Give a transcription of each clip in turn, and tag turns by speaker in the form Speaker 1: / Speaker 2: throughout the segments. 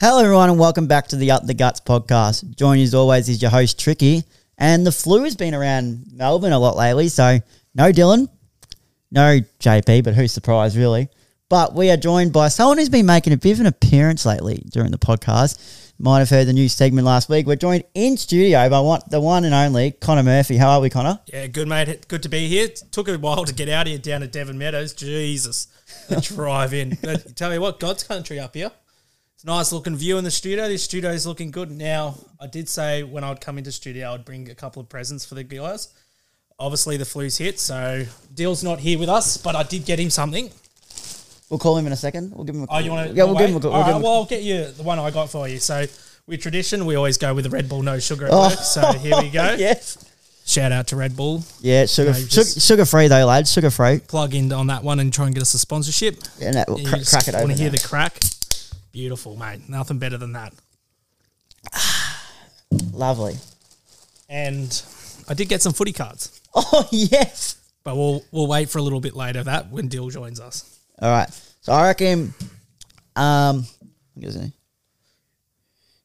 Speaker 1: Hello, everyone, and welcome back to the Up the Guts podcast. Joining you as always is your host, Tricky. And the flu has been around Melbourne a lot lately. So, no Dylan, no JP, but who's surprised, really? But we are joined by someone who's been making a bit of an appearance lately during the podcast. Might have heard the new segment last week. We're joined in studio by one, the one and only Connor Murphy. How are we, Connor?
Speaker 2: Yeah, good mate. Good to be here. It took a while to get out here down to Devon Meadows. Jesus, the drive in. But tell you what, God's country up here. It's a nice looking view in the studio. This studio is looking good. Now, I did say when I'd come into studio, I'd bring a couple of presents for the guys. Obviously, the flu's hit, so Dill's not here with us, but I did get him something.
Speaker 1: We'll call him in a second. We'll give him a
Speaker 2: Oh, you want to?
Speaker 1: Yeah, we'll give him a call. We'll give him a-
Speaker 2: well, I'll get you the one I got for you. So, with tradition, we always go with the Red Bull, no sugar at
Speaker 1: Oh.
Speaker 2: work. So, here we go.
Speaker 1: yes.
Speaker 2: Shout out to Red Bull.
Speaker 1: Yeah, sugar,
Speaker 2: No, you just-
Speaker 1: sugar free, though, lads. Sugar free.
Speaker 2: Plug in on that one and try and get us a sponsorship.
Speaker 1: And that will
Speaker 2: You
Speaker 1: cra-
Speaker 2: just
Speaker 1: crack it
Speaker 2: wanna
Speaker 1: open.
Speaker 2: hear
Speaker 1: now.
Speaker 2: the crack? Beautiful, mate. Nothing better than that.
Speaker 1: Lovely.
Speaker 2: And I did get some footy cards,
Speaker 1: Oh, yes.
Speaker 2: but we'll we'll wait for a little bit later that when Dill joins us.
Speaker 1: All right. So I reckon. Um, what was it?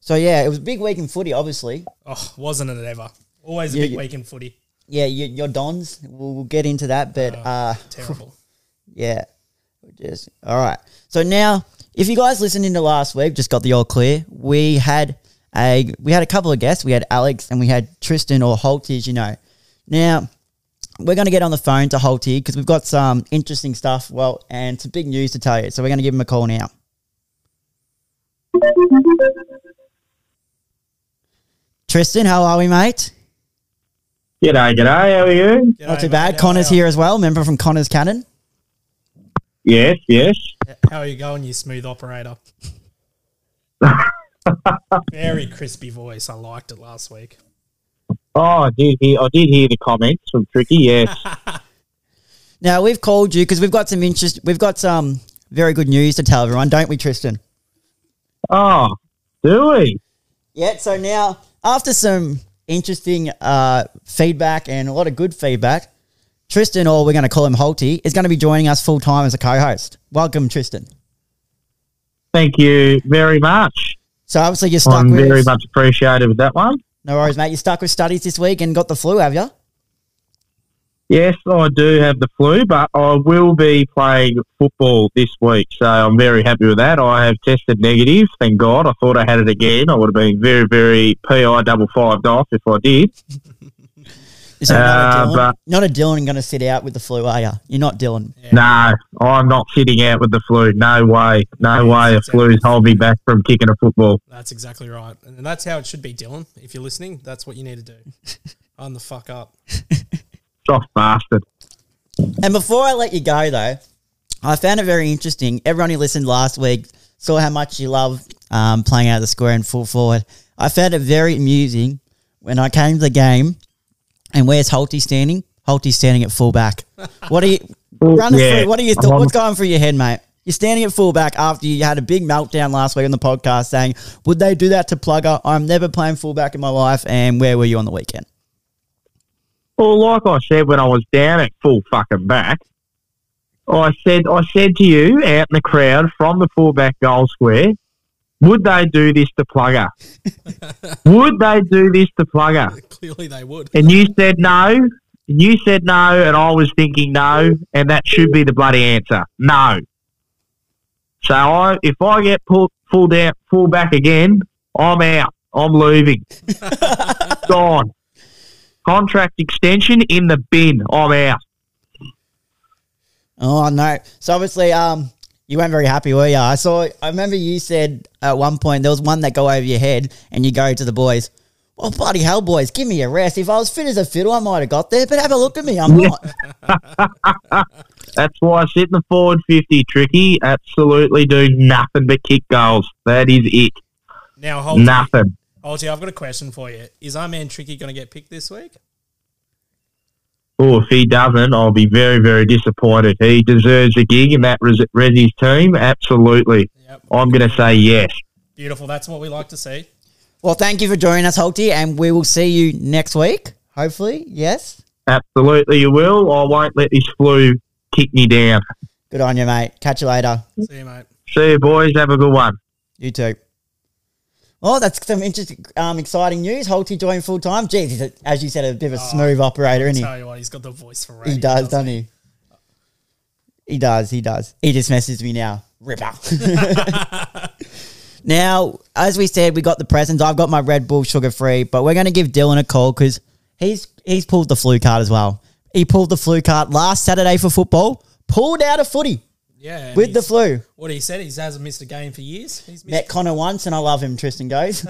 Speaker 1: so yeah, it was a big week in footy, obviously.
Speaker 2: Oh, wasn't it ever? Always a
Speaker 1: Yeah,
Speaker 2: big
Speaker 1: yeah.
Speaker 2: week in footy.
Speaker 1: Yeah, you, your Dons. We'll, we'll get into that, but uh,
Speaker 2: Terrible.
Speaker 1: yeah, We're just all right. So now, if you guys listened into last week, just got the all clear. We had a we had a couple of guests. We had Alex and we had Tristan or Holty, as you know. Now we're going to get on the phone to Holty because we've got some interesting stuff. Well, and some big news to tell you. So we're going to give him a call now. Tristan, how are we, mate?
Speaker 3: G'day, g'day. How are you?
Speaker 2: G'day,
Speaker 1: Not too
Speaker 2: mate.
Speaker 1: bad.
Speaker 2: How
Speaker 1: Connor's
Speaker 2: are-
Speaker 1: here as well, member from Connor's Cannon.
Speaker 3: Yes, yes.
Speaker 2: How are you going, you smooth operator? Very crispy voice. I liked it last week.
Speaker 3: Oh, I did hear. I did hear the comments from Tricky. Yes,
Speaker 1: Now we've called you because we've got some interest. We've got some very good news to tell everyone, don't we, Tristan?
Speaker 3: oh, do we?
Speaker 1: Yeah. So now, after some interesting uh, feedback and a lot of good feedback, Tristan, or we're going to call him Holty, is going to be joining us full time as a co-host. Welcome, Tristan.
Speaker 3: Thank you very much.
Speaker 1: So obviously you're stuck
Speaker 3: I'm
Speaker 1: with
Speaker 3: very much appreciated with that one.
Speaker 1: no worries, mate. You're stuck with studies this week and got the flu, have you?
Speaker 3: Yes, I do have the flu, but I will be playing football this week, so I'm very happy with that. I have tested negative. Thank God. I thought I had it again. I would have been very, very pi double fived off if I did.
Speaker 1: So not, a
Speaker 3: Uh,
Speaker 1: Dylan,
Speaker 3: but-
Speaker 1: not a Dylan going to sit out with the flu, are you? You're not Dylan.
Speaker 3: No, I'm not sitting out with the flu. No way. No
Speaker 2: Yeah,
Speaker 3: way. A
Speaker 2: it's-
Speaker 3: flu's hold me back from kicking a football.
Speaker 2: That's exactly right. And that's how it should be, Dylan. If you're listening, that's what you need to do. I'm the fuck up.
Speaker 3: Soft bastard.
Speaker 1: And before I let you go, though, I found it very interesting. Everyone who listened last week saw how much you love um, playing out of the square and full forward. I found it very amusing when I came to the game. And where's Holty standing? Holty's standing at fullback. What are you?
Speaker 3: Well,
Speaker 1: Run us
Speaker 3: yeah,
Speaker 1: through. What are you?
Speaker 3: I'm
Speaker 1: Th-
Speaker 3: on-
Speaker 1: what's going through your head, mate? You're standing at fullback after you had a big meltdown last week on the podcast, saying, "Would they do that to Plugger? I'm never playing fullback in my life." And where were you on the weekend?
Speaker 3: Well, like I said when I was down at full fucking back, I said I said to you out in the crowd from the fullback goal square, would they do this to Plugger? would they do this to Plugger?
Speaker 2: Clearly, they would.
Speaker 3: And you said no. And you said no, and I was thinking no, and that should be the bloody answer. No. So I, if I get pulled full down, full back again, I'm out. I'm leaving. Gone. Contract extension in the bin. I'm out.
Speaker 1: Oh no! So obviously, um, you weren't very happy, were you? I saw. I remember you said at one point there was one that go over your head, and you go to the boys. Well, bloody hell, boys, give me a rest. If I was fit as a fiddle, I might have got there. But have a look at me, I'm not.
Speaker 3: That's why I sit in the forward fifty. Tricky. Absolutely do nothing but kick goals. That is it.
Speaker 2: Now, hold on.
Speaker 3: Nothing.
Speaker 2: Alti, I've got a question for you. Is our man Tricky going to get picked this week?
Speaker 3: Oh, if he doesn't, I'll be very, very disappointed. He deserves a gig in that Res- Resi's team. Absolutely.
Speaker 2: Yep.
Speaker 3: I'm going to say yes.
Speaker 2: Beautiful. That's what we like to see.
Speaker 1: well, thank you for joining us, Holty, and we will see you next week. Hopefully, yes.
Speaker 3: Absolutely, you will. I won't let this flu kick me down.
Speaker 1: Good on you, mate. Catch you later.
Speaker 2: See you, mate.
Speaker 3: See you, boys. Have a good one.
Speaker 1: You too. Well, that's some interesting, um, exciting news. Holty joined full time. Jeez, he's a, as you said, a bit of a
Speaker 2: Oh,
Speaker 1: smooth operator, isn't he?
Speaker 2: Tell you what, he's got the voice for radio.
Speaker 1: He does,
Speaker 2: doesn't
Speaker 1: doesn't he? He does, he does. He just messaged me now. Ripper. now, as we said, we got the presents. I've got my Red Bull sugar free, but we're going to give Dylan a call because he's he's pulled the flu card as well. He pulled the flu card last Saturday for football, pulled out a footy
Speaker 2: Yeah. and
Speaker 1: with the
Speaker 2: he's-
Speaker 1: flu.
Speaker 2: what he said, he hasn't missed a game for years. He's missed
Speaker 1: Met Connor once, and I love him. Tristan goes.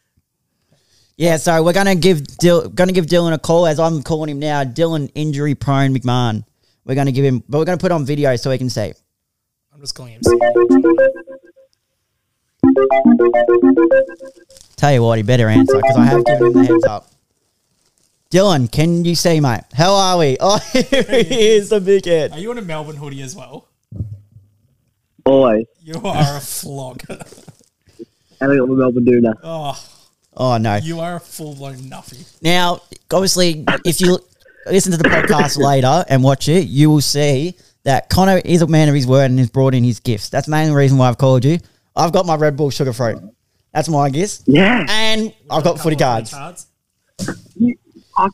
Speaker 1: yeah, so we're gonna give Dil- gonna give Dylan a call as I'm calling him now. Dylan injury prone McMahon. We're gonna give him, but we're gonna put it on video so he can see.
Speaker 2: I'm just calling him.
Speaker 1: Tell you what, he better answer because I have given him the heads up. Dylan, can you see, mate? How are we? Oh, here he is, the big head.
Speaker 2: Are you on a Melbourne hoodie as well?
Speaker 4: Always.
Speaker 2: You are a flog.
Speaker 4: Having it with Melbourne Doona.
Speaker 2: Oh,
Speaker 1: Oh no.
Speaker 2: you are a full blown nuffy.
Speaker 1: Now, obviously, if you listen to the podcast later and watch it, you will see that Connor is a man of his word and has brought in his gifts. That's the main reason why I've called you. I've got my Red Bull sugar fruit. That's my gift.
Speaker 4: Yeah.
Speaker 1: And I've got footy cards.
Speaker 4: Of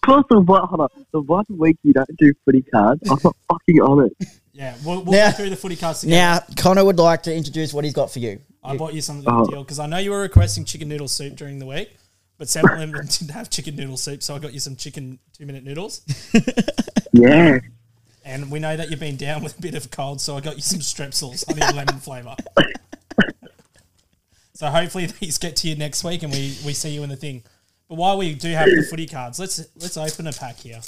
Speaker 4: course, the one, hold on. The one week you don't do footy cards, I'm not fucking on it.
Speaker 2: Yeah, we'll, we'll
Speaker 1: Now-
Speaker 2: go through the footy cards together.
Speaker 1: Now, Connor would like to introduce what he's got for you.
Speaker 2: I bought you something
Speaker 4: Oh.
Speaker 2: deal because I know you were requesting chicken noodle soup during the week, but 7 Eleven didn't have chicken noodle soup, so I got you some chicken two minute noodles.
Speaker 4: Yeah.
Speaker 2: And we know that you've been down with a bit of cold, so I got you some strepsils, honey and lemon flavour. so hopefully these get to you next week and we, we see you in the thing. But while we do have the footy cards, let's let's open a pack here.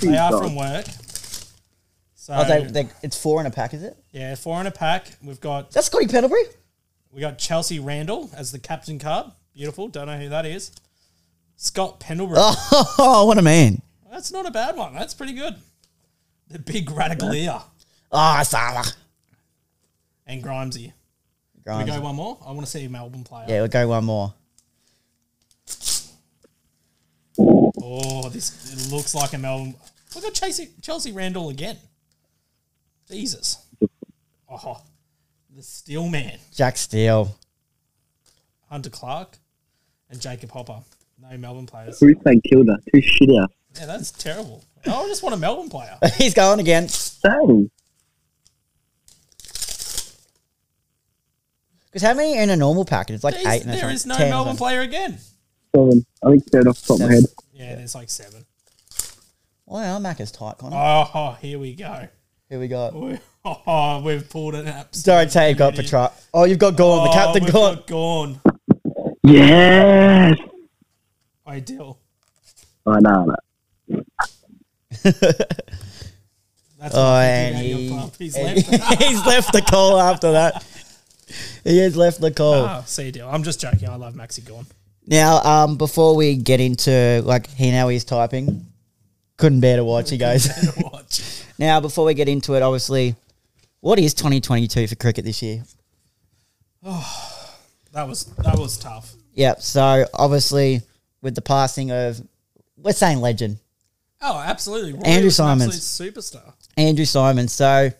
Speaker 2: They are from work. So
Speaker 1: Oh, they, they, it's four in a pack, is it?
Speaker 2: yeah, four in a pack. We've got
Speaker 1: That's Scotty Pendlebury.
Speaker 2: we got Chelsea Randall as the captain card. Beautiful. Don't know who that is. Scott Pendlebury.
Speaker 1: Oh, what a man.
Speaker 2: That's not a bad one. That's pretty good. The big radical ear
Speaker 1: Oh, Salah.
Speaker 2: and Grimesy. We
Speaker 1: Grimes.
Speaker 2: go one more. I want to see a Melbourne player.
Speaker 1: yeah, we'll go one more.
Speaker 2: Oh, this it looks like a Melbourne. Look at Chelsea, Chelsea Randall again. Jesus. Oh, the Steel Man,
Speaker 1: Jack Steele.
Speaker 2: Hunter Clark, and Jacob Hopper. No Melbourne players.
Speaker 4: Who's playing Kilda? Two shit out.
Speaker 2: Yeah, that's terrible. I just want a Melbourne player.
Speaker 1: he's going again.
Speaker 4: Dang.
Speaker 1: Because how many are in a normal pack? It's like
Speaker 2: There is-
Speaker 1: eight. and
Speaker 2: there is no
Speaker 1: ten or
Speaker 2: Melbourne
Speaker 1: something.
Speaker 2: player again.
Speaker 4: Seven. I think third off the top of my head.
Speaker 2: Yeah, there's like seven.
Speaker 1: Why our Mac is tight, Connor.
Speaker 2: Oh, here we go.
Speaker 1: Who we got?
Speaker 2: We- Oh, we've pulled an app.
Speaker 1: Sorry, you've got Petra. Oh, you've got Gorn, the captain Gorn.
Speaker 2: Gone.
Speaker 4: Yes.
Speaker 2: Ideal.
Speaker 4: I know that.
Speaker 2: That's
Speaker 1: Oh,
Speaker 2: what
Speaker 1: and
Speaker 2: he did at your
Speaker 1: he,
Speaker 2: club. He's
Speaker 1: and
Speaker 2: left.
Speaker 1: he's left the call after that. He has left the call.
Speaker 2: Ah, see, deal. I'm just joking. I love Maxi Gorn.
Speaker 1: Now, um, before we get into like he now he's typing, couldn't bear to watch. He goes.
Speaker 2: Watch.
Speaker 1: now, before we get into it, obviously, what is 2022 for cricket this year?
Speaker 2: That was that was tough.
Speaker 1: Yep. So obviously, with the passing of, we're saying legend.
Speaker 2: Oh, absolutely. Rory
Speaker 1: Andrew
Speaker 2: was an
Speaker 1: Simons.
Speaker 2: absolute superstar.
Speaker 1: Andrew Simon. So,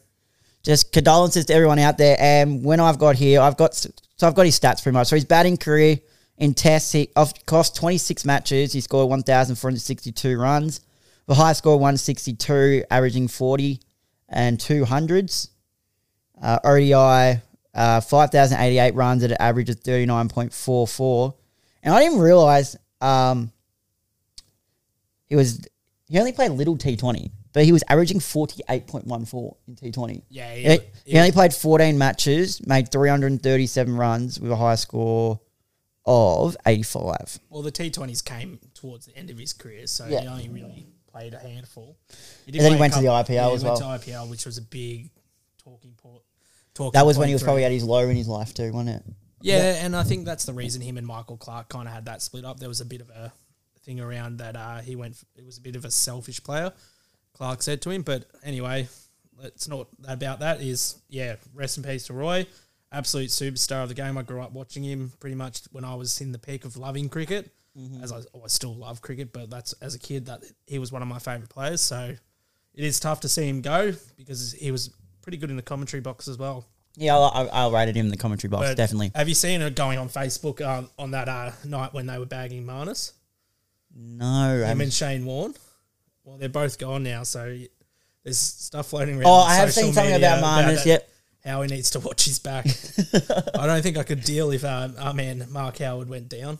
Speaker 1: just condolences to everyone out there. And when I've got here, I've got so I've got his stats pretty much. So his batting career in tests, he off cost 26 matches. He scored 1,462 runs. The high score 162, averaging 40 and 200s. Uh, ODI uh, 5,088 runs at an average of 39.44. And I didn't realize um, he was he only played little T20, but he was averaging 48.14 in T20.
Speaker 2: Yeah, he,
Speaker 1: He, he
Speaker 2: he-
Speaker 1: only played 14 matches, made 337 runs with a high score of 85.
Speaker 2: well, the T20s came towards the end of his career, so he
Speaker 1: Yeah.
Speaker 2: only really played a handful. He did
Speaker 1: And then he
Speaker 2: play a
Speaker 1: went to the
Speaker 2: couple-
Speaker 1: IPL
Speaker 2: yeah,
Speaker 1: as
Speaker 2: he
Speaker 1: well.
Speaker 2: Went to IPL, which was a big talking port. Talking
Speaker 1: That was when
Speaker 2: point
Speaker 1: he was
Speaker 2: through-
Speaker 1: probably at his low in his life too, wasn't it?
Speaker 2: Yeah, and I think that's the reason him and Michael Clark kind of had that split up. There was a bit of a thing around that uh, he went. It was a bit of a selfish player. Clark said to him, but anyway, it's not about that. Is yeah, rest in peace to Roy, absolute superstar of the game. I grew up watching him pretty much when I was in the peak of loving cricket. As I, oh, I still love cricket, but that's as a kid that he was one of my favorite players. So it is tough to see him go because he was pretty good in the commentary box as well.
Speaker 1: Yeah, I, I, I rated him in the commentary box,
Speaker 2: But
Speaker 1: definitely.
Speaker 2: Have you seen it going on Facebook um, on that uh, night when they were bagging Marnus?
Speaker 1: No, I
Speaker 2: Him
Speaker 1: mean,
Speaker 2: and Shane Warne. Well, they're both gone now, so there's stuff floating around.
Speaker 1: oh,
Speaker 2: on
Speaker 1: I have
Speaker 2: social
Speaker 1: seen something
Speaker 2: media
Speaker 1: about Marnus.
Speaker 2: that-
Speaker 1: Yep.
Speaker 2: how he needs to watch his back. I don't think I could deal if um, our man Mark Howard went down.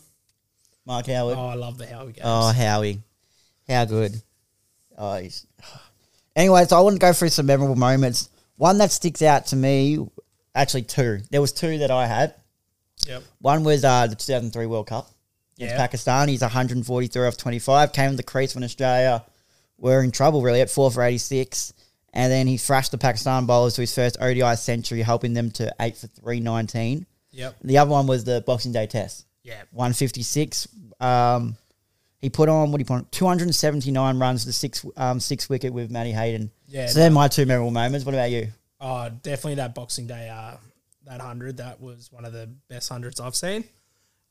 Speaker 1: Mark Howard.
Speaker 2: Oh, I love the Howard games.
Speaker 1: Oh, Howie. How good. Oh, he's... Anyway, so I want to go through some memorable moments. One that sticks out to me, actually two. There was two that I had.
Speaker 2: yep.
Speaker 1: One was uh, the 2003 World Cup against
Speaker 2: Yeah.
Speaker 1: Pakistan. He's 143 off 25. Came to the crease when Australia were in trouble, really, at 4 for 86. And then he thrashed the Pakistan bowlers to his first ODI century, helping them to 8 for 319.
Speaker 2: Yep.
Speaker 1: The other one was the Boxing Day Test.
Speaker 2: Yep.
Speaker 1: 156. Um, he put on what he put on 279 runs, the six um, six wicket with Matty Hayden.
Speaker 2: Yeah,
Speaker 1: so they're my two memorable moments. What about you?
Speaker 2: Oh, definitely that Boxing Day. Uh, that hundred that was one of the best hundreds I've seen.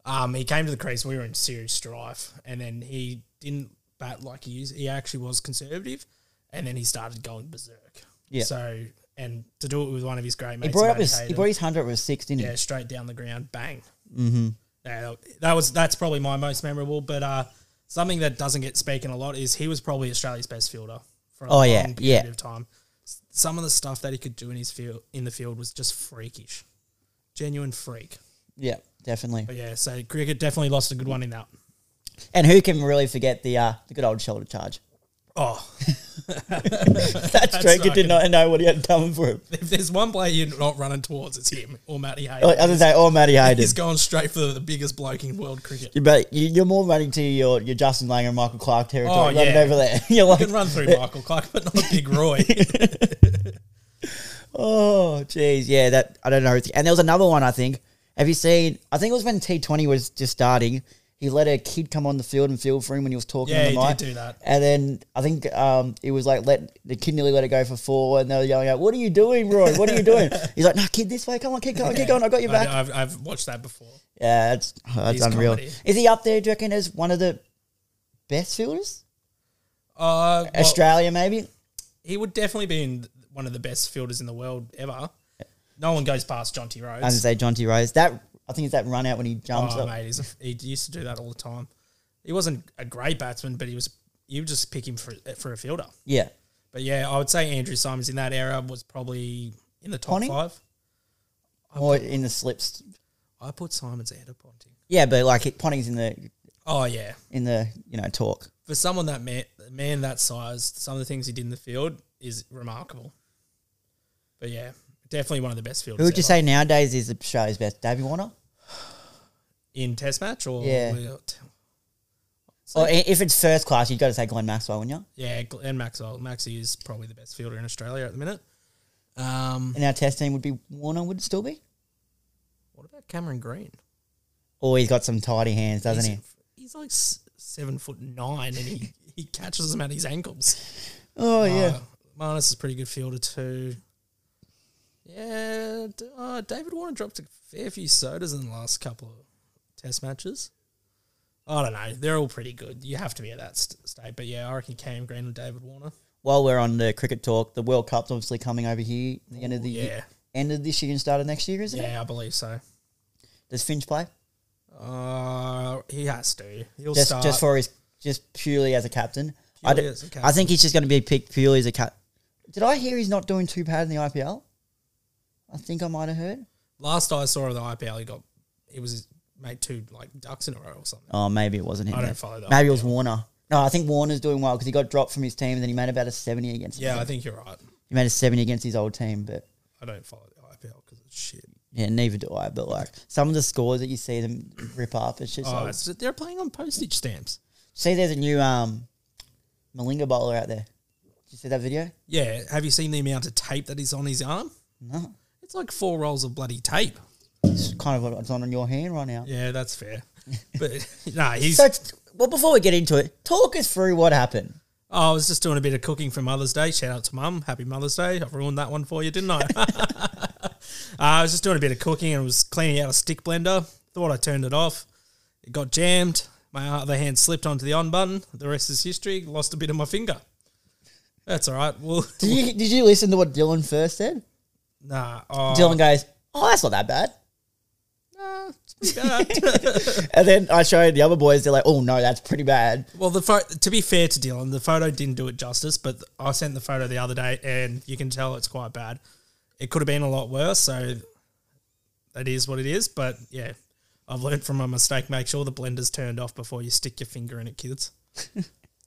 Speaker 2: Um, he came to the crease. We were in serious strife, and then he didn't bat like he used. He actually was conservative, and then he started going berserk.
Speaker 1: Yeah.
Speaker 2: So and to do it with one of his great mates,
Speaker 1: He brought up
Speaker 2: Matty
Speaker 1: his he
Speaker 2: Hayden.
Speaker 1: brought his hundred with six, didn't he?
Speaker 2: yeah, straight down the ground, bang. Mm-hmm. that was that's probably my most memorable. But uh, something that doesn't get spoken a lot is he was probably Australia's best fielder for a
Speaker 1: Oh,
Speaker 2: long
Speaker 1: yeah,
Speaker 2: period
Speaker 1: yeah.
Speaker 2: of time. S- Some of the stuff that he could do in his field in the field was just freakish, genuine freak.
Speaker 1: Yeah, definitely.
Speaker 2: But yeah, so cricket definitely lost a good one in that.
Speaker 1: And who can really forget the uh, the good old shoulder charge?
Speaker 2: Oh,
Speaker 1: That striker
Speaker 2: right.
Speaker 1: did not know what he had done for him.
Speaker 2: if there's one player you're not running towards, it's him or Matty Hayden.
Speaker 1: Like, I was gonna say, oh, Matty Hayden.
Speaker 2: He's gone straight for the biggest bloke in world cricket.
Speaker 1: You bet- you- You're more running to your, your Justin Langer and Michael Clark territory.
Speaker 2: Oh,
Speaker 1: running
Speaker 2: yeah.
Speaker 1: over there. You're
Speaker 2: You
Speaker 1: like,
Speaker 2: can run through Michael Clark, but not Big Roy.
Speaker 1: Oh, jeez, yeah, that I don't know. And there was another one. I think. Have you seen? I think it was when T Twenty was just starting. He let a kid come on the field and field for him when he was talking on
Speaker 2: Yeah,
Speaker 1: the
Speaker 2: he did
Speaker 1: night.
Speaker 2: do that.
Speaker 1: And then I think um, it was like let the kid nearly let it go for four, and they were yelling out, "What are you doing, Roy? What are you doing?" He's like, "No, kid, this way. Come on, kid, come on, kid, come on. I got your
Speaker 2: I-
Speaker 1: back."
Speaker 2: I've, I've watched that before.
Speaker 1: Yeah, that's oh, that's
Speaker 2: He's
Speaker 1: unreal.
Speaker 2: comedy.
Speaker 1: Is he up there? Do you reckon as one of the best fielders?
Speaker 2: Uh, well,
Speaker 1: Australia, maybe.
Speaker 2: he would definitely be in one of the best fielders in the world ever. No one goes past Jonty
Speaker 1: I was
Speaker 2: Rhodes.
Speaker 1: gonna say John T Rose. That I think it's that run out when he jumps
Speaker 2: Oh,
Speaker 1: up.
Speaker 2: mate, he's a, he used to do that all the time. He wasn't a great batsman, but he was. You would just pick him for for a fielder.
Speaker 1: Yeah,
Speaker 2: But yeah, I would say Andrew Simons in that era was probably in the top
Speaker 1: Ponting?
Speaker 2: five.
Speaker 1: or in the slips
Speaker 2: I put Simons ahead of Ponting.
Speaker 1: Yeah, but like it, Ponting's in the
Speaker 2: Oh yeah,
Speaker 1: in the you know talk.
Speaker 2: for someone that man, man that size, some of the things he did in the field is remarkable. But yeah, definitely one of the best fielders.
Speaker 1: Who would you
Speaker 2: ever.
Speaker 1: say nowadays is Australia's best? Davey Warner,
Speaker 2: in Test match or
Speaker 1: Yeah.
Speaker 2: without-
Speaker 1: or i- if it's first class, you've got to say Glenn Maxwell, wouldn't you?
Speaker 2: yeah, and Maxwell. Maxi is probably the best fielder in Australia at the minute. Um,
Speaker 1: And our test team would be Warner. Would it still be?
Speaker 2: what about Cameron Green?
Speaker 1: Or he's got some tidy hands, doesn't
Speaker 2: he's,
Speaker 1: he?
Speaker 2: He's like s- seven foot nine, and he, he catches them at his ankles.
Speaker 1: Oh yeah,
Speaker 2: Uh, Marnus is a pretty good fielder too. Yeah, d- uh, David Warner dropped a fair few sodas in the last couple of Test matches. I don't know. They're all pretty good. You have to be at that st- state, but yeah, I reckon Cam Green and David Warner.
Speaker 1: While we're on the cricket talk, the World Cup's obviously coming over here. at The end of the
Speaker 2: Oh, yeah.
Speaker 1: year, end of this year and start of next year, isn't it?
Speaker 2: Yeah, I believe so.
Speaker 1: Does Finch play
Speaker 2: Uh, he has to. He'll
Speaker 1: just
Speaker 2: start.
Speaker 1: just for his just purely as a captain? I,
Speaker 2: Purely
Speaker 1: d-
Speaker 2: as a
Speaker 1: I think he's just going to be picked purely as a cap. Did I hear he's not doing too bad in the IPL? I think I might have heard.
Speaker 2: last I saw of the IPL, he got he was made two like ducks in a row or something.
Speaker 1: Oh, maybe it wasn't him.
Speaker 2: I don't
Speaker 1: then.
Speaker 2: follow that.
Speaker 1: Maybe it was Warner. No, I think Warner's doing well because he got dropped from his team and then he made about a 70 against
Speaker 2: Yeah, I think you're right.
Speaker 1: He made a 70 against his old team, but
Speaker 2: I don't follow the IPL because it's shit.
Speaker 1: yeah, neither do I. But like some of the scores that you see them rip up, it's just
Speaker 2: Oh,
Speaker 1: like,
Speaker 2: it's- they're playing on postage stamps.
Speaker 1: see, there's a new um, Malinga bowler out there. Did you see that video?
Speaker 2: Yeah, have you seen the amount of tape that is on his arm?
Speaker 1: No.
Speaker 2: It's like four rolls of bloody tape.
Speaker 1: It's kind of what's on on your hand right now.
Speaker 2: Yeah, that's fair. But no, he's.
Speaker 1: So, it's- well, before we get into it, talk us through what happened.
Speaker 2: Oh, I was just doing a bit of cooking for Mother's Day. Shout out to Mum. Happy Mother's Day. I've ruined that one for you, didn't I? uh, I was just doing a bit of cooking and was cleaning out a stick blender. Thought I turned it off. It got jammed. My other hand slipped onto the on button. The rest is history. Lost a bit of my finger. That's all right. Well,
Speaker 1: Did you did you listen to what Dylan first said?
Speaker 2: nah. Oh,
Speaker 1: Dylan goes, "Oh, that's not that bad."
Speaker 2: nah, it's pretty bad.
Speaker 1: And then I showed the other boys. They're like, "Oh no, that's pretty bad."
Speaker 2: Well, the pho- to be fair to Dylan, the photo didn't do it justice, but th- I sent the photo the other day, and you can tell it's quite bad. It could have been a lot worse, so that is what it is. But yeah, I've learned from my mistake. Make sure the blender's turned off before you stick your finger in it, kids.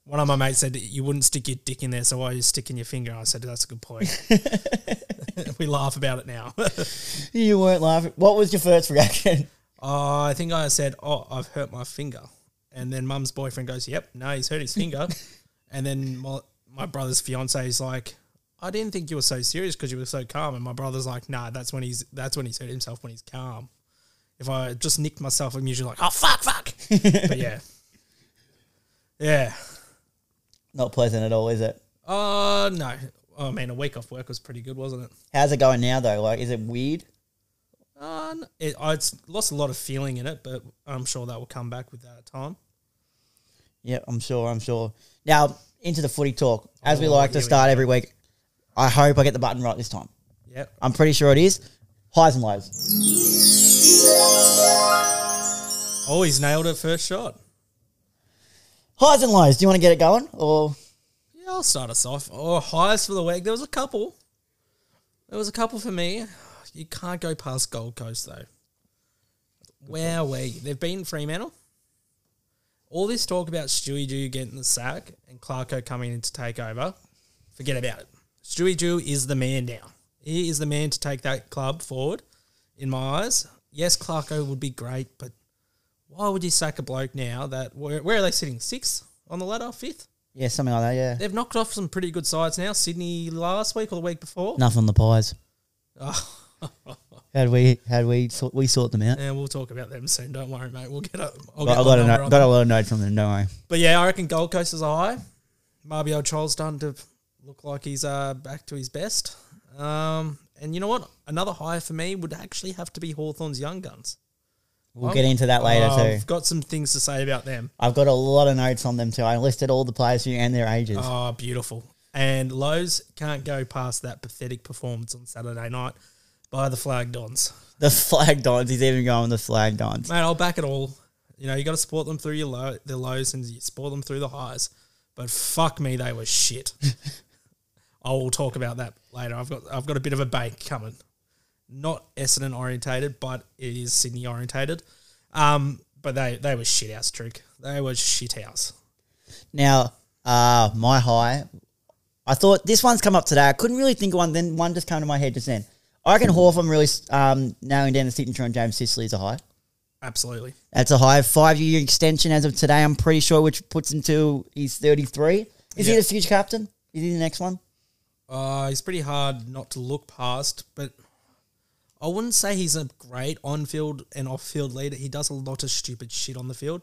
Speaker 2: One of my mates said you wouldn't stick your dick in there, so why are you sticking your finger? I said that's a good point. we laugh about it now.
Speaker 1: You weren't laughing. What was your first reaction?
Speaker 2: Uh, I think I said, "Oh, I've hurt my finger," and then Mum's boyfriend goes, "Yep, no, he's hurt his finger," and then my, my brother's fiance is like, "I didn't think you were so serious because you were so calm," and my brother's like, "Nah, that's when he's that's when he's hurt himself when he's calm." If I just nicked myself, I'm usually like, "Oh fuck, fuck," but yeah, yeah.
Speaker 1: Not pleasant at all, is it?
Speaker 2: Uh no. I mean, a week off work was pretty good, wasn't it?
Speaker 1: How's it going now though? Like, is it weird?
Speaker 2: Uh, n- it I lost a lot of feeling in it, but I'm sure that will come back with that time.
Speaker 1: Yeah, I'm sure. I'm sure. Now into the footy talk, as we
Speaker 2: Oh,
Speaker 1: like to
Speaker 2: here we
Speaker 1: start every week. I hope I get the button right this time.
Speaker 2: Yep.
Speaker 1: I'm pretty sure it is. Highs and lows.
Speaker 2: Oh, he's nailed it first shot.
Speaker 1: Highs and lows. Do you want to get it going, or
Speaker 2: Yeah, I'll start us off. Oh, highest for the week. There was a couple. There was a couple for me. You can't go past Gold Coast though. Where we? They've been Fremantle. All this talk about Stewie Jew getting the sack and Clarko coming in to take over. Forget about it. Stewie Jew is the man now. He is the man to take that club forward. In my eyes, yes, Clarko would be great, but why would you sack a bloke now? That where, where are they sitting? Sixth on the ladder, fifth.
Speaker 1: yeah, something like that? Yeah.
Speaker 2: They've knocked off some pretty good sides now. Sydney last week or the week before.
Speaker 1: Nothing on the pies.
Speaker 2: Oh,
Speaker 1: How do we? How do we? Sort, we sort them out.
Speaker 2: yeah, we'll talk about them soon. Don't worry, mate. We'll get up. I'll
Speaker 1: Got,
Speaker 2: get
Speaker 1: I got
Speaker 2: the
Speaker 1: a
Speaker 2: number
Speaker 1: note,
Speaker 2: up.
Speaker 1: got a lot of note from them. Don't worry.
Speaker 2: But yeah, I reckon Gold Coast is a high. Marbio Troll's done to look like he's uh, back to his best. Um, and you know what? Another high for me would actually have to be Hawthorn's Young Guns.
Speaker 1: We'll
Speaker 2: Oh.
Speaker 1: get into that later too.
Speaker 2: I've got some things to say about them.
Speaker 1: I've got a lot of notes on them too. I listed all the players who and their ages.
Speaker 2: Oh, beautiful. And Lowe's can't go past that pathetic performance on Saturday night by the Flag Dons.
Speaker 1: The flag dons. He's even going the flag dons.
Speaker 2: Mate, I'll back it all. You know, you got to support them through your low, the lows and you support them through the highs. But fuck me, they were shit. I will talk about that later. I've got I've got a bit of a bank coming. Not Essendon orientated, but it is Sydney orientated. Um, but they they were shit house trick. They were shit house.
Speaker 1: Now, uh, my high. I thought this one's come up today. I couldn't really think of one. Then one just came to my head just then. I reckon Hawthorn really um, nailing down the signature on James Sicily is a high.
Speaker 2: Absolutely.
Speaker 1: That's a high five year extension as of today, I'm pretty sure, which puts him to he's 33. Is he
Speaker 2: Yeah.
Speaker 1: the future captain? Is he the next one?
Speaker 2: Uh, he's pretty hard not to look past, but I wouldn't say he's a great on-field and off-field leader. He does a lot of stupid shit on the field,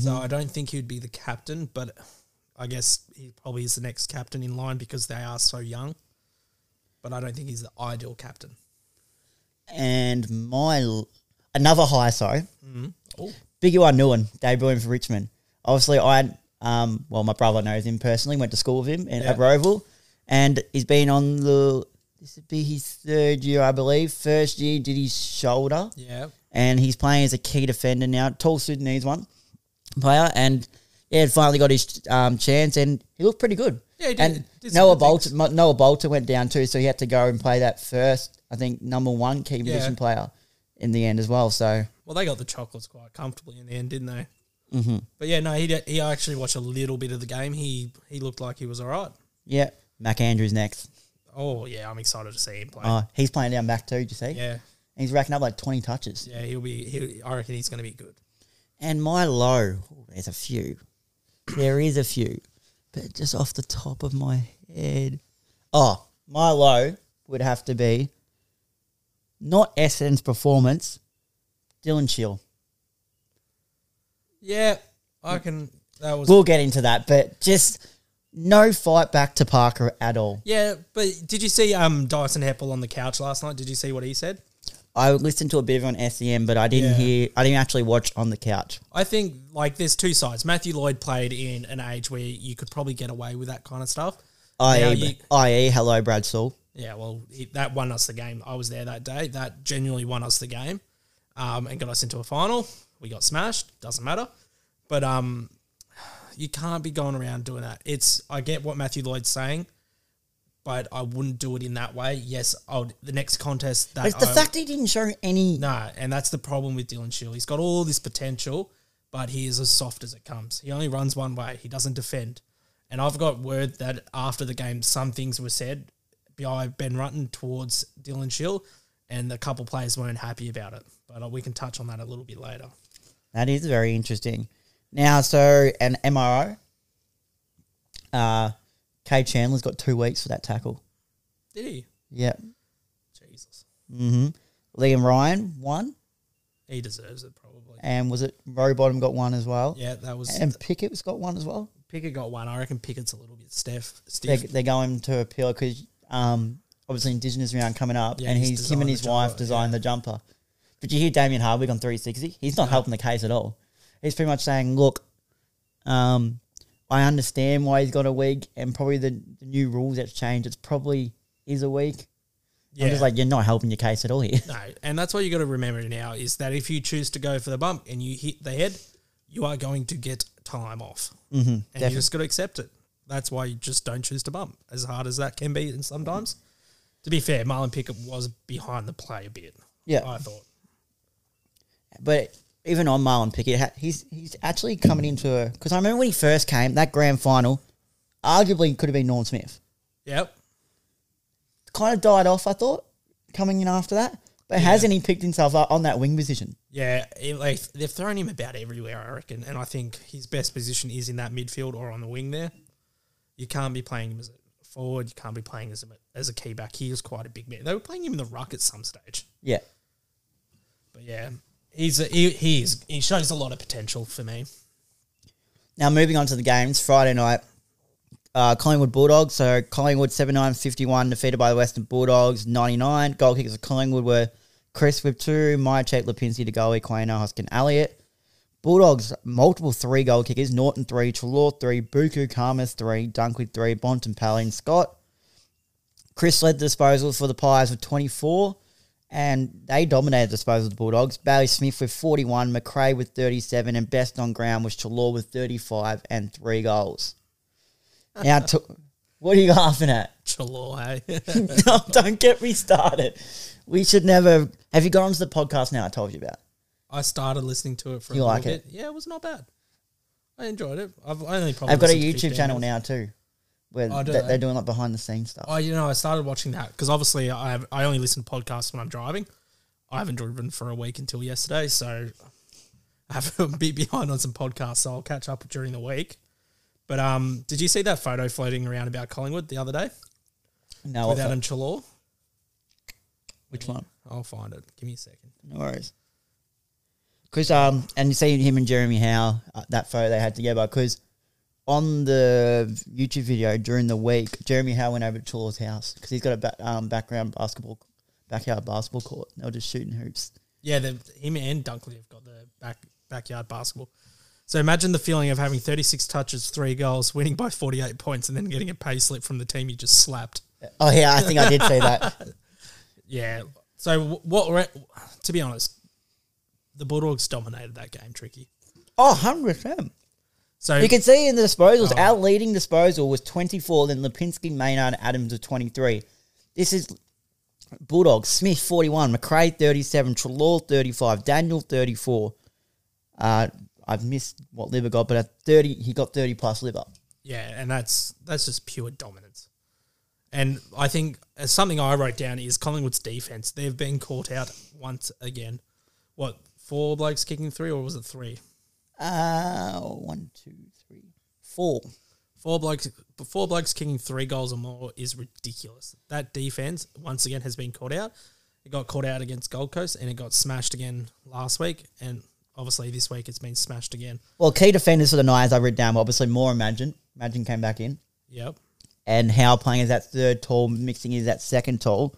Speaker 2: so I don't think he'd be the captain. But I guess he probably is the next captain in line because they are so young. But I don't think he's the ideal captain.
Speaker 1: And my l- another high, sorry.
Speaker 2: Oh,
Speaker 1: Biggie Wanuen debuting for Richmond. Obviously, I um, well, my brother knows him personally. Went to school with him in, at
Speaker 2: Yeah.
Speaker 1: Roval, and he's been on the. This would be his third year, I believe. First year did his shoulder,
Speaker 2: yeah,
Speaker 1: and he's playing as a key defender now. Tall Sudanese one player, and yeah, finally got his um, chance, and he looked pretty good.
Speaker 2: Yeah, he did-
Speaker 1: And
Speaker 2: did some
Speaker 1: Noah
Speaker 2: good things.
Speaker 1: Bolter, Mo- Noah Bolter went down too, so he had to go and play that first. I think number one key position player in the end as well. So
Speaker 2: Well, they got the chocolates quite comfortably in the end, didn't they? Mm-hmm. But yeah, no, he did, he I actually watched a little bit of the game. He he looked like he was all right.
Speaker 1: yeah, Mac Andrews next.
Speaker 2: Oh yeah, I'm excited to see him play.
Speaker 1: Oh, he's playing down back too. Do you see?
Speaker 2: yeah,
Speaker 1: He's racking up like twenty touches.
Speaker 2: yeah, he'll be. He, I reckon he's going to be good.
Speaker 1: And my low, ooh, there's a few. There is a few, but just off the top of my head, oh, my low would have to be not Essendon's performance. Dylan Chill.
Speaker 2: Yeah, I can. That was
Speaker 1: We'll get into that, but just no fight back to Parker at all.
Speaker 2: yeah. But did you see um Dyson Heppel on the couch last night? Did you see what he said?
Speaker 1: I listened to a bit of it on SEM, but I didn't
Speaker 2: Yeah.
Speaker 1: hear. I didn't actually watch on the couch.
Speaker 2: I think like there's two sides. Matthew Lloyd played in an age where you could probably get away with that kind of stuff. Now
Speaker 1: I.e.,
Speaker 2: you-
Speaker 1: I.e., E, hello, Brad Saul.
Speaker 2: Yeah, well, he, that won us the game. I was there that day. That genuinely won us the game, um, and got us into a final. We got smashed. Doesn't matter, but um, you can't be going around doing that. It's I get what Matthew Lloyd's saying, but I wouldn't do it in that way. Yes, I would, the next contest that
Speaker 1: It's the
Speaker 2: I-
Speaker 1: fact he didn't show any.
Speaker 2: no, and that's the problem with Dylan Shield. He's got all this potential, but he is as soft as it comes. He only runs one way. He doesn't defend. And I've got word that after the game, some things were said by Ben Rutten towards Dylan Shield, and a couple players weren't happy about it. But uh, we can touch on that a little bit later.
Speaker 1: That is very interesting. Now, so an MRO. Uh, Kay Chandler's got two weeks for that tackle.
Speaker 2: Did he?
Speaker 1: Yeah.
Speaker 2: Jesus,
Speaker 1: Mm-hmm. Liam Ryan one,
Speaker 2: he deserves it probably.
Speaker 1: and was it Rowbottom got one as well?
Speaker 2: Yeah, that was
Speaker 1: And Pickett's got one as well.
Speaker 2: Pickett got one. I reckon Pickett's a little bit stiff.
Speaker 1: They're,
Speaker 2: stiff.
Speaker 1: they're going to appeal because um, obviously Indigenous round coming up,
Speaker 2: Yeah,
Speaker 1: and
Speaker 2: he's
Speaker 1: he's him and
Speaker 2: designed
Speaker 1: his
Speaker 2: the
Speaker 1: wife
Speaker 2: jumper,
Speaker 1: designed the jumper. But you hear Damien Hardwick on 360? He's not helping the case at all. He's pretty much saying, "Look, um, I understand why he's got a week, and probably the, the new rules that's changed. It's probably is a week."
Speaker 2: yeah.
Speaker 1: I'm just like, "You're not helping your case at all here."
Speaker 2: No, and that's what you got to remember now is that if you choose to go for the bump and you hit the head, you are going to get time off, mm-hmm, and you just got to accept it. That's why you just don't choose to bump, as hard as that can be. And sometimes, to be fair, Marlon Pickett was behind the play a bit.
Speaker 1: Yeah.
Speaker 2: I thought.
Speaker 1: But even on Marlon Pickett, ha- he's he's actually coming into a because I remember when he first came that grand final, arguably could have been Norm Smith.
Speaker 2: Yep.
Speaker 1: Kind of died off, I thought, coming in after that. But hasn't he picked himself up on that wing position?
Speaker 2: Yeah, it, like, they've thrown him about everywhere, I reckon, and I think his best position is in that midfield or on the wing. There, you can't be playing him as a forward. You can't be playing as a, as a key back. He was quite a big man. They were playing him in the ruck at some stage.
Speaker 1: Yeah,
Speaker 2: But yeah, he's a, he he, is, he shows a lot of potential for me.
Speaker 1: Now moving on to the games. Friday night, uh, Collingwood Bulldogs. So Collingwood 79-51 defeated by the Western Bulldogs 99. Goal kickers of Collingwood were Chris with two, Myachek, Lipinski, DeGoey, Quaino, Hoskin, Elliott. Bulldogs multiple three goal kickers: Norton three, Trelaw three, Buku, Karmas three, Dunkley three, Bonton, Palin, Scott. Chris led the disposals for the Pies with 24, and they dominated the disposals of the Bulldogs. Bailey Smith with 41, McRae with 37, and best on ground was Chalor with 35 and three goals. Now, to, what are you laughing at?
Speaker 2: Chalor, hey?
Speaker 1: no, don't get me started. We should never. Have you gone onto the podcast now? I told you about.
Speaker 2: I started listening to it for
Speaker 1: You
Speaker 2: a
Speaker 1: like
Speaker 2: little
Speaker 1: it?
Speaker 2: bit. Yeah, it was not bad. I enjoyed it. I've only probably
Speaker 1: I've got a
Speaker 2: listened to
Speaker 1: YouTube
Speaker 2: 15
Speaker 1: channel
Speaker 2: minutes.
Speaker 1: now too, where
Speaker 2: Oh, do
Speaker 1: they-
Speaker 2: they?
Speaker 1: they're doing like behind the scenes stuff.
Speaker 2: Oh, you know, I started watching that because obviously I have, I only listen to podcasts when I'm driving. I haven't driven for a week until yesterday, so I have a bit behind on some podcasts. So I'll catch up during the week. But um, did you see that photo floating around about Collingwood the other day
Speaker 1: no,
Speaker 2: with
Speaker 1: I'll-
Speaker 2: Adam Chalor?
Speaker 1: which one?
Speaker 2: I'll find it. Give me a second.
Speaker 1: No worries. Because um, and you see him and Jeremy Howe uh, that photo they had together. Because on the YouTube video during the week, Jeremy Howe went over to Chalor's house because he's got a ba- um, background basketball backyard basketball court. They were just shooting hoops.
Speaker 2: Yeah, the, him and Dunkley have got the back backyard basketball. So imagine the feeling of having 36 touches, three goals, winning by 48 points, and then getting a pay slip from the team you just slapped.
Speaker 1: Oh yeah, I think I did see that.
Speaker 2: Yeah. So w- what? Re- to be honest, the Bulldogs dominated that game. Tricky.
Speaker 1: Oh, 100 percent.
Speaker 2: So
Speaker 1: You can see in the disposals, our leading disposal was 24, then Lipinski, Maynard, Adams with 23. This is Bulldogs, Smith 41, McRae 37, Trelaw 35, Daniel 34. Uh, I've missed what Liver got, but at 30, he got 30 plus Liver.
Speaker 2: yeah, and that's that's just pure dominance. And I think uh, something I wrote down is Collingwood's defense. They've been caught out once again. What four blokes kicking three, or was it three?
Speaker 1: Uh, one, two, three, four.
Speaker 2: Four blokes, four blokes kicking three goals or more is ridiculous. That defense once again has been caught out. It got caught out against Gold Coast, and it got smashed again last week. And obviously this week it's been smashed again.
Speaker 1: Well, key defenders for the Knights I read down, obviously, more Imagine. Imagine came back in.
Speaker 2: Yep.
Speaker 1: and Howe playing as that third tall, mixing as that second tall.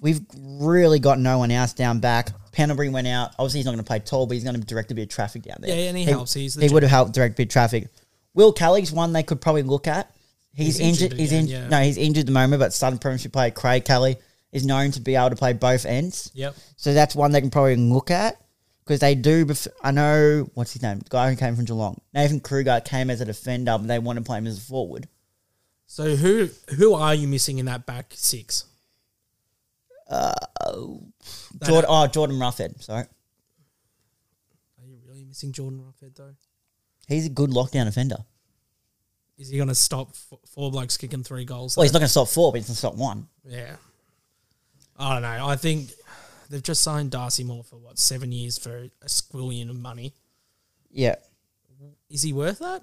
Speaker 1: we've really got no one else down back. Penderbury went out. Obviously, he's not going to play tall, but he's going to direct a bit of traffic down there.
Speaker 2: Yeah, and he helps. He's
Speaker 1: he
Speaker 2: legit.
Speaker 1: would have helped direct a bit of traffic. Will Kelly's one they could probably look at. He's,
Speaker 2: He's
Speaker 1: injured.
Speaker 2: injured
Speaker 1: he's
Speaker 2: again,
Speaker 1: in,
Speaker 2: yeah.
Speaker 1: no, he's injured at the moment, but Southern Premiership player Craig Kelly is known to be able to play both ends.
Speaker 2: Yep.
Speaker 1: So that's one they can probably look at because they do. Bef- I know what's his name, the guy who came from Geelong, Nathan Kruger came as a defender, but they want to play him as a forward.
Speaker 2: So who who are you missing in that back six?
Speaker 1: Jordan, oh, Jordan Ruffhead. Sorry,
Speaker 2: Are you really missing Jordan Ruffhead though?
Speaker 1: he's a good lockdown defender.
Speaker 2: Is he going to stop f- four blokes kicking three goals?
Speaker 1: Well, he's not going to stop four, but he's going to stop one.
Speaker 2: Yeah. I don't know. I think they've just signed Darcy Moore for what seven years for a squillion of money.
Speaker 1: Yeah.
Speaker 2: Is he worth that?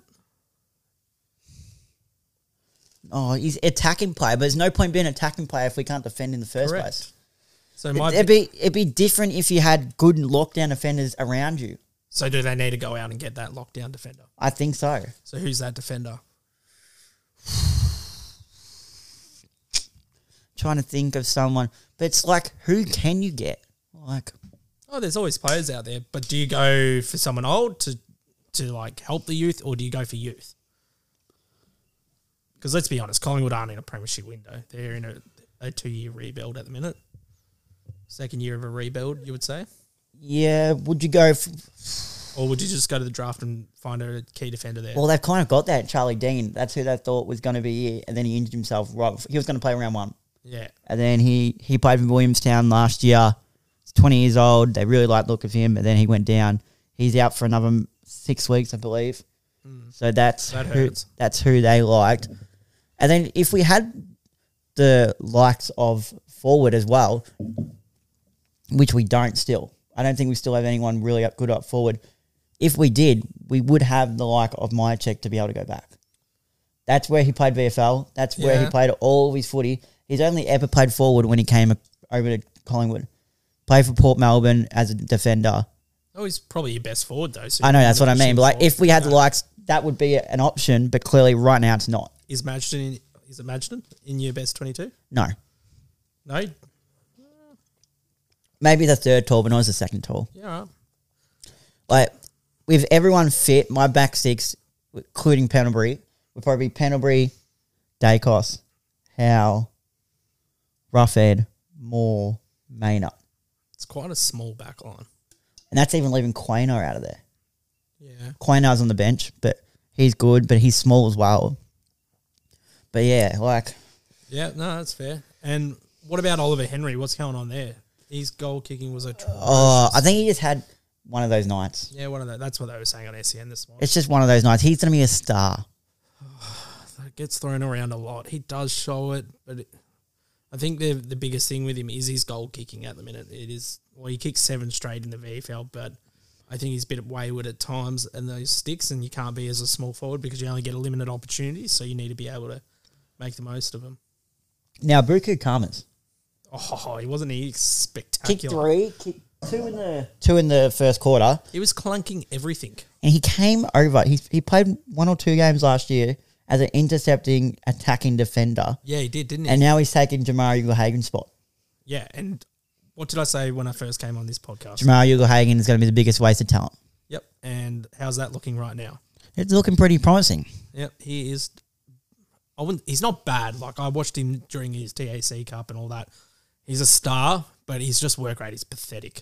Speaker 1: Oh, he's attacking player, but there's no point being an attacking player if we can't defend in the first
Speaker 2: Correct.
Speaker 1: place.
Speaker 2: So my
Speaker 1: it'd be it'd be different if you had good lockdown defenders around you.
Speaker 2: so do they need to go out and get that lockdown defender?
Speaker 1: I think so.
Speaker 2: So who's that defender?
Speaker 1: Trying to think of someone, but it's like who can you get? Like
Speaker 2: Oh, there's always players out there, but do you go for someone old to to like help the youth, or do you go for youth? Because let's be honest, Collingwood aren't in a premiership window. They're in a, a two year rebuild at the minute. Second year of a rebuild, you would say,
Speaker 1: yeah, would you go? F-
Speaker 2: or would you just go to the draft and find a key defender there?
Speaker 1: well, they've kind of got that Charlie Dean. That's who they thought was going to be it, and then he injured himself. Right, before- he was going to play round one,
Speaker 2: yeah,
Speaker 1: and then he he played for Williamstown last year. He's twenty years old. They really like the look of him, and then he went down. He's out for another m- six weeks, I believe. So that's
Speaker 2: Hmm. That
Speaker 1: who,
Speaker 2: hurts.
Speaker 1: that's who they liked. And then if we had the likes of forward as well, which we don't still. I don't think we still have anyone really up good up forward. If we did, we would have the like of Myercheck to be able to go back. That's where he played VFL. That's where he
Speaker 2: Yeah.
Speaker 1: played all of his footy. He's only ever played forward when he came over to Collingwood. Played for Port Melbourne as a defender.
Speaker 2: oh, he's probably your best forward though. So
Speaker 1: I know
Speaker 2: you're
Speaker 1: that's what
Speaker 2: gonna
Speaker 1: I
Speaker 2: push him
Speaker 1: mean. But like,
Speaker 2: forward.
Speaker 1: if we had the likes, that would be an option. But clearly, right now, it's not.
Speaker 2: is Magden in, is it Magden in your best twenty two?
Speaker 1: No,
Speaker 2: No,
Speaker 1: maybe the third tall, but not as the second tall.
Speaker 2: yeah, all right.
Speaker 1: Like with everyone fit, my back six, including Pendlebury, would probably be Pendlebury, Dacos, Howe, Ruffhead, Moore, Maynard,
Speaker 2: it's quite a small back line.
Speaker 1: and that's even leaving Quainer out of there.
Speaker 2: Yeah,
Speaker 1: Quainar's on the bench, but he's good, but he's small as well. But yeah, like
Speaker 2: Yeah, no, that's fair. And what about Oliver Henry? What's going on there? His goal kicking was a tr-
Speaker 1: oh, I think he just had one of ththose nights.
Speaker 2: yeah, one of that. That's what they were saying on SEN this morning.
Speaker 1: It's just one of those nights. He's going to be a star.
Speaker 2: It gets thrown around a lot. He does show it, but it, I think the the biggest thing with him is his goal kicking at the minute. It is well, he kicks seven straight in the VFL, but I think he's a bit wayward at times and those sticks, and you can't be as a small forward because you only get a limited opportunity, so you need to be able to make the most of them.
Speaker 1: Now, Buku Kamas.
Speaker 2: Oh, he wasn't he
Speaker 1: Kick
Speaker 2: spectacular?
Speaker 1: three, kick two in the two in the first quarter,
Speaker 2: He was clunking everything.
Speaker 1: and he came over. He he played one or two games last year as an intercepting attacking defender,
Speaker 2: Yeah, he did, didn't he?
Speaker 1: and now he's taking Jamari Hagen's spot.
Speaker 2: Yeah, and what did I say when I first came on this podcast?
Speaker 1: Jamari Hagen is going to be the biggest waste of talent.
Speaker 2: Yep. And how's that looking right now?
Speaker 1: It's looking pretty promising.
Speaker 2: Yep, he is. I wouldn't. He's not bad. Like I watched him during his TAC Cup and all that. He's a star, but his just work rate is pathetic.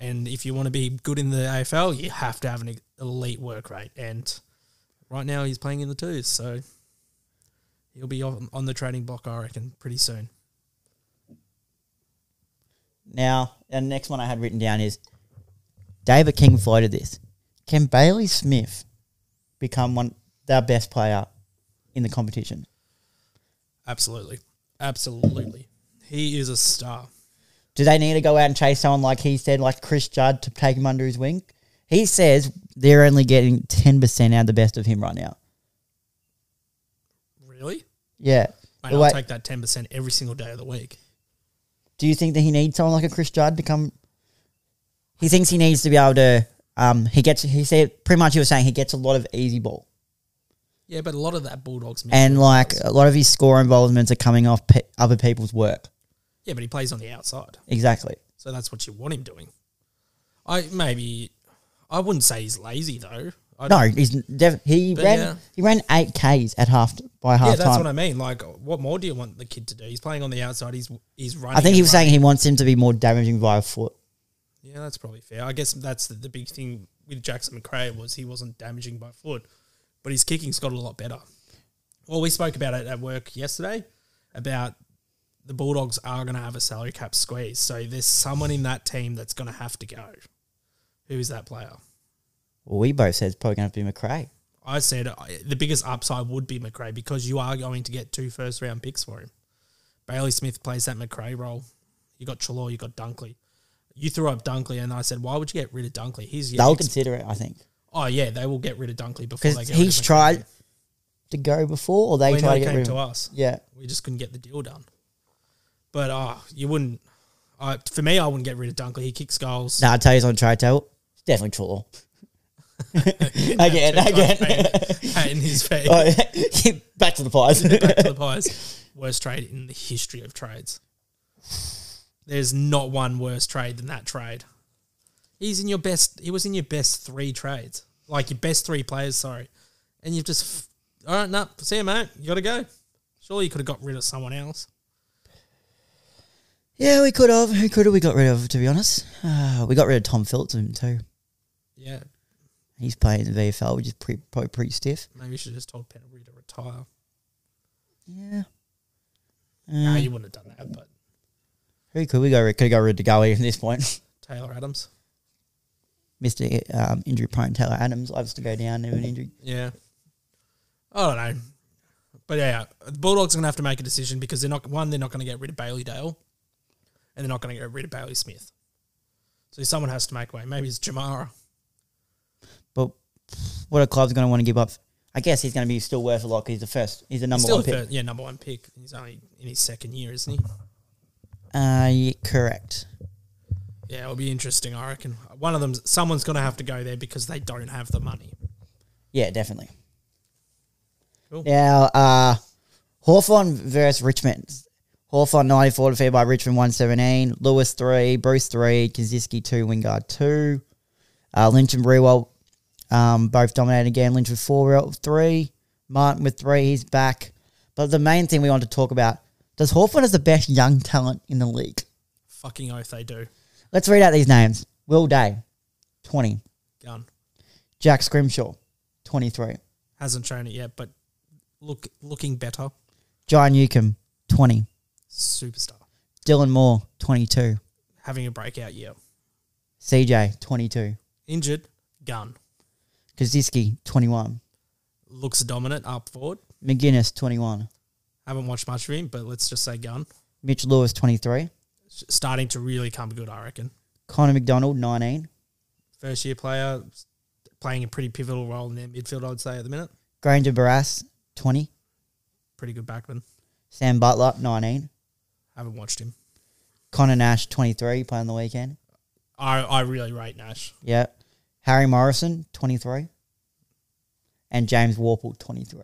Speaker 2: And if you want to be good in the AFL, you have to have an elite work rate. And right now, he's playing in the twos, so he'll be on, on the trading block, I reckon, pretty soon.
Speaker 1: Now, the next one I had written down is David King floated this. Can Bailey Smith become one their best player in the competition?
Speaker 2: Absolutely, absolutely. He is a star.
Speaker 1: Do they need to go out and chase someone like he said, like Chris Judd, to take him under his wing? He says they're only getting ten percent out of the best of him right now.
Speaker 2: Really?
Speaker 1: Yeah.
Speaker 2: Mate,
Speaker 1: The
Speaker 2: I'll
Speaker 1: way-
Speaker 2: take that ten percent every single day of the week.
Speaker 1: do you think that he needs someone like a Chris Judd to come? He thinks he needs to be able to. Um, he gets. He said pretty much. He was saying he gets a lot of easy ball,
Speaker 2: Yeah, but a lot of that Bulldogs midfield
Speaker 1: and like
Speaker 2: does.
Speaker 1: a lot of his score involvements are coming off pe- other people's work.
Speaker 2: Yeah, but he plays on the outside.
Speaker 1: Exactly.
Speaker 2: So that's what you want him doing. I maybe I wouldn't say he's lazy though. I
Speaker 1: No, he's def- he
Speaker 2: But
Speaker 1: ran
Speaker 2: yeah.
Speaker 1: he ran eight Ks at half by half
Speaker 2: yeah, that's
Speaker 1: time.
Speaker 2: what I mean. Like, what more do you want the kid to do? He's playing on the outside. He's he's running.
Speaker 1: I think
Speaker 2: and
Speaker 1: he was
Speaker 2: running.
Speaker 1: saying he wants him to be more damaging via foot.
Speaker 2: Yeah, that's probably fair. I guess that's the, the big thing with Jackson McRae was he wasn't damaging by foot, but his kicking's got a lot better. Well, we spoke about it at work yesterday about the Bulldogs are going to have a salary cap squeeze. So there's someone in that team that's going to have to go. Who is that player?
Speaker 1: Well, we both said it's probably going to be McRae.
Speaker 2: I said I- the biggest upside would be McRae because you are going to get two first round picks for him. Bailey Smith plays that McRae role. You got Chalor, you got Dunkley. You threw up Dunkley, and I said, why would you get rid of Dunkley? He's your
Speaker 1: They'll
Speaker 2: ex-
Speaker 1: consider it, I think,
Speaker 2: Oh yeah, they will get rid of Dunkley before they
Speaker 1: because
Speaker 2: get rid
Speaker 1: he's
Speaker 2: of McRae.
Speaker 1: tried to go before, or they
Speaker 2: We know
Speaker 1: tried to
Speaker 2: he
Speaker 1: get
Speaker 2: came
Speaker 1: rid of.
Speaker 2: to
Speaker 1: him.
Speaker 2: us.
Speaker 1: Yeah,
Speaker 2: We just couldn't get the deal done. But ah, you wouldn't. I for me, I wouldn't get rid of Dunkley. He kicks goals.
Speaker 1: no, I tell you, he's on tri tail. It's definitely Trelaw. again, again.
Speaker 2: Pat in his face.
Speaker 1: Oh, yeah. Back to the pies.
Speaker 2: back to the pies. Worst trade in the history of trades. There's not one worse trade than that trade. He's in your best. He was in your best three trades, like your best three players. Sorry, and you've just f- all right. Nah, see you, mate. You got to go. Surely you could have got rid of someone else.
Speaker 1: yeah, we could have. Who could have we got rid of? To be honest, uh, we got rid of Tom Phillips too.
Speaker 2: Yeah,
Speaker 1: He's playing in the VFL, which is pretty, probably pretty stiff.
Speaker 2: maybe you should have just told Penbury to retire.
Speaker 1: Yeah.
Speaker 2: No,
Speaker 1: Uh,
Speaker 2: you wouldn't have done that. But
Speaker 1: Who could we go? Could go rid of Gully at this point?
Speaker 2: Taylor Adams.
Speaker 1: Mister um, injury prone Taylor Adams loves to go down with an injury.
Speaker 2: Yeah. I don't know. But yeah, the Bulldogs are going to have to make a decision because they're not one. They're not going to get rid of Bailey Dale, and they're not going to get rid of Bailey Smith. So someone has to make way. Maybe it's Jamara.
Speaker 1: But what a club's going to want to give up? I guess he's going to be still worth a lot 'cause he's the first. He's the number
Speaker 2: Still
Speaker 1: one
Speaker 2: a
Speaker 1: pick.
Speaker 2: fir- yeah, number one pick. He's only in his second year, isn't he?
Speaker 1: Uh, yeah, correct.
Speaker 2: Yeah, it'll be interesting. I reckon one of them, someone's going to have to go there because they don't have the money.
Speaker 1: Yeah, definitely.
Speaker 2: Cool.
Speaker 1: Now, uh, Hawthorne versus Richmond. Hawthorne 94 defeated by Richmond 117. Lewis 3, Bruce 3, Kaziski 2, Wingard 2. Uh, Lynch and Brewell um, both dominated again. Lynch with 4, Brewell with 3. Martin with 3, he's back. But the main thing we want to talk about, does Hawthorn has the best young talent in the league?
Speaker 2: Fucking oath they do.
Speaker 1: Let's read out these names. Will Day, 20.
Speaker 2: Gun
Speaker 1: Jack Scrimshaw, 23.
Speaker 2: hasn't shown it yet, but look, looking better.
Speaker 1: John Newcomb, 20.
Speaker 2: Superstar
Speaker 1: Dylan Moore, 22.
Speaker 2: having a breakout year.
Speaker 1: CJ, 22.
Speaker 2: Injured. Gun
Speaker 1: Kaziski, 21.
Speaker 2: looks dominant up forward.
Speaker 1: McGuinness, 21.
Speaker 2: Haven't watched much of him, but let's just say Gun
Speaker 1: Mitch Lewis, 23.
Speaker 2: S- starting to really come good. I reckon
Speaker 1: Connor McDonald, 19.
Speaker 2: first year player s- playing a pretty pivotal role in their midfield. I'd say at the minute,
Speaker 1: Granger Barras, 20.
Speaker 2: pretty good backman.
Speaker 1: Sam Butler, 19.
Speaker 2: Haven't watched him.
Speaker 1: Connor Nash, 23, playing the weekend.
Speaker 2: I I really rate Nash.
Speaker 1: Yeah. Harry Morrison, 23. And James Warple, 23.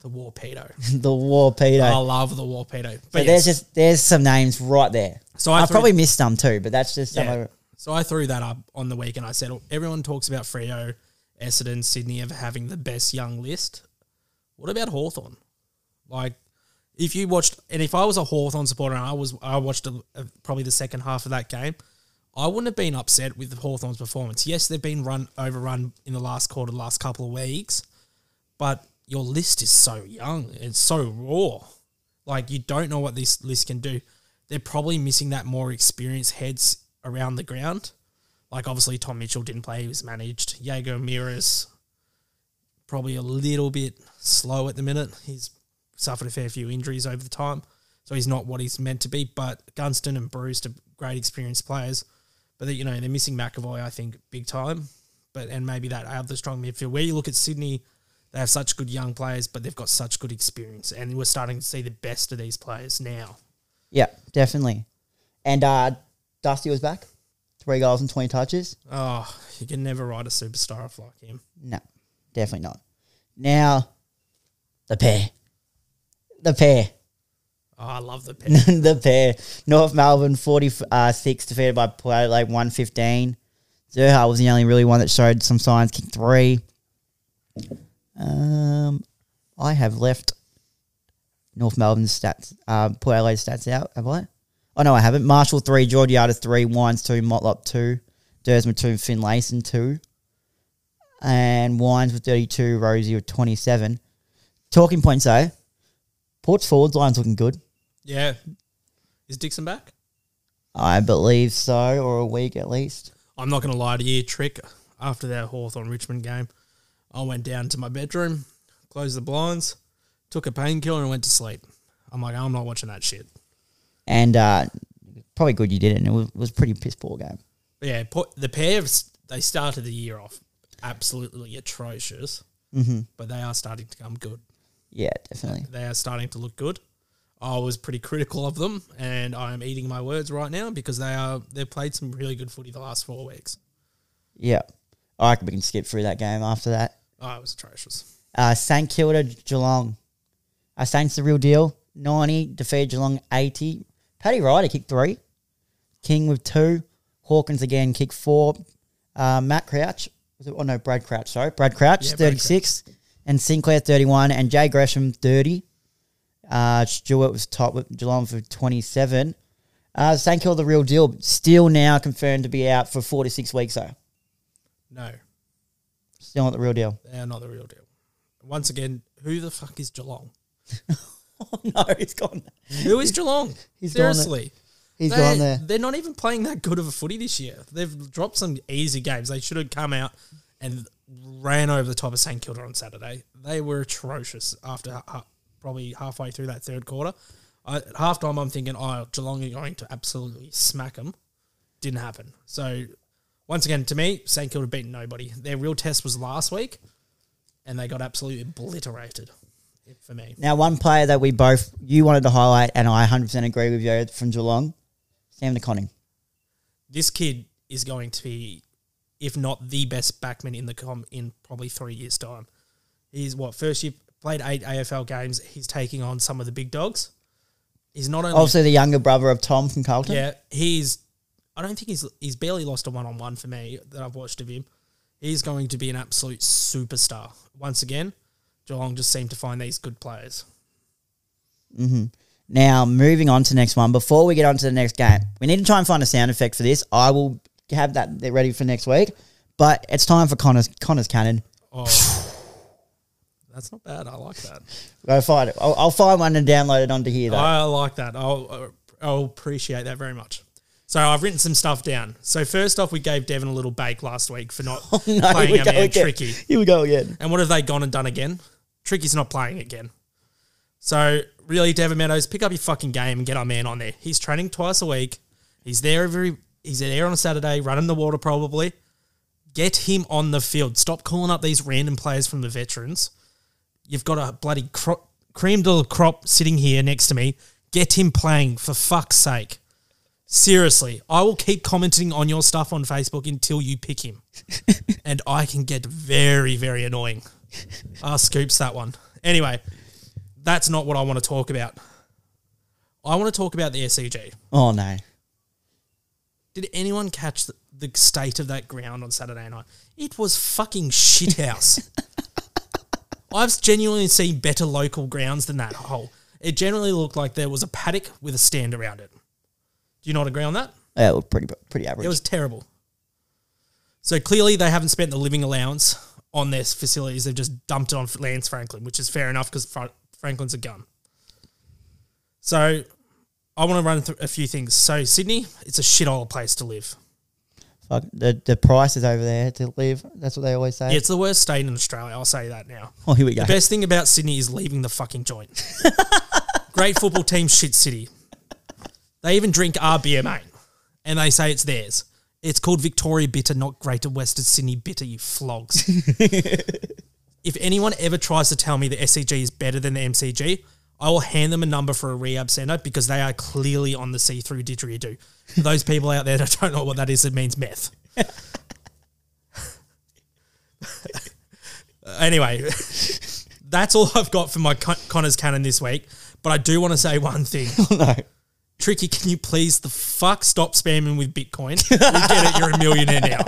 Speaker 2: The Warpedo.
Speaker 1: the Warpedo.
Speaker 2: I love the Warpedo.
Speaker 1: but
Speaker 2: But
Speaker 1: there's
Speaker 2: Oh, yes,
Speaker 1: just there's some names right there.
Speaker 2: so
Speaker 1: I
Speaker 2: I
Speaker 1: have
Speaker 2: threw,
Speaker 1: probably missed some too, but that's just some
Speaker 2: yeah.
Speaker 1: of it.
Speaker 2: so I threw that up on the week, and I said "Oh, everyone talks about Freo, Essendon, Sydney of having the best young list. What about Hawthorn? Like, if you watched, and if I was a Hawthorn supporter and I was, I watched a, a- probably the second half of that game, I wouldn't have been upset with Hawthorn's performance. Yes, they've been run overrun in the last quarter, the last couple of weeks, but your list is so young and so raw. Like, you don't know what this list can do. They're probably missing that more experienced heads around the ground. Like, obviously, Tom Mitchell didn't play, he was managed. Jago Miras, probably a little bit slow at the minute. He's suffered a fair few injuries over the time, so he's not what he's meant to be. But Gunston and Bruce are great experienced players, but they- you know they're missing McAvoy, I think, big time. But and maybe that other strong midfield. Where you look at Sydney, they have such good young players, but they've got such good experience, and we're starting to see the best of these players now.
Speaker 1: Yeah, definitely. And uh, Dusty was back. Three goals and 20 touches.
Speaker 2: Oh, you can never ride a superstar off like him.
Speaker 1: No, definitely not. Now, the pair. The pair.
Speaker 2: Oh, I love the pen.
Speaker 1: the pair. North Melbourne 46 uh, six, defeated by Port Adelaide 115. Zerha was the only really one that showed some signs, kicked three. Um, I have left North Melbourne's stats, uh, Port Adelaide stats out, have I? Oh, no, I haven't. Marshall 3, Georgiades 3, Wines 2, Motlop 2, Dersma 2, Finlayson 2. And Wines with 32, Rosie with 27. Talking points, though. Port's forwards line's looking good.
Speaker 2: Yeah. Is Dixon back?
Speaker 1: I believe so, or a week at least.
Speaker 2: I'm not going to lie to you, Trick. After that Hawthorn Richmond game, I went down to my bedroom, closed the blinds, took a painkiller, and went to sleep. I'm like, I'm not watching that shit.
Speaker 1: And uh, probably good you did it. And it was, was a pretty piss poor game.
Speaker 2: But yeah, Po- the pair, they started the year off absolutely atrocious,
Speaker 1: Mm-hmm.
Speaker 2: but they are starting to come good.
Speaker 1: Yeah, definitely.
Speaker 2: They are starting to look good. I was pretty critical of them, and I am eating my words right now because they are they've played some really good footy the last four weeks.
Speaker 1: Yeah. I reckon we can skip through that game after that.
Speaker 2: Oh, it was atrocious.
Speaker 1: Uh, St Kilda Geelong. Uh, Saints the real deal. 90, defeated Geelong 80. Paddy Ryder kicked three. King with two. Hawkins again kicked four. Uh, Matt Crouch, was it, oh no, Brad Crouch, sorry. Brad Crouch,
Speaker 2: Yeah, Brad
Speaker 1: 36. And Sinclair, 31. And Jay Gresham, 30. Uh, Stewart was top with Geelong for 27. Uh, St Kilda the real deal. Still now confirmed to be out for 46 weeks, though.
Speaker 2: No,
Speaker 1: Still not the real deal.
Speaker 2: they are not the real deal. Once again, who the fuck is Geelong?
Speaker 1: Oh no, he's gone.
Speaker 2: Who is Geelong?
Speaker 1: He's gone there.
Speaker 2: Seriously.
Speaker 1: He's
Speaker 2: they,
Speaker 1: gone there.
Speaker 2: They're not even playing that good of a footy this year. They've dropped some easy games. They should have come out and ran over the top of St Kilda on Saturday. They were atrocious after ha- ha- probably halfway through that third quarter. I, at halftime, I'm thinking, oh, Geelong are going to absolutely smack them. Didn't happen. So, once again, to me, St Kilda beat nobody. Their real test was last week, and they got absolutely obliterated for me.
Speaker 1: Now, one player that we both you wanted to highlight, and I 100% agree with you from Geelong, Sam Conning.
Speaker 2: this kid is going to be, if not the best backman in the com in probably three years' time. He's what first year played eight AFL games. He's taking on some of the big dogs. He's not only
Speaker 1: Also, the younger brother of Tom from Carlton.
Speaker 2: yeah he's. I don't think he's he's barely lost a one on one for me that I've watched of him. He's going to be an absolute superstar once again. Geelong just seem to find these good players.
Speaker 1: Now, moving on to the next one. Before we get on to the next game, we need to try and find a sound effect for this. I will have that ready for next week. But it's time for Connor's Connor's cannon.
Speaker 2: Oh, that's not bad. I like that.
Speaker 1: Go find it. I'll, I'll find one and download it onto here. Though.
Speaker 2: I like that. I'll, I'll appreciate that very much. So I've written some stuff down. So first off, we gave Devin a little bake last week for not
Speaker 1: Oh, No, here
Speaker 2: Oh, playing
Speaker 1: we
Speaker 2: a
Speaker 1: go
Speaker 2: man
Speaker 1: again.
Speaker 2: tricky.
Speaker 1: Here we go again.
Speaker 2: And what have they gone and done again? Tricky's not playing again. So really, Devin Meadows, pick up your fucking game and get our man on there. He's training twice a week. He's there every. He's there on a Saturday, running the water probably. Get him on the field. Stop calling up these random players from the veterans. You've got a bloody cro- cream de la crop sitting here next to me. Get him playing for fuck's sake. Seriously, I will keep commenting on your stuff on Facebook until you pick him and I can get very, very annoying. Ah, scoops that one. Anyway, that's not what I want to talk about. I want to talk about the SCG.
Speaker 1: Oh no.
Speaker 2: Did anyone catch the, the state of that ground on Saturday night? It was fucking shithouse. I've genuinely seen better local grounds than that hole. It generally looked like there was a paddock with a stand around it. Do you not agree on that?
Speaker 1: Yeah, it looked pretty pretty average.
Speaker 2: It was terrible. So clearly, they haven't spent the living allowance on their facilities. They've just dumped it on Lance Franklin, which is fair enough because Franklin's a gun. So I want to run through a few things. So Sydney, it's a shithole place to live.
Speaker 1: Fuck, the the price is over there to live. That's what they always say.
Speaker 2: It's the worst state in Australia. I'll say that now.
Speaker 1: Oh, here we go.
Speaker 2: The best thing about Sydney is leaving the fucking joint. Great football team, shit city. They even drink our beer, mate, and they say it's theirs. It's called Victoria Bitter, not Greater Western Sydney Bitter, you flogs. if anyone ever tries to tell me the SCG is better than the MCG, I will hand them a number for a rehab centre because they are clearly on the see through didgeridoo. For those people out there that don't know what that is, it means meth. anyway, that's all I've got for my Con- Connors cannon this week. But I do want to say one thing.
Speaker 1: no.
Speaker 2: Tricky, can you please the fuck stop spamming with Bitcoin? We get it, you're a millionaire now.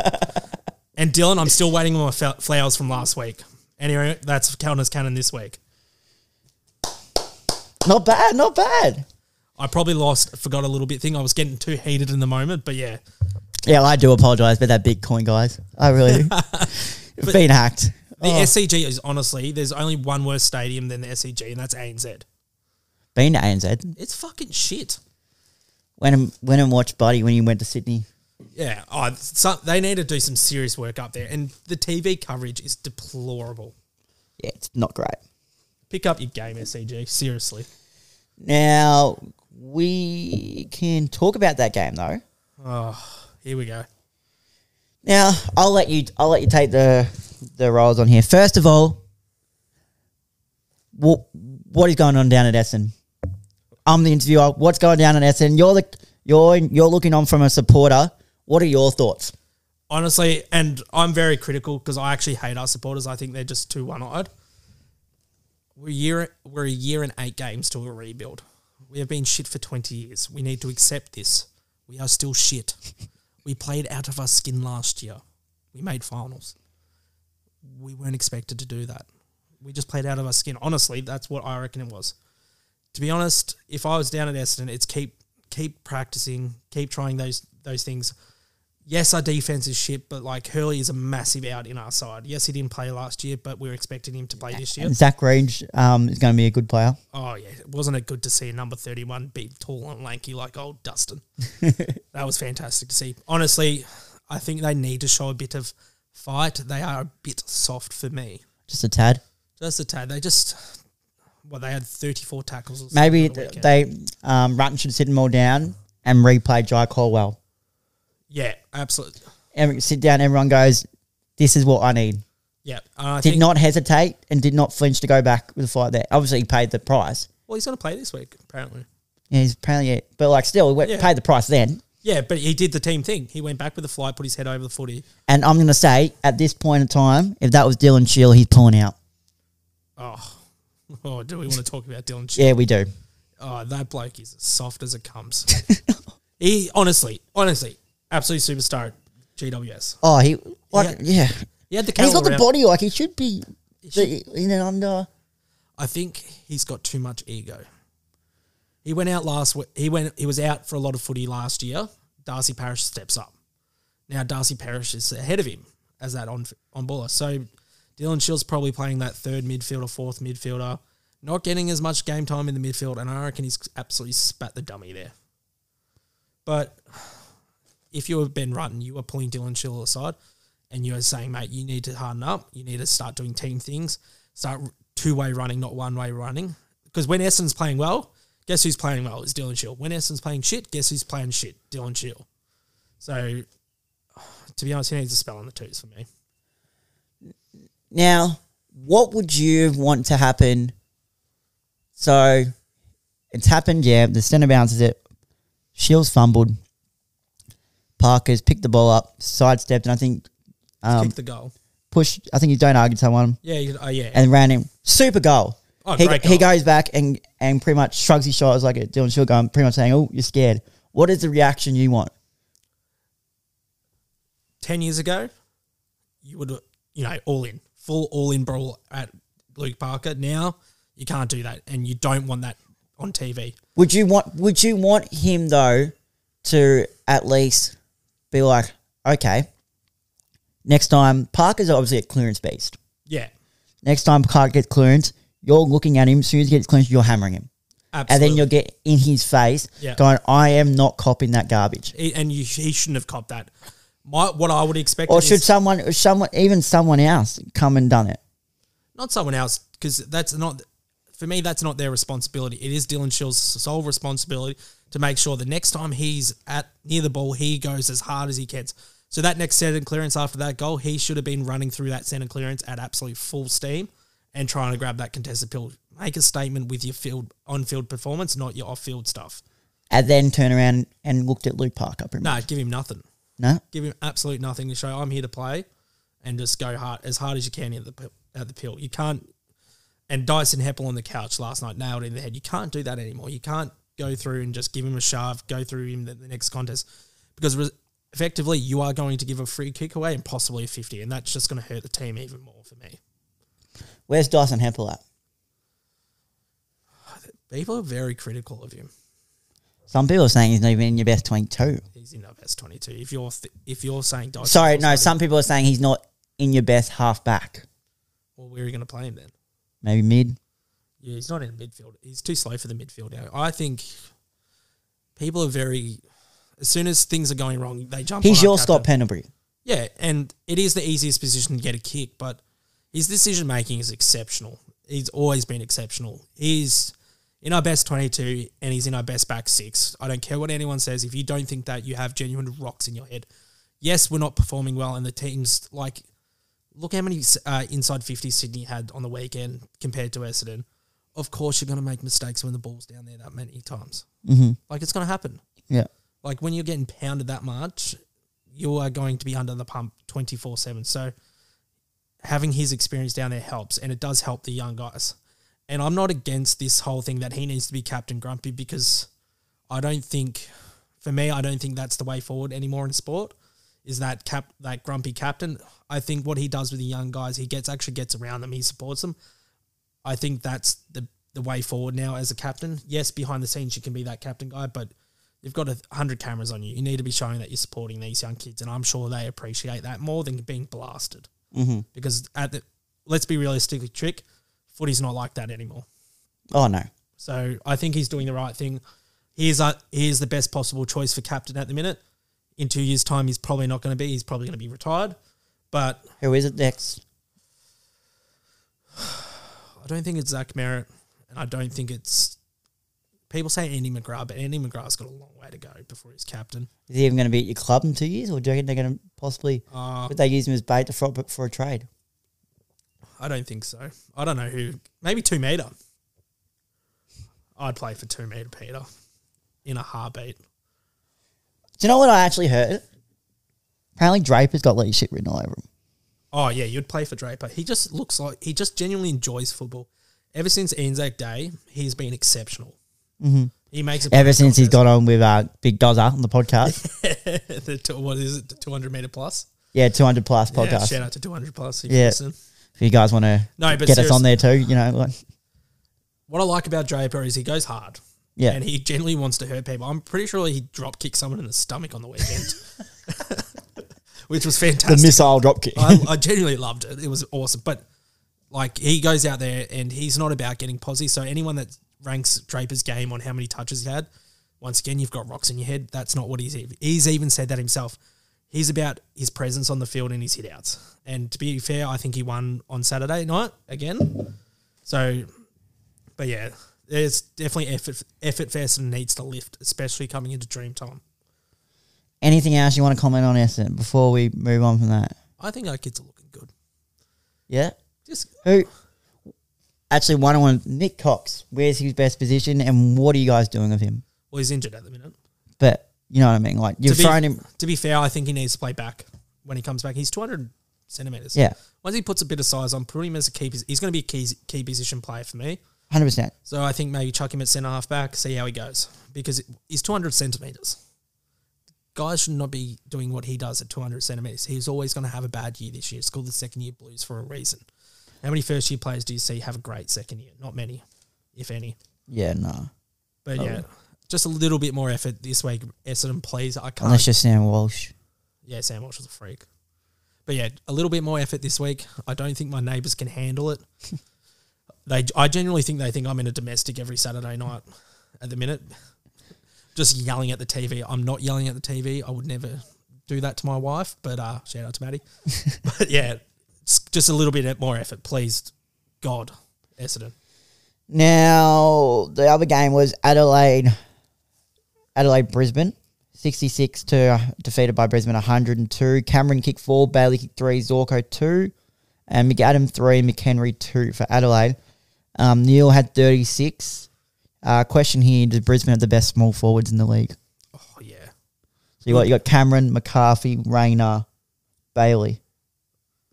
Speaker 2: And Dylan, I'm still waiting on my fa- flowers from last week. Anyway, that's Calder's Cannon this week.
Speaker 1: Not bad, not bad.
Speaker 2: I probably lost, forgot a little bit thing. I was getting too heated in the moment, but yeah.
Speaker 1: Yeah, well, I do apologize about that Bitcoin, guys. I really been hacked.
Speaker 2: The
Speaker 1: Oh,
Speaker 2: SCG is honestly, there's only one worse stadium than the SCG, and that's ANZ.
Speaker 1: been to ANZ.
Speaker 2: It's fucking shit.
Speaker 1: Went and went and watched Buddy when you went to Sydney.
Speaker 2: Yeah, oh, so they need to do some serious work up there, and the TV coverage is deplorable.
Speaker 1: Yeah, it's not great.
Speaker 2: Pick up your game, SCG. Seriously.
Speaker 1: Now we can talk about that game though.
Speaker 2: Here we go.
Speaker 1: Now I'll let you. I'll let you take the the roles on here. First of all, what what is going on down at Essen? I'm the interviewer. What's going down at Essen? You're the you're you're looking on from a supporter. What are your thoughts?
Speaker 2: honestly, and I'm very critical because I actually hate our supporters. I think they're just too one-eyed. We're a year we're a year and eight games to a rebuild. We have been shit for twenty years. We need to accept this. We are still shit. we played out of our skin last year. We made finals. We weren't expected to do that. We just played out of our skin. Honestly, that's what I reckon it was. To be honest, if I was down at Essendon, it's keep keep practicing, keep trying those those things yes, our defense is shit, but like Hurley is a massive out in our side. Yes, he didn't play last year, but we were expecting him to play this year.
Speaker 1: And Zach Range um, is going to be a good player.
Speaker 2: Oh yeah, wasn't it good to see a number thirty-one be tall and lanky like old Dustin? that was fantastic to see. Honestly, I think they need to show a bit of fight. They are a bit soft for me.
Speaker 1: Just a tad.
Speaker 2: Just a tad. They just well, they had thirty-four tackles. Or something
Speaker 1: Maybe
Speaker 2: on the
Speaker 1: th-
Speaker 2: weekend.
Speaker 1: they um, Ratton should sit them all down and replay Jai Colwell.
Speaker 2: Yeah, absolutely.
Speaker 1: Every, sit down. Everyone goes. This is what I need.
Speaker 2: Yeah, and I
Speaker 1: Did
Speaker 2: think,
Speaker 1: not hesitate and did not flinch to go back with a fight there. Obviously, he paid the price.
Speaker 2: Well, he's going to play this week apparently.
Speaker 1: Yeah, he's apparently, yeah, but like still, we
Speaker 2: Yeah.
Speaker 1: paid the price then.
Speaker 2: Yeah, but he did the team thing. He went back with the fly, put his head over the footy.
Speaker 1: And I'm going to say, at this point in time, if that was Dylan Shield, he's pulling out.
Speaker 2: Oh, oh, do we want to talk about Dylan? Ch-
Speaker 1: Yeah, we do.
Speaker 2: Oh, that bloke is as soft as it comes. he honestly, honestly, absolute superstar. at GWS.
Speaker 1: Oh, he like yeah.
Speaker 2: He had the.
Speaker 1: And he's got
Speaker 2: cattle
Speaker 1: the
Speaker 2: around-
Speaker 1: body like he should be the- in and under.
Speaker 2: I think he's got too much ego. He went out last. we- He went. He was out for a lot of footy last year. Darcy Parish steps up. Now Darcy Parish is ahead of him as that on on baller. So Dylan Shield's probably playing that third midfielder, fourth midfielder, not getting as much game time in the midfield, and I reckon he's absolutely spat the dummy there. But if you were Ben Rutten, you were pulling Dylan Shield aside and you were saying, mate, you need to harden up. You need to start doing team things, start two way running, not one way running. Because when Essendon's playing well, guess who's playing well? It's Dylan Shield. When Essendon's playing shit, guess who's playing shit? Dylan Shield. So, to be honest, he needs a spell on the twos for me.
Speaker 1: Now, what would you want to happen? So it's happened, yeah. The centre bounces it. Shields fumbled. Parker's picked the ball up, sidestepped, and I think
Speaker 2: Kick the goal.
Speaker 1: pushed. I think you don't argue someone
Speaker 2: Yeah, you, oh, yeah.
Speaker 1: and ran in. Super goal.
Speaker 2: Oh,
Speaker 1: he,
Speaker 2: great
Speaker 1: he
Speaker 2: goal.
Speaker 1: goes back and, and pretty much shrugs his shoulders like a Dylan Shield going, pretty much saying, Oh, you're scared. What is the reaction you want?
Speaker 2: 10 years ago, you would, you know, all in, full all in brawl at Luke Parker. Now, you can't do that, and you don't want that on TV.
Speaker 1: Would you want would you want him though to at least be like, okay, next time Parker's obviously a clearance beast.
Speaker 2: Yeah.
Speaker 1: Next time Parker gets clearance, you're looking at him, as soon as he gets clearance, you're hammering him.
Speaker 2: Absolutely.
Speaker 1: And then you'll get in his face
Speaker 2: Yeah.
Speaker 1: going, I am not copping that garbage.
Speaker 2: he, and you, he shouldn't have copped that. My, what I would expect,
Speaker 1: Or
Speaker 2: is
Speaker 1: should someone or someone even someone else come and done it?
Speaker 2: not someone else because that's not for me. That's not their responsibility. It is Dylan Shield's sole responsibility to make sure the next time he's at near the ball, he goes as hard as he can. So that next set and clearance after that goal, he should have been running through that centre clearance at absolute full steam and trying to grab that contested pill. Make a statement with your field on-field performance, not your off-field stuff.
Speaker 1: And then turn around and looked at Luke Parker pretty much.
Speaker 2: No, give him nothing.
Speaker 1: No.
Speaker 2: give him absolute nothing to show. I'm here to play, and just go hard as hard as you can at the p- at the pill. You can't. And Dyson Heppel on the couch last night nailed it in the head. You can't do that anymore. You can't go through and just give him a shove, go through him the, the next contest because re- effectively you are going to give a free kick away and possibly a 50, and that's just going to hurt the team even more for me.
Speaker 1: Where's Dyson Hempel at?
Speaker 2: People are very critical of him.
Speaker 1: Some people are saying he's not even in your best 22.
Speaker 2: He's in the best 22. If you're th- if you're saying Dyson
Speaker 1: Sorry,
Speaker 2: Heppel's
Speaker 1: no,
Speaker 2: not in-
Speaker 1: some people are saying he's not in your best half back.
Speaker 2: well, where are you going to play him then?
Speaker 1: Maybe mid.
Speaker 2: Yeah, he's not in the midfield. He's too slow for the midfield now. I think people are very. As soon as things are going wrong, they jump.
Speaker 1: He's
Speaker 2: on our
Speaker 1: your
Speaker 2: captain.
Speaker 1: Scott Penderbury.
Speaker 2: Yeah, and it is the easiest position to get a kick, but his decision making is exceptional. He's always been exceptional. He's in our best 22 and he's in our best back six. I don't care what anyone says. If you don't think that, you have genuine rocks in your head. Yes, we're not performing well, and the team's like, look how many uh, inside 50 Sydney had on the weekend compared to Essendon. Of course, you're going to make mistakes when the ball's down there that many times. Mm-hmm. Like, it's going to happen.
Speaker 1: Yeah.
Speaker 2: Like when you're getting pounded that much, you are going to be under the pump 24 7. So having his experience down there helps, and it does help the young guys. And I'm not against this whole thing that he needs to be Captain Grumpy because I don't think, for me, I don't think that's the way forward anymore in sport. Is that cap that grumpy captain? I think what he does with the young guys, he gets actually gets around them, he supports them. I think that's the the way forward now as a captain. Yes, behind the scenes you can be that captain guy, but you've got a hundred cameras on you. You need to be showing that you're supporting these young kids, and I'm sure they appreciate that more than being blasted. Mm-hmm. Because at the let's be realistic, trick footy's not like that anymore.
Speaker 1: Oh, no.
Speaker 2: So I think he's doing the right thing. He is, uh, he is the best possible choice for captain at the minute. In two years' time, he's probably not going to be. He's probably going to be retired. But
Speaker 1: Who is it next?
Speaker 2: I don't think it's Zach Merritt, and I don't think it's people say Andy McGrath, but Andy McGrath's got a long way to go before he's captain.
Speaker 1: Is he even going to be at your club in two years? Or do you reckon they're going to possibly,
Speaker 2: Uh,
Speaker 1: would they use him as bait to front for a trade?
Speaker 2: I don't think so. I don't know who. Maybe two meter. I'd play for two meter Peter in a heartbeat.
Speaker 1: Do you know what I actually heard? Apparently Draper's got leadership written all over him.
Speaker 2: Oh yeah, you'd play for Draper. He just looks like he just genuinely enjoys football. Ever since Anzac Day, he's been exceptional. Mm-hmm. He makes it
Speaker 1: Ever since he's got on with uh, Big Dozza on the podcast.
Speaker 2: the two, what is it, the two hundred meter plus?
Speaker 1: yeah, 200 plus
Speaker 2: Yeah,
Speaker 1: podcast.
Speaker 2: shout out to two hundred plus. If
Speaker 1: Yeah.
Speaker 2: you listen.
Speaker 1: if you guys want to
Speaker 2: No, but
Speaker 1: get us on
Speaker 2: seriously-
Speaker 1: there too, you know, like,
Speaker 2: what I like about Draper is he goes hard.
Speaker 1: Yeah.
Speaker 2: And he generally wants to hurt people. I'm pretty sure he drop kicked someone in the stomach on the weekend, which was
Speaker 1: the
Speaker 2: fantastic.
Speaker 1: missile dropkick.
Speaker 2: I, I genuinely loved it. It was awesome. But like he goes out there and he's not about getting posse. So anyone that ranks Draper's game on how many touches he had, once again, you've got rocks in your head. That's not what he's ev- he's even said that himself. He's about his presence on the field and his hit outs. And to be fair, I think he won on Saturday night again. So, but yeah, there's definitely effort effort Fairson needs to lift, especially coming into dream time.
Speaker 1: Anything else you want to comment on, Essendon, before we move on from that?
Speaker 2: I think our kids are looking good.
Speaker 1: Yeah?
Speaker 2: Just
Speaker 1: Who? Actually, one on one, Nick Cox. Where's his best position, and what are you guys doing with him?
Speaker 2: well, he's injured at the minute.
Speaker 1: But you know what I mean. Like you've
Speaker 2: to be,
Speaker 1: thrown him.
Speaker 2: To be fair, I think he needs to play back when he comes back. He's 200 centimeters.
Speaker 1: Yeah.
Speaker 2: Once he puts a bit of size on, put him as a key. pos- He's going to be a key key position player for me.
Speaker 1: Hundred percent.
Speaker 2: So I think maybe chuck him at centre half back, see how he goes because he's 200 centimeters. Guys should not be doing what he does at 200 centimeters. He's always going to have a bad year this year. It's called the second year blues for a reason. How many first year players do you see have a great second year? Not many, if any.
Speaker 1: Yeah, no.
Speaker 2: But yeah, just a little bit more effort this way, Essendon, please. I can't.
Speaker 1: Unless you're Sam Walsh.
Speaker 2: Yeah, Sam Walsh was a freak. But yeah, a little bit more effort this week. I don't think my neighbours can handle it. they, I genuinely think they think I'm in a domestic every Saturday night at the minute. Just yelling at the TV. I'm not yelling at the TV. I would never do that to my wife. But uh, shout out to Maddie. but yeah, it's just a little bit e-, more effort, please. God, Essendon.
Speaker 1: Now the other game was Adelaide. Adelaide Brisbane, sixty six to defeated by Brisbane one hundred and two. Cameron kicked four, Bailey kicked three, Zorko two, and McAdam three, McHenry two for Adelaide. Um, Neil had thirty six. Uh, question here: Does Brisbane have the best small forwards in the league?
Speaker 2: Oh yeah,
Speaker 1: So you got you got Cameron, McCarthy, Rayner, Bailey.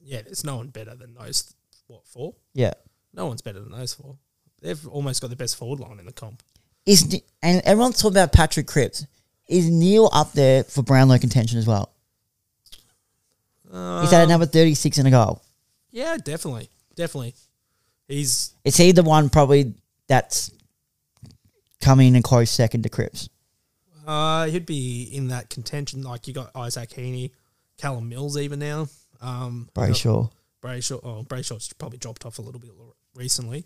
Speaker 2: yeah. There's no one better than those. What four?
Speaker 1: Yeah.
Speaker 2: No one's better than those four. They've almost got the best forward line in the comp.
Speaker 1: Is Ne- and everyone's talking about Patrick Cripps. Is Neil up there for Brownlow contention as well? He's had another thirty six and a goal.
Speaker 2: Yeah, definitely, definitely. He's
Speaker 1: Is he the one probably that's coming in close second to Cripps?
Speaker 2: uh, he'd be in that contention. Like you got Isaac Heaney, Callum Mills, even now. Um,
Speaker 1: Very sure.
Speaker 2: Brayshaw, oh, Brayshaw's probably dropped off a little bit recently.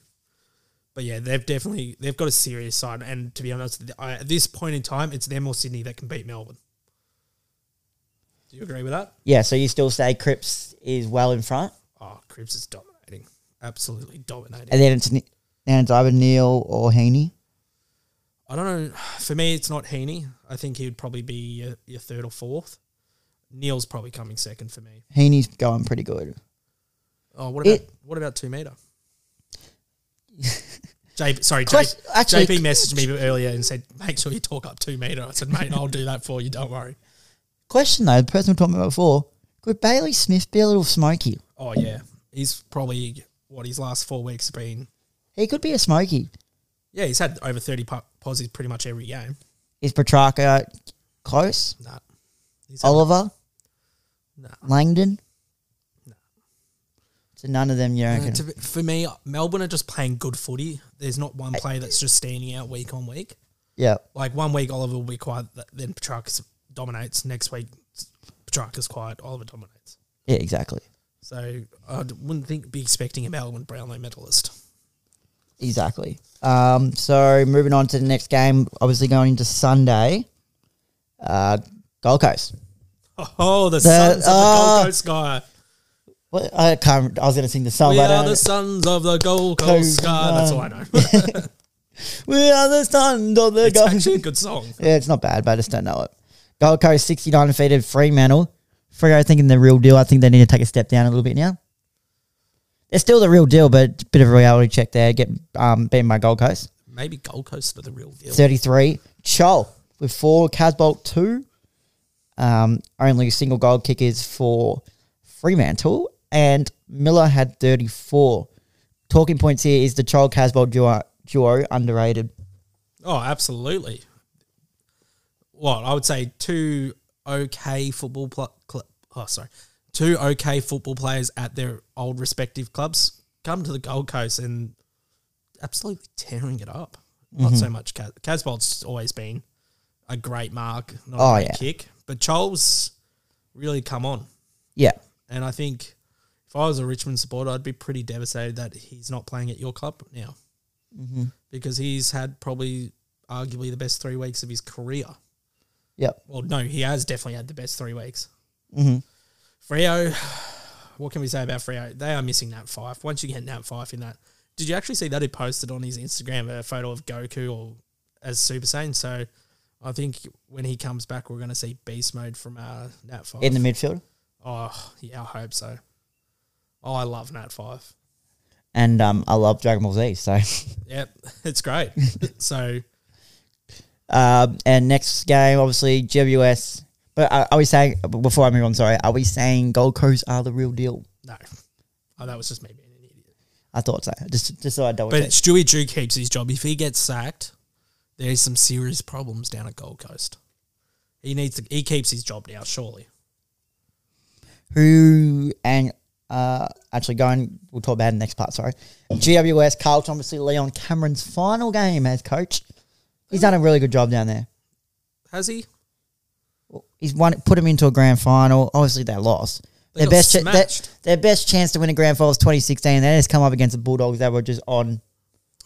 Speaker 2: But yeah, they've definitely they've got a serious side, and to be honest, th- I- at this point in time, it's them or Sydney that can beat Melbourne. Do you agree with that?
Speaker 1: Yeah. So you still say Cripps is well in front,
Speaker 2: Oh, Cribs is dominating, absolutely dominating.
Speaker 1: and then it's Ne- and it's either Neil or Heaney.
Speaker 2: I don't know. For me, it's not Heaney. I think he would probably be your, your third or fourth. Neil's probably coming second for me.
Speaker 1: Heaney's going pretty good.
Speaker 2: Oh, what about
Speaker 1: It-
Speaker 2: what about two meter? JP, sorry,
Speaker 1: Quest-
Speaker 2: JP,
Speaker 1: actually-
Speaker 2: JP messaged me earlier and said, "Make sure you talk up two meter." I said, "Mate, I'll do that for you. Don't worry."
Speaker 1: Question though, the person we were talking about before, could Bailey Smith be a little smoky?
Speaker 2: Oh yeah, he's probably what his last four weeks have been.
Speaker 1: He could be a smoky.
Speaker 2: Yeah, he's had over thirty po- posies pretty much every game.
Speaker 1: Is Petrarca close?
Speaker 2: Nah, he's had-
Speaker 1: Oliver?
Speaker 2: No.
Speaker 1: Langdon? So none of them you
Speaker 2: Uh,
Speaker 1: reckon.
Speaker 2: to be- for me, Melbourne are just playing good footy. There's not one play that's just standing out week on week.
Speaker 1: yeah.
Speaker 2: like one week Oliver will be quiet, th- then Petrarchus dominates. Next week Petrarchus quiet, Oliver dominates.
Speaker 1: Yeah, exactly.
Speaker 2: So I d- wouldn't think be expecting a Melbourne Brownlow medalist.
Speaker 1: Exactly. Um, so moving on to the next game, obviously going into Sunday. Uh, Gold Coast.
Speaker 2: Oh, the, sons of the
Speaker 1: ah.
Speaker 2: Gold Coast guy.
Speaker 1: What I can't I was gonna sing the song,
Speaker 2: We
Speaker 1: Oh, but I
Speaker 2: are
Speaker 1: don't-
Speaker 2: the sons of the Gold
Speaker 1: Coast
Speaker 2: Coast guy. That's all I know.
Speaker 1: we are the sons of the
Speaker 2: it's
Speaker 1: Gold
Speaker 2: actually a good song.
Speaker 1: Yeah, it's not bad, but I just don't know it. Gold Coast 69 defeated Fremantle. Freo, I think, in the real deal. I think they need to take a step down a little bit now. They're still the real deal, but it's a bit of a reality check there. Get um, beaten by Gold Coast.
Speaker 2: Maybe Gold Coast are the real deal.
Speaker 1: 33. Chol with four. Casbolt, two. Um, only single goal kickers for Fremantle. And Miller had 34. Talking points here is the Chol Casbolt duo, duo underrated.
Speaker 2: Oh, absolutely. Well, I would say two okay football pl- cl- oh sorry, two okay football players at their old respective clubs come to the Gold Coast and absolutely tearing it up.
Speaker 1: Mm-hmm.
Speaker 2: Not so much Cas- Casbold's always been a great mark, not
Speaker 1: Oh,
Speaker 2: a great
Speaker 1: yeah.
Speaker 2: kick, but Charles really come on.
Speaker 1: Yeah.
Speaker 2: And I think if I was a Richmond supporter, I'd be pretty devastated that he's not playing at your club now
Speaker 1: Mm-hmm.
Speaker 2: because he's had probably arguably the best three weeks of his career.
Speaker 1: Yep.
Speaker 2: Well, no, he has definitely had the best three weeks. Mm-hmm. Freo, what can we say about Freo? They are missing Nat Five. Once you get Nat Five in that, did you actually see that he posted on his Instagram a photo of Goku or as Super Saiyan? So I think when he comes back, we're going to see beast mode from uh, Nat Five.
Speaker 1: In the midfield.
Speaker 2: Oh, yeah, I hope so. Oh, I love Nat 5.
Speaker 1: And um, I love Dragon Ball Z, so.
Speaker 2: Yep, it's great. so,
Speaker 1: Um, and next game, obviously GWS. But are, are we saying before I move on? Sorry, are we saying Gold Coast are the real deal?
Speaker 2: no. Oh, that was just me being an idiot.
Speaker 1: I thought so. Just just so I double
Speaker 2: But
Speaker 1: check.
Speaker 2: Stewie Jew keeps his job. If he gets sacked, there's some serious problems down at Gold Coast. He needs to, he keeps his job now, surely.
Speaker 1: Who and uh, actually going? We'll talk about it in the next part. Sorry, GWS Carlton obviously Leon Cameron's final game as coach. He's done a really good job down there.
Speaker 2: Has he?
Speaker 1: He's won, put him into a grand final. Obviously, they lost.
Speaker 2: They
Speaker 1: their
Speaker 2: got
Speaker 1: best, cha- their,
Speaker 2: smashed.
Speaker 1: their best chance to win a grand final was 2016. They just come up against the Bulldogs that were just on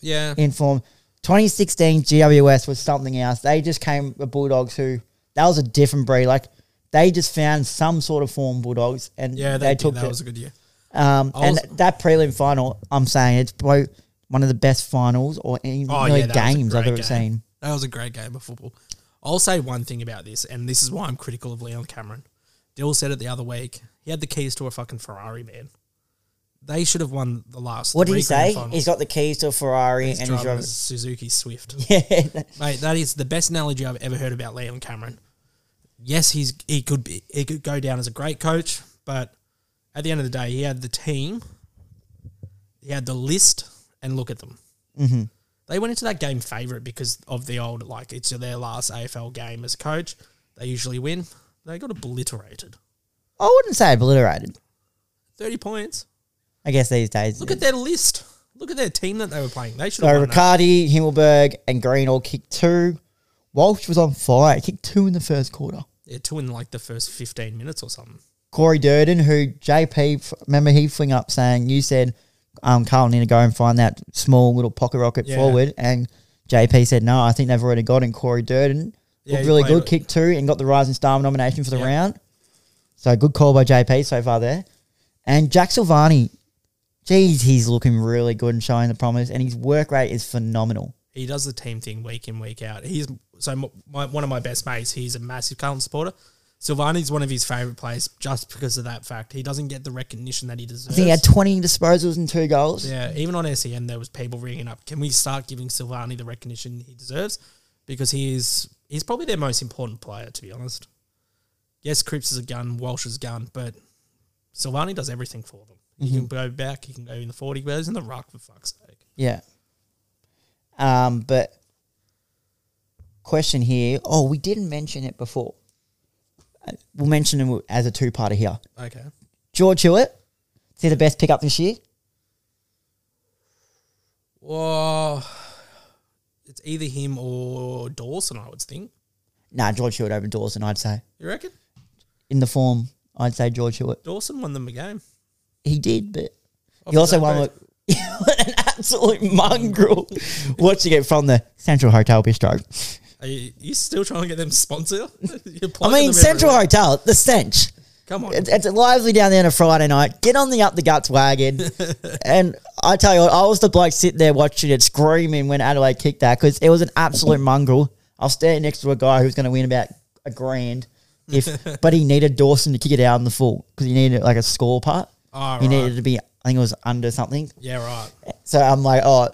Speaker 2: Yeah.
Speaker 1: in form. 2016 GWS was something else. They just came the Bulldogs who that was a different breed. Like they just found some sort of form Bulldogs and
Speaker 2: Yeah,
Speaker 1: they,
Speaker 2: they, did.
Speaker 1: took
Speaker 2: That
Speaker 1: it.
Speaker 2: was a good year.
Speaker 1: um,
Speaker 2: I
Speaker 1: and
Speaker 2: was-
Speaker 1: that prelim final, I'm saying it's probably one of the best finals or any
Speaker 2: Oh,
Speaker 1: really
Speaker 2: yeah, that was a
Speaker 1: games I've
Speaker 2: great
Speaker 1: ever
Speaker 2: game.
Speaker 1: seen.
Speaker 2: That was a great game of football. I'll say one thing about this, and this is why I'm critical of Leon Cameron. Dill said it the other week. He had the keys to a fucking Ferrari, man. They should have won the last.
Speaker 1: What did
Speaker 2: three
Speaker 1: he
Speaker 2: grand
Speaker 1: say?
Speaker 2: finals.
Speaker 1: He's got the keys to a Ferrari and he's
Speaker 2: driving a
Speaker 1: driving.
Speaker 2: Suzuki Swift.
Speaker 1: Yeah,
Speaker 2: Mate, that is the best analogy I've ever heard about Leon Cameron. Yes, he's he could be he could go down as a great coach, but at the end of the day, he had the team, he had the list, and look at them.
Speaker 1: Mm-hmm.
Speaker 2: They went into that game favourite because of the old, like, it's their last AFL game as coach. They usually win. They got obliterated.
Speaker 1: I wouldn't say obliterated.
Speaker 2: 30 points.
Speaker 1: I guess these days.
Speaker 2: Look at their list. Look at their team that they were playing. They should
Speaker 1: So
Speaker 2: have won that.
Speaker 1: Riccardi, Himmelberg, and Green all kicked two. Walsh was on fire. He kicked two in the first quarter.
Speaker 2: Yeah, two in like the first 15 minutes or something.
Speaker 1: Corey Durden, who JP, f- remember he fling up saying, you said um, Carl need to go and find that small little pocket rocket
Speaker 2: Yeah.
Speaker 1: forward. And JP said, no, I think they've already got in Corey Durden.
Speaker 2: Yeah,
Speaker 1: looked
Speaker 2: he
Speaker 1: really
Speaker 2: played
Speaker 1: good,
Speaker 2: it.
Speaker 1: kicked two and got the Rising Star nomination for the
Speaker 2: Yeah.
Speaker 1: round. So good call by JP so far there. And Jack Silvani, geez, he's looking really good and showing the promise. And his work rate is phenomenal.
Speaker 2: he does the team thing week in week out. He's so m- my, one of my best mates. He's a massive Carlton supporter. Silvani's one of his favourite players just because of that fact. He doesn't get the recognition that he
Speaker 1: I
Speaker 2: deserves.
Speaker 1: think he had 20 disposals and two goals.
Speaker 2: yeah, even on SEN, there was people ringing up. Can we start giving Silvani the recognition he deserves? Because he is he's probably their most important player, to be honest. Yes, Cripps is a gun, Walsh is a gun, but Silvani does everything for them. He can go back, he can go in the forty, he goes in the ruck for fuck's sake.
Speaker 1: Yeah. Um, but question here. Oh, we didn't mention it before. Uh, We'll mention him as a two-parter here.
Speaker 2: Okay.
Speaker 1: George Hewitt, is he the best pickup this year?
Speaker 2: Well, it's either him or Dawson, I would think.
Speaker 1: Nah, George Hewitt over Dawson, I'd say.
Speaker 2: You reckon?
Speaker 1: In the form, I'd say George Hewitt.
Speaker 2: Dawson won them a game.
Speaker 1: He did, but
Speaker 2: Off
Speaker 1: he
Speaker 2: his
Speaker 1: also
Speaker 2: own
Speaker 1: won
Speaker 2: bat.
Speaker 1: with an absolute mongrel. Watching it from the Central Hotel Bistro.
Speaker 2: Are you, you still trying to get them sponsor? You're
Speaker 1: I
Speaker 2: plugging
Speaker 1: mean,
Speaker 2: them
Speaker 1: Central
Speaker 2: everywhere.
Speaker 1: Hotel, the stench.
Speaker 2: Come on.
Speaker 1: It's, it's lively down there on a Friday night. Get on the up the guts wagon, and I tell you, what, I was the bloke sitting there watching it, screaming when Adelaide kicked that because it was an absolute mongrel. I was standing next to a guy who's going to win about a grand, if but he needed Dawson to kick it out in the full because he needed like a score part.
Speaker 2: Oh,
Speaker 1: he
Speaker 2: right.
Speaker 1: needed to be, I think it was under something.
Speaker 2: yeah, right.
Speaker 1: So I'm like, oh,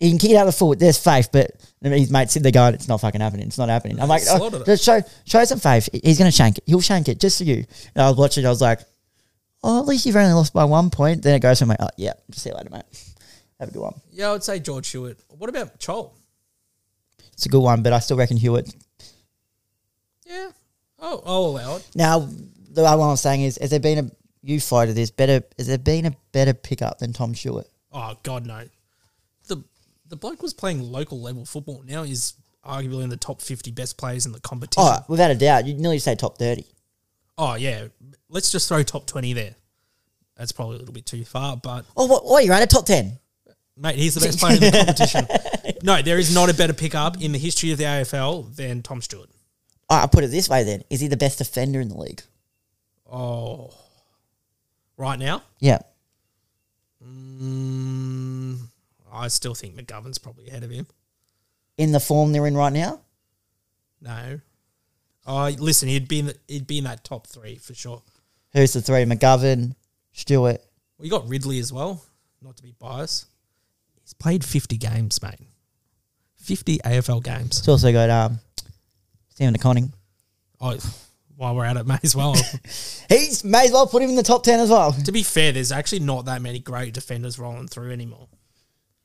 Speaker 1: he can kick it out of the foot. There's faith, but and his mate said they're going, it's not fucking happening. It's not happening. I'm like, oh,
Speaker 2: Slotted it.
Speaker 1: just show show some faith. He's gonna shank it. He'll shank it just for you. And I was watching. I was like, oh, at least you've only lost by one point. Then it goes from like, oh yeah, see you later, mate. Have a good one.
Speaker 2: Yeah, I would say George Hewitt. What about Chol?
Speaker 1: It's a good one, but I still reckon Hewitt.
Speaker 2: Yeah. Oh, I'll allow it.
Speaker 1: Now, the other one I'm saying is, has there been a you floated this better? Has there been a better pickup than Tom Stewart?
Speaker 2: Oh, God, no. The, the bloke was playing local level football. Now he's arguably in the top 50 best players in the competition.
Speaker 1: Oh, without a doubt, you'd nearly say top thirty.
Speaker 2: oh yeah. Let's just throw top 20 there. That's probably a little bit too far, but
Speaker 1: Oh, what? Oh, you're at a top ten.
Speaker 2: Mate, he's the best player in the competition. No, there is not a better pickup in the history of the AFL than Tom Stewart.
Speaker 1: Oh, I'll put it this way then: Is he the best defender in the league?
Speaker 2: Oh, right now,
Speaker 1: Yeah.
Speaker 2: mm, I still think McGovern's probably ahead of him.
Speaker 1: in the form they're in right now?
Speaker 2: No, I listen. He'd be in the, he'd be in that top three for sure.
Speaker 1: Who's the three? McGovern, Stewart.
Speaker 2: We got Ridley as well. Not to be biased, he's played fifty games, mate. Fifty AFL games.
Speaker 1: It's also got um, Stephen Conning.
Speaker 2: Oh, while we're at it, may as well.
Speaker 1: He's may as well put him in the top ten as well.
Speaker 2: to be fair, there's actually not that many great defenders rolling through anymore.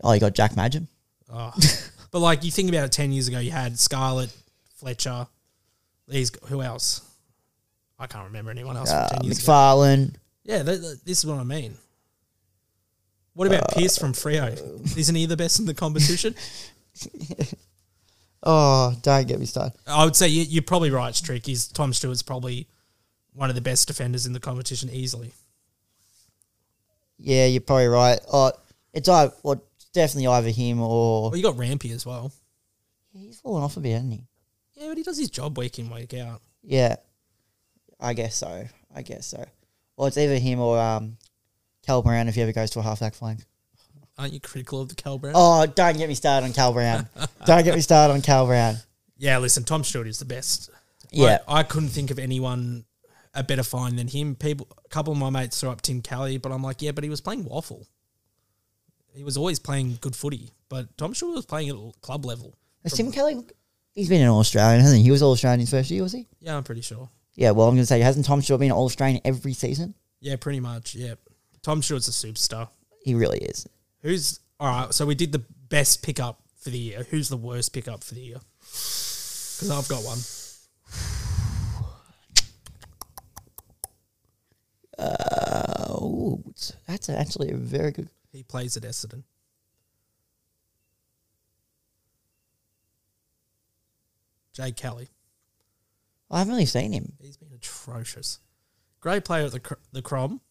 Speaker 1: Oh, you got Jack Madgen.
Speaker 2: Oh. but like you think about it, ten years ago, you had Scarlett, Fletcher, these who else? I can't remember anyone else.
Speaker 1: Uh,
Speaker 2: from 10 years ago.
Speaker 1: McFarlane.
Speaker 2: Yeah, th- th- this is what I mean. What
Speaker 1: Uh,
Speaker 2: about Pierce from Frio? Isn't he the best in the competition?
Speaker 1: Oh, don't get me started.
Speaker 2: I would say you, you're probably right, Strick. He's Tom Stewart's probably one of the best defenders in the competition easily.
Speaker 1: Yeah, you're probably right. Oh, it's either, well, it's definitely either him or
Speaker 2: Well, Oh, you got Rampy as well.
Speaker 1: he's fallen off a bit, hasn't he?
Speaker 2: Yeah, but he does his job week in week out.
Speaker 1: Yeah, I guess so. I guess so. Well, it's either him or um, Cal Brown if he ever goes to a halfback flank.
Speaker 2: Aren't you critical of the Cal Brown?
Speaker 1: Oh, don't get me started on Cal Brown. don't get me started on Cal Brown.
Speaker 2: Yeah, listen, Tom Stewart is the best.
Speaker 1: Yeah.
Speaker 2: I, I couldn't think of anyone a better find than him. People, a couple of my mates threw up Tim Kelly, but I'm like, yeah, but he was playing waffle. He was always playing good footy, but Tom Stewart was playing at l- club level.
Speaker 1: Has Tim Kelly? He's been an All Australian, hasn't he? He was All Australian his first year, was he?
Speaker 2: Yeah, I'm pretty sure.
Speaker 1: Yeah. Well, I'm going to say, hasn't Tom Shaw been All Australian every season?
Speaker 2: Yeah, pretty much. Yeah, Tom Stewart's a superstar.
Speaker 1: He really is.
Speaker 2: Who's All right, so we did the best pickup for the year. Who's the worst pickup for the year? Because I've got one.
Speaker 1: Oh, it's- that's actually a very good.
Speaker 2: He plays at Essendon. Jay Kelly.
Speaker 1: I haven't really seen him.
Speaker 2: He's been atrocious. Great player at the Cr- the Crom.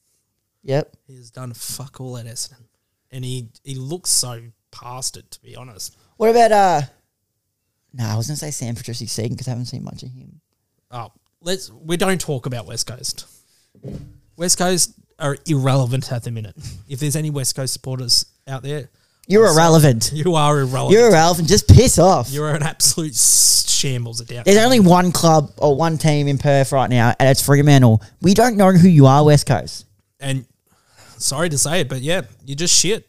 Speaker 1: Yep.
Speaker 2: He has done fuck all at Essendon, and he he looks so past it. To be honest,
Speaker 1: What about uh? No, I was gonna say Sam Patricia Seaton because I haven't seen much of him.
Speaker 2: oh, let's we don't talk about West Coast. West Coast are irrelevant at the minute. If there's any West Coast supporters out there,
Speaker 1: You're irrelevant.
Speaker 2: you are irrelevant.
Speaker 1: You're
Speaker 2: You're,
Speaker 1: irrelevant. Just piss off.
Speaker 2: an absolute shambles at down.
Speaker 1: There's only one club or one team in Perth right now, and it's Fremantle. We don't know who you are, West Coast.
Speaker 2: And sorry to say it, but yeah, you're just shit.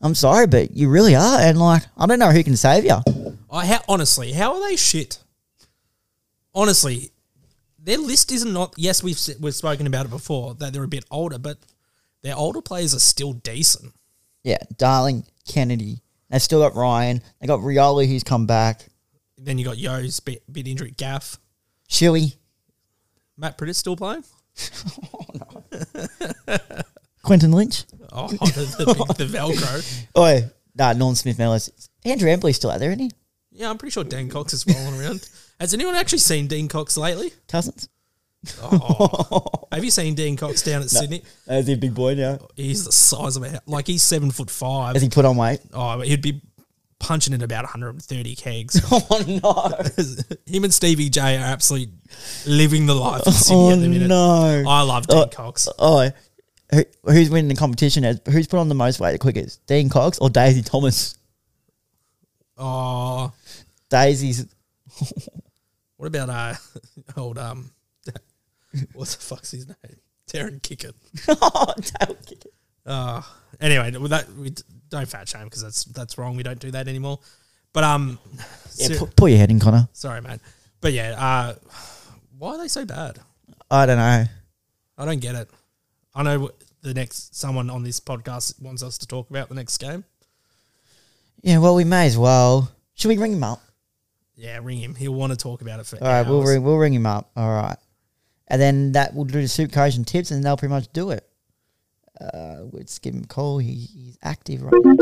Speaker 1: I'm sorry, but you really are. And like, I don't know who can save you.
Speaker 2: I ha- honestly, how are they shit? Honestly, their list is not. Yes, we've s- we've spoken about it before that they're a bit older, but their older players are still decent.
Speaker 1: Yeah, darling Kennedy. They've still got Ryan. They got Rioli, who's come back.
Speaker 2: Then you got Yo's bit, bit injury, Gaff,
Speaker 1: Shuey,
Speaker 2: Matt Pritt's still playing.
Speaker 1: Quentin Lynch.
Speaker 2: Oh, the, the, big- the Velcro.
Speaker 1: Oh, nah, Norm Smith Mellors. Andrew Embley's still out there, isn't he?
Speaker 2: Yeah, I'm pretty sure Dan Cox is rolling around. Has anyone actually seen Dean Cox lately?
Speaker 1: Cousins. Oh.
Speaker 2: Have you seen Dean Cox down at Sydney?
Speaker 1: Is he a big boy now?
Speaker 2: He's the size of a hou- like he's seven foot five.
Speaker 1: Has he put on weight?
Speaker 2: Oh, he'd be punching in about 130 kegs.
Speaker 1: Oh no!
Speaker 2: Him and Stevie J are absolutely living the life of Sydney
Speaker 1: Oh
Speaker 2: at the minute.
Speaker 1: no!
Speaker 2: I love Dean Cox.
Speaker 1: Oh, who, who's winning the competition? As- Who's put on the most weight the quickest? Dean Cox or Daisy Thomas?
Speaker 2: Oh,
Speaker 1: Daisy's
Speaker 2: what about uh, old um, what the fuck's his name? Darren Kicker.
Speaker 1: oh, Dale Kidd.
Speaker 2: Uh, anyway, with that we d- don't fat shame because that's that's wrong. We don't do that anymore. But um,
Speaker 1: yeah,
Speaker 2: ser-
Speaker 1: pu- pull your head in, Connor.
Speaker 2: sorry, man. But yeah, uh, why are they so bad?
Speaker 1: I don't know.
Speaker 2: I don't get it. I know wh- the next someone on this podcast wants us to talk about the next game.
Speaker 1: Yeah, well, we may as well. Should we ring him up?
Speaker 2: Yeah, ring him. He'll want to talk about it for.
Speaker 1: All right, we'll
Speaker 2: hours.
Speaker 1: ring, we'll ring him up. All right, and then that will do the soup coach and tips, and they'll pretty much do it. Uh, let's give him a call. He, he's active right now.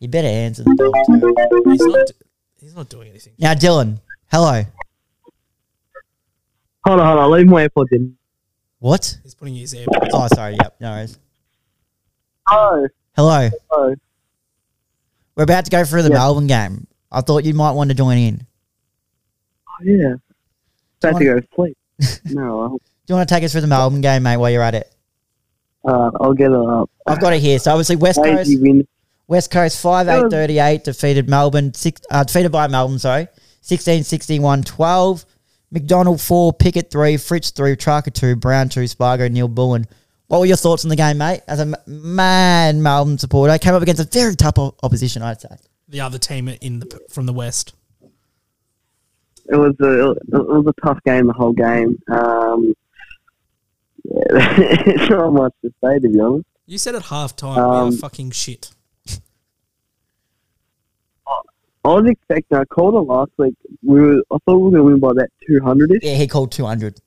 Speaker 1: You better answer the dog. Too.
Speaker 2: He's not. He's not doing anything.
Speaker 1: Now, Dylan, hello.
Speaker 4: Hold on, hold on. Leave my AirPods in.
Speaker 1: What?
Speaker 2: He's putting his AirPods.
Speaker 1: Oh, sorry. Yep. No worries.
Speaker 4: Oh,
Speaker 1: Hello.
Speaker 4: oh.
Speaker 1: We're about to go through the
Speaker 4: Yeah.
Speaker 1: Melbourne game. I thought you might want to join in. Do
Speaker 4: oh, Yeah. About to
Speaker 1: you
Speaker 4: go to sleep. no, I'll,
Speaker 1: you want to take us through the Melbourne game, mate, while you're at it?
Speaker 4: uh, I'll get it up.
Speaker 1: I've got it here. So obviously West Coast,
Speaker 4: Lazy win.
Speaker 1: West Coast five eight thirty eight defeated Melbourne six uh, defeated by Melbourne. Sorry, 16-61-12. McDonald four, Pickett three, Fritz three, Tracker two, Brown two, Spargo Neil Bullen. What were your thoughts on the game, mate? As a m- man Melbourne supporter, came up against a very tough o- opposition, I'd say.
Speaker 2: The other team in the from the west.
Speaker 4: It was a it was a tough game the whole game. Um, yeah, it's not much to say to be honest.
Speaker 2: You said at half time we are
Speaker 4: Um,
Speaker 2: fucking shit.
Speaker 4: I was expecting. I called it last week. We were. I thought we were going to win by that two hundred ish.
Speaker 1: Yeah, he called two hundred.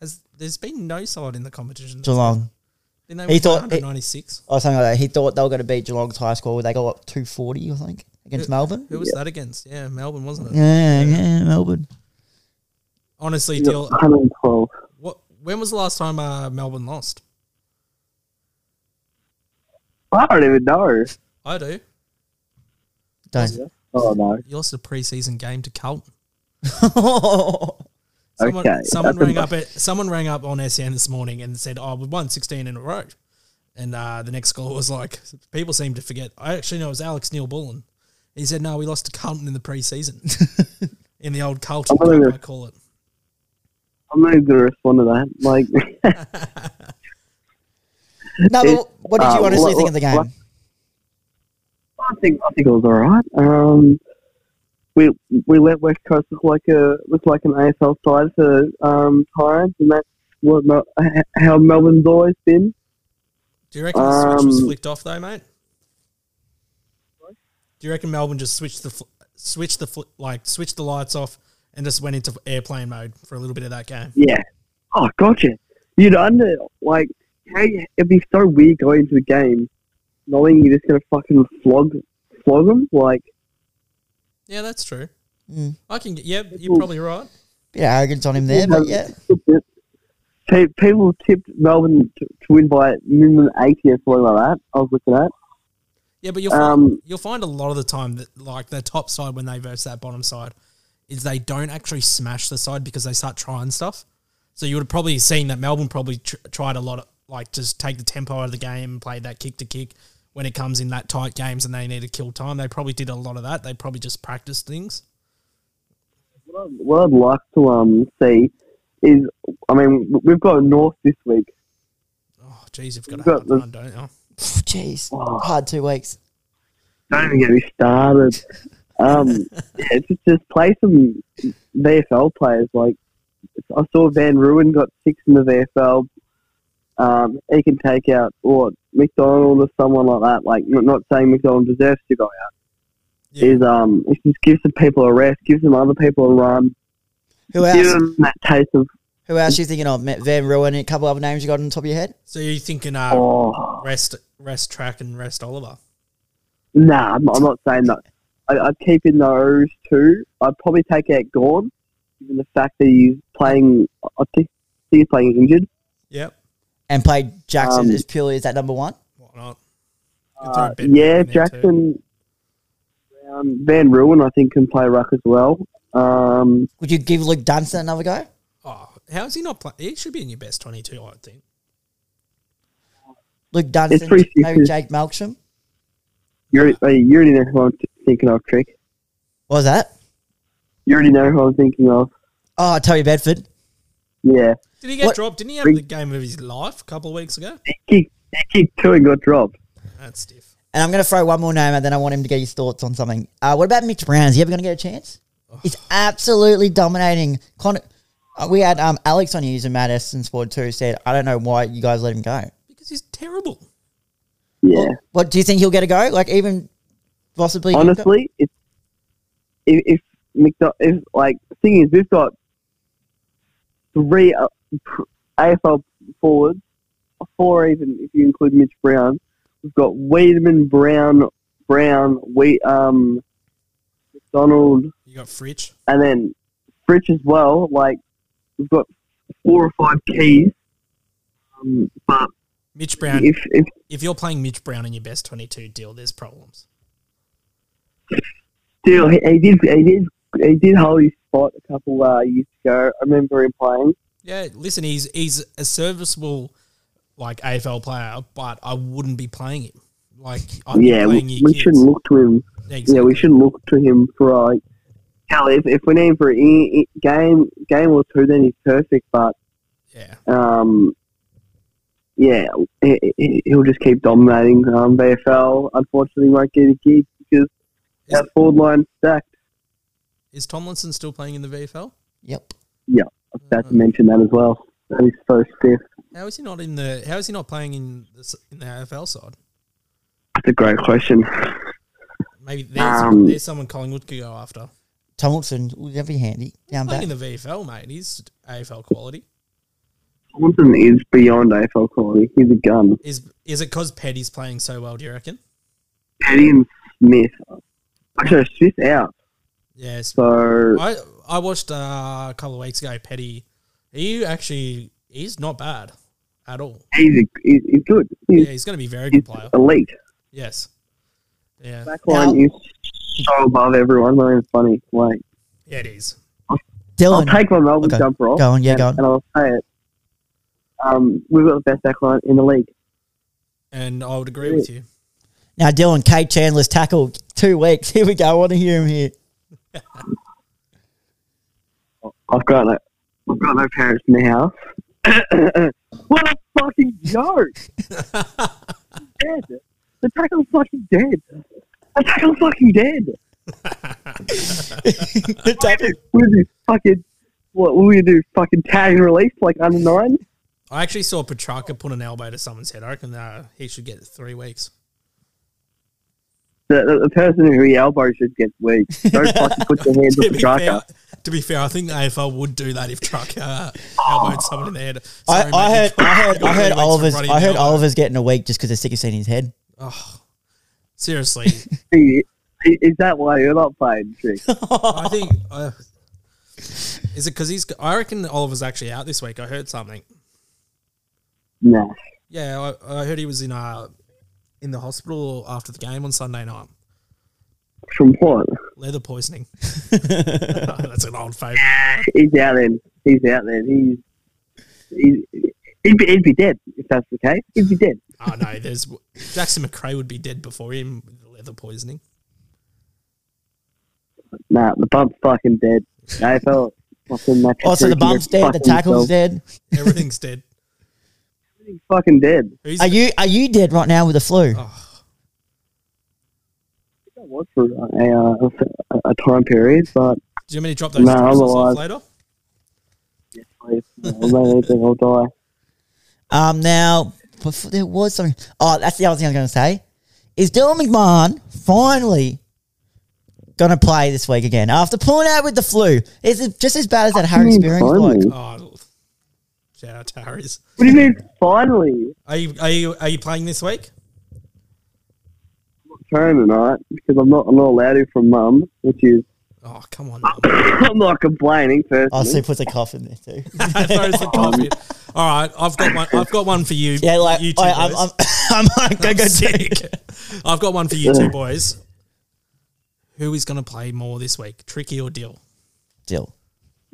Speaker 2: Has there's been no side in the competition?
Speaker 1: Geelong.
Speaker 2: Didn't they
Speaker 1: He
Speaker 2: win
Speaker 1: thought-
Speaker 2: 196.
Speaker 1: or something like that. He thought they were going to beat Geelong's high score. They got what two forty, I think, against Melbourne.
Speaker 2: Who was that against? Yeah, Melbourne wasn't it?
Speaker 1: Yeah, yeah, Melbourne.
Speaker 2: Honestly, deal.
Speaker 4: One hundred twelve.
Speaker 2: What? When was the last time uh, Melbourne lost?
Speaker 4: I don't even know.
Speaker 2: I do.
Speaker 1: Don't.
Speaker 4: Oh no.
Speaker 2: You lost a preseason game to Carlton. Someone,
Speaker 4: Okay.
Speaker 2: someone
Speaker 4: That's a-
Speaker 2: rang up at someone rang up on SEN this morning and said, "Oh, we won 16 in a row," and uh, the next call was like, "People seem to forget." I actually know it was Alex Neil Bullen. He said, "No, we lost to Carlton in the preseason, in the old Carlton
Speaker 4: I'm gonna-
Speaker 2: Cup, I call it."
Speaker 4: I'm not even going to respond to that. Like,
Speaker 1: no, but Um, what did you
Speaker 4: Uh,
Speaker 1: honestly
Speaker 4: wha-
Speaker 1: think of the game?
Speaker 4: wha- I think I think it was all right. Um, we we let West Coast look like a look like an AFL side for um, Tyrants, and that's what Mel- h- how Melbourne's always been.
Speaker 2: Do you reckon the switch was
Speaker 4: Um,
Speaker 2: flicked off though, mate? Do you reckon Melbourne just switched the fl- switched the fl- like switched the lights off and just went into airplane mode for a little bit of that game?
Speaker 4: Yeah. Oh, gotcha. You'd under like how you, it'd be so weird going into a game knowing you're just gonna fucking flog flog them. Like
Speaker 2: Yeah, that's true.
Speaker 1: Mm.
Speaker 2: I can. get Yeah, you're probably right.
Speaker 1: Bit of arrogance on him there, but yeah.
Speaker 4: pe- people tipped Melbourne to, to win by minimum eighty or something like that. I was looking at.
Speaker 2: Yeah, but you'll find,
Speaker 4: Um,
Speaker 2: you'll find a lot of the time that like the top side when they verse that bottom side is they don't actually smash the side because they start trying stuff. So you would have probably seen that Melbourne probably tr- tried a lot of like just take the tempo out of the game and play that kick to kick when it comes in that tight games and they need to kill time. They probably did a lot of that. They probably just practiced things.
Speaker 4: What I'd, what I'd like to um see is, I mean, we've got North this week.
Speaker 2: Oh, geez, you've got a
Speaker 4: You've
Speaker 2: hard
Speaker 4: got the-
Speaker 2: one, don't you?
Speaker 1: Pff, Jeez,
Speaker 4: Oh.
Speaker 1: hard two weeks.
Speaker 4: Don't even get me started. Um, yeah, just, just play some VFL players. Like I saw Van Ruin got six in the VFL. Um, he can take out or McDonald or someone like that. Like not, not saying McDonald deserves to go out.
Speaker 2: Yeah.
Speaker 4: Is um, it's just give some people a rest, give some other people a run,
Speaker 1: Who
Speaker 4: give
Speaker 1: else?
Speaker 4: them that taste of
Speaker 1: Who else you thinking of? Matt Van Ruin, a couple other names you got on top of your head?
Speaker 2: So you're thinking
Speaker 1: Um,
Speaker 2: uh,
Speaker 4: oh.
Speaker 2: rest, rest track and rest Oliver.
Speaker 4: Nah, I'm, I'm not saying that. I, I'd keep in those two. I'd probably take out Gorn, given the fact that he's playing. I think he's playing injured.
Speaker 2: Yep.
Speaker 1: And play Jackson
Speaker 4: Um,
Speaker 1: as purely as that number one.
Speaker 2: Why not? Could throw
Speaker 4: Uh,
Speaker 2: a bit back
Speaker 4: yeah,
Speaker 2: in there too.
Speaker 4: Jackson, um, Van Ruin, I think can play ruck as well. Um,
Speaker 1: Would you give Luke Dunstan another go?
Speaker 2: Oh, how is he not playing? He should be in your best 22, I would think.
Speaker 1: Luke Dunstan,
Speaker 4: three
Speaker 1: maybe
Speaker 4: fifths.
Speaker 1: Jake Malkstrom.
Speaker 4: you already, uh, you already know who I'm t- thinking of, Trick.
Speaker 1: What was that?
Speaker 4: You already know who I'm thinking of.
Speaker 1: Oh, Toby Bedford.
Speaker 4: Yeah,
Speaker 2: Did he get
Speaker 1: What-
Speaker 2: dropped? Didn't he have
Speaker 4: Bring-
Speaker 2: the game of his life a couple of weeks ago?
Speaker 4: he kicked, he kicked two and got dropped.
Speaker 2: That's stiff.
Speaker 1: And I'm going to throw one more name, and then I want him to get his thoughts on something. Uh, what about Mitch Brown? Is he ever going to get a chance? He's absolutely dominating. Con- uh, we had um, Alex on News and Matt Eston Sport 2 said, I don't know why you guys let him go.
Speaker 2: Because he's terrible.
Speaker 4: Yeah,
Speaker 1: What do you think he'll get a go? Like, even possibly.
Speaker 4: honestly, it's if, if McDo- if like thing is we've got three uh, pr- AFL forwards, four even if you include Mitch Brown. We've got Wiedemann, Brown, Brown, we um McDonald,
Speaker 2: You got Fritch.
Speaker 4: and then Fritch as well. Like we've got four or five keys. Um, but
Speaker 2: Mitch Brown.
Speaker 4: if, if
Speaker 2: If you're playing Mitch Brown in your best 22 deal, there's problems.
Speaker 4: still, he, he did he did he did hold his spot a couple uh, years ago. I remember him playing.
Speaker 2: Yeah, listen, he's he's a serviceable like AFL player, but I wouldn't be playing him. Like I'm
Speaker 4: yeah,
Speaker 2: Oh, playing
Speaker 4: we,
Speaker 2: your
Speaker 4: we
Speaker 2: kids.
Speaker 4: shouldn't look to him.
Speaker 2: Exactly.
Speaker 4: Yeah, we shouldn't look to him for like hell. If, if we need him for a i- i- game game or two, then he's perfect. But
Speaker 2: Yeah.
Speaker 4: um, yeah, he, he- he'll just keep dominating. Um, VFL unfortunately won't get a gig because
Speaker 2: Is-
Speaker 4: our forward line's stacked.
Speaker 2: Is Tomlinson still playing in the VFL?
Speaker 1: Yep.
Speaker 4: I was
Speaker 2: Mm-hmm.
Speaker 4: about to mention that as well. That is so stiff.
Speaker 2: How is he not in the? How is he not playing in the s- in the AFL side?
Speaker 4: That's a great question.
Speaker 2: Maybe there's,
Speaker 4: Um,
Speaker 2: there's someone Collingwood could go after.
Speaker 1: Tomlinson, ooh, that'd be handy. Down back.
Speaker 2: Playing in the VFL, mate. He's AFL quality.
Speaker 4: Thompson is beyond AFL quality. He's a gun.
Speaker 2: Is is it because Petty's playing so well? Do you reckon?
Speaker 4: Petty and Smith. Actually, Smith's out.
Speaker 2: Yes.
Speaker 4: So
Speaker 2: I I watched uh, a couple of weeks ago. Petty, he actually he's not bad at all.
Speaker 4: he's, a, he's, he's good.
Speaker 2: Yeah,
Speaker 4: He's,
Speaker 2: he's going to be a very
Speaker 4: he's
Speaker 2: good player.
Speaker 4: elite.
Speaker 2: Yes. Yeah.
Speaker 1: Now-
Speaker 4: Backline is so above everyone. Not even funny. Like
Speaker 2: Yeah, it is.
Speaker 1: Dylan,
Speaker 4: I'll take my Melbourne
Speaker 1: Okay.
Speaker 4: jumper off.
Speaker 1: Go on, yeah,
Speaker 4: and,
Speaker 1: go on.
Speaker 4: And I'll say it. Um, we've got the best backline in the league.
Speaker 2: And I would agree with you.
Speaker 1: now Dylan, Kate Chandler's tackle, two weeks. Here we go. I want to hear him here.
Speaker 4: I've got no, I've got no parents in the house. what a fucking joke! dead. The tackle's fucking dead. The tackle's fucking dead.
Speaker 1: The tackle-
Speaker 4: We do fucking what? Will we do fucking tag and release like under nine?
Speaker 2: I actually saw Petrarca put an elbow to someone's head. I reckon uh, he should get three weeks.
Speaker 4: The, the, the person who he elbows should get weak. Don't fucking put your hands on
Speaker 2: To be, fair,
Speaker 4: Petrarca.
Speaker 2: to be fair, I think the AFL would do that if Petrarca uh, elbowed someone in the head.
Speaker 1: I,
Speaker 2: Sorry,
Speaker 1: I
Speaker 2: mate,
Speaker 1: heard, I
Speaker 2: you
Speaker 1: heard,
Speaker 2: got- you got
Speaker 1: I
Speaker 2: three
Speaker 1: heard
Speaker 2: weeks for
Speaker 1: Oliver's,
Speaker 2: running
Speaker 1: I
Speaker 2: an
Speaker 1: heard
Speaker 2: elbow.
Speaker 1: Oliver's getting a week just because they're sick of seeing his head.
Speaker 2: Seriously,
Speaker 4: Is is that why you're not playing trick?
Speaker 2: I think. Uh, is it because he's? I reckon Oliver's actually out this week. I heard something.
Speaker 4: no.
Speaker 2: Yeah, I, I heard he was in uh in the hospital after the game on Sunday night.
Speaker 4: From what?
Speaker 2: Leather poisoning. That's an old favourite.
Speaker 4: He's out then. He's out then. He's, he's he'd, be, he'd be dead if that's the case. He'd be dead.
Speaker 2: Oh no, there's Jackson McRae would be dead before him with the leather poisoning.
Speaker 4: Nah, the bump's fucking dead. AFL fucking match.
Speaker 1: Also, Oh, the bump's dead, the tackle's dead.
Speaker 2: Everything's dead.
Speaker 4: He's fucking dead.
Speaker 2: Who's
Speaker 1: Are you, are you dead right now with the flu?
Speaker 2: Oh,
Speaker 4: That was for a, uh, a, a time period, but
Speaker 2: do you want me to drop those
Speaker 4: No,
Speaker 2: drugs
Speaker 4: I'm
Speaker 2: off
Speaker 4: alive.
Speaker 2: later?
Speaker 4: if, you know, they anything, I'll die.
Speaker 1: Um, now before there was something. Oh, that's the other thing I was going to say. Is Dylan McMahon finally going to play this week again after pulling out with the flu? Is it just as bad as that Harry
Speaker 4: mean
Speaker 1: Spearing
Speaker 4: finally?
Speaker 1: bloke?
Speaker 2: Oh, shout out to Harry's.
Speaker 4: What do you mean? Finally,
Speaker 2: Are you are you are you playing this week?
Speaker 4: turn tonight because I'm not I'm not allowed to from mum, which is
Speaker 2: Oh come on. Mum.
Speaker 4: I'm not complaining
Speaker 1: Oh, so he
Speaker 4: personally.
Speaker 1: puts a cough in there too.
Speaker 2: Throws the coffee. All right, I've got one. I've got one for you.
Speaker 1: yeah, like
Speaker 2: you two
Speaker 1: I, I'm,
Speaker 2: boys.
Speaker 1: I'm, I'm like, go go
Speaker 2: sick.
Speaker 1: sick.
Speaker 2: I've got one for you two boys. Who is going to play more this week, Tricky or Dill?
Speaker 1: Dill.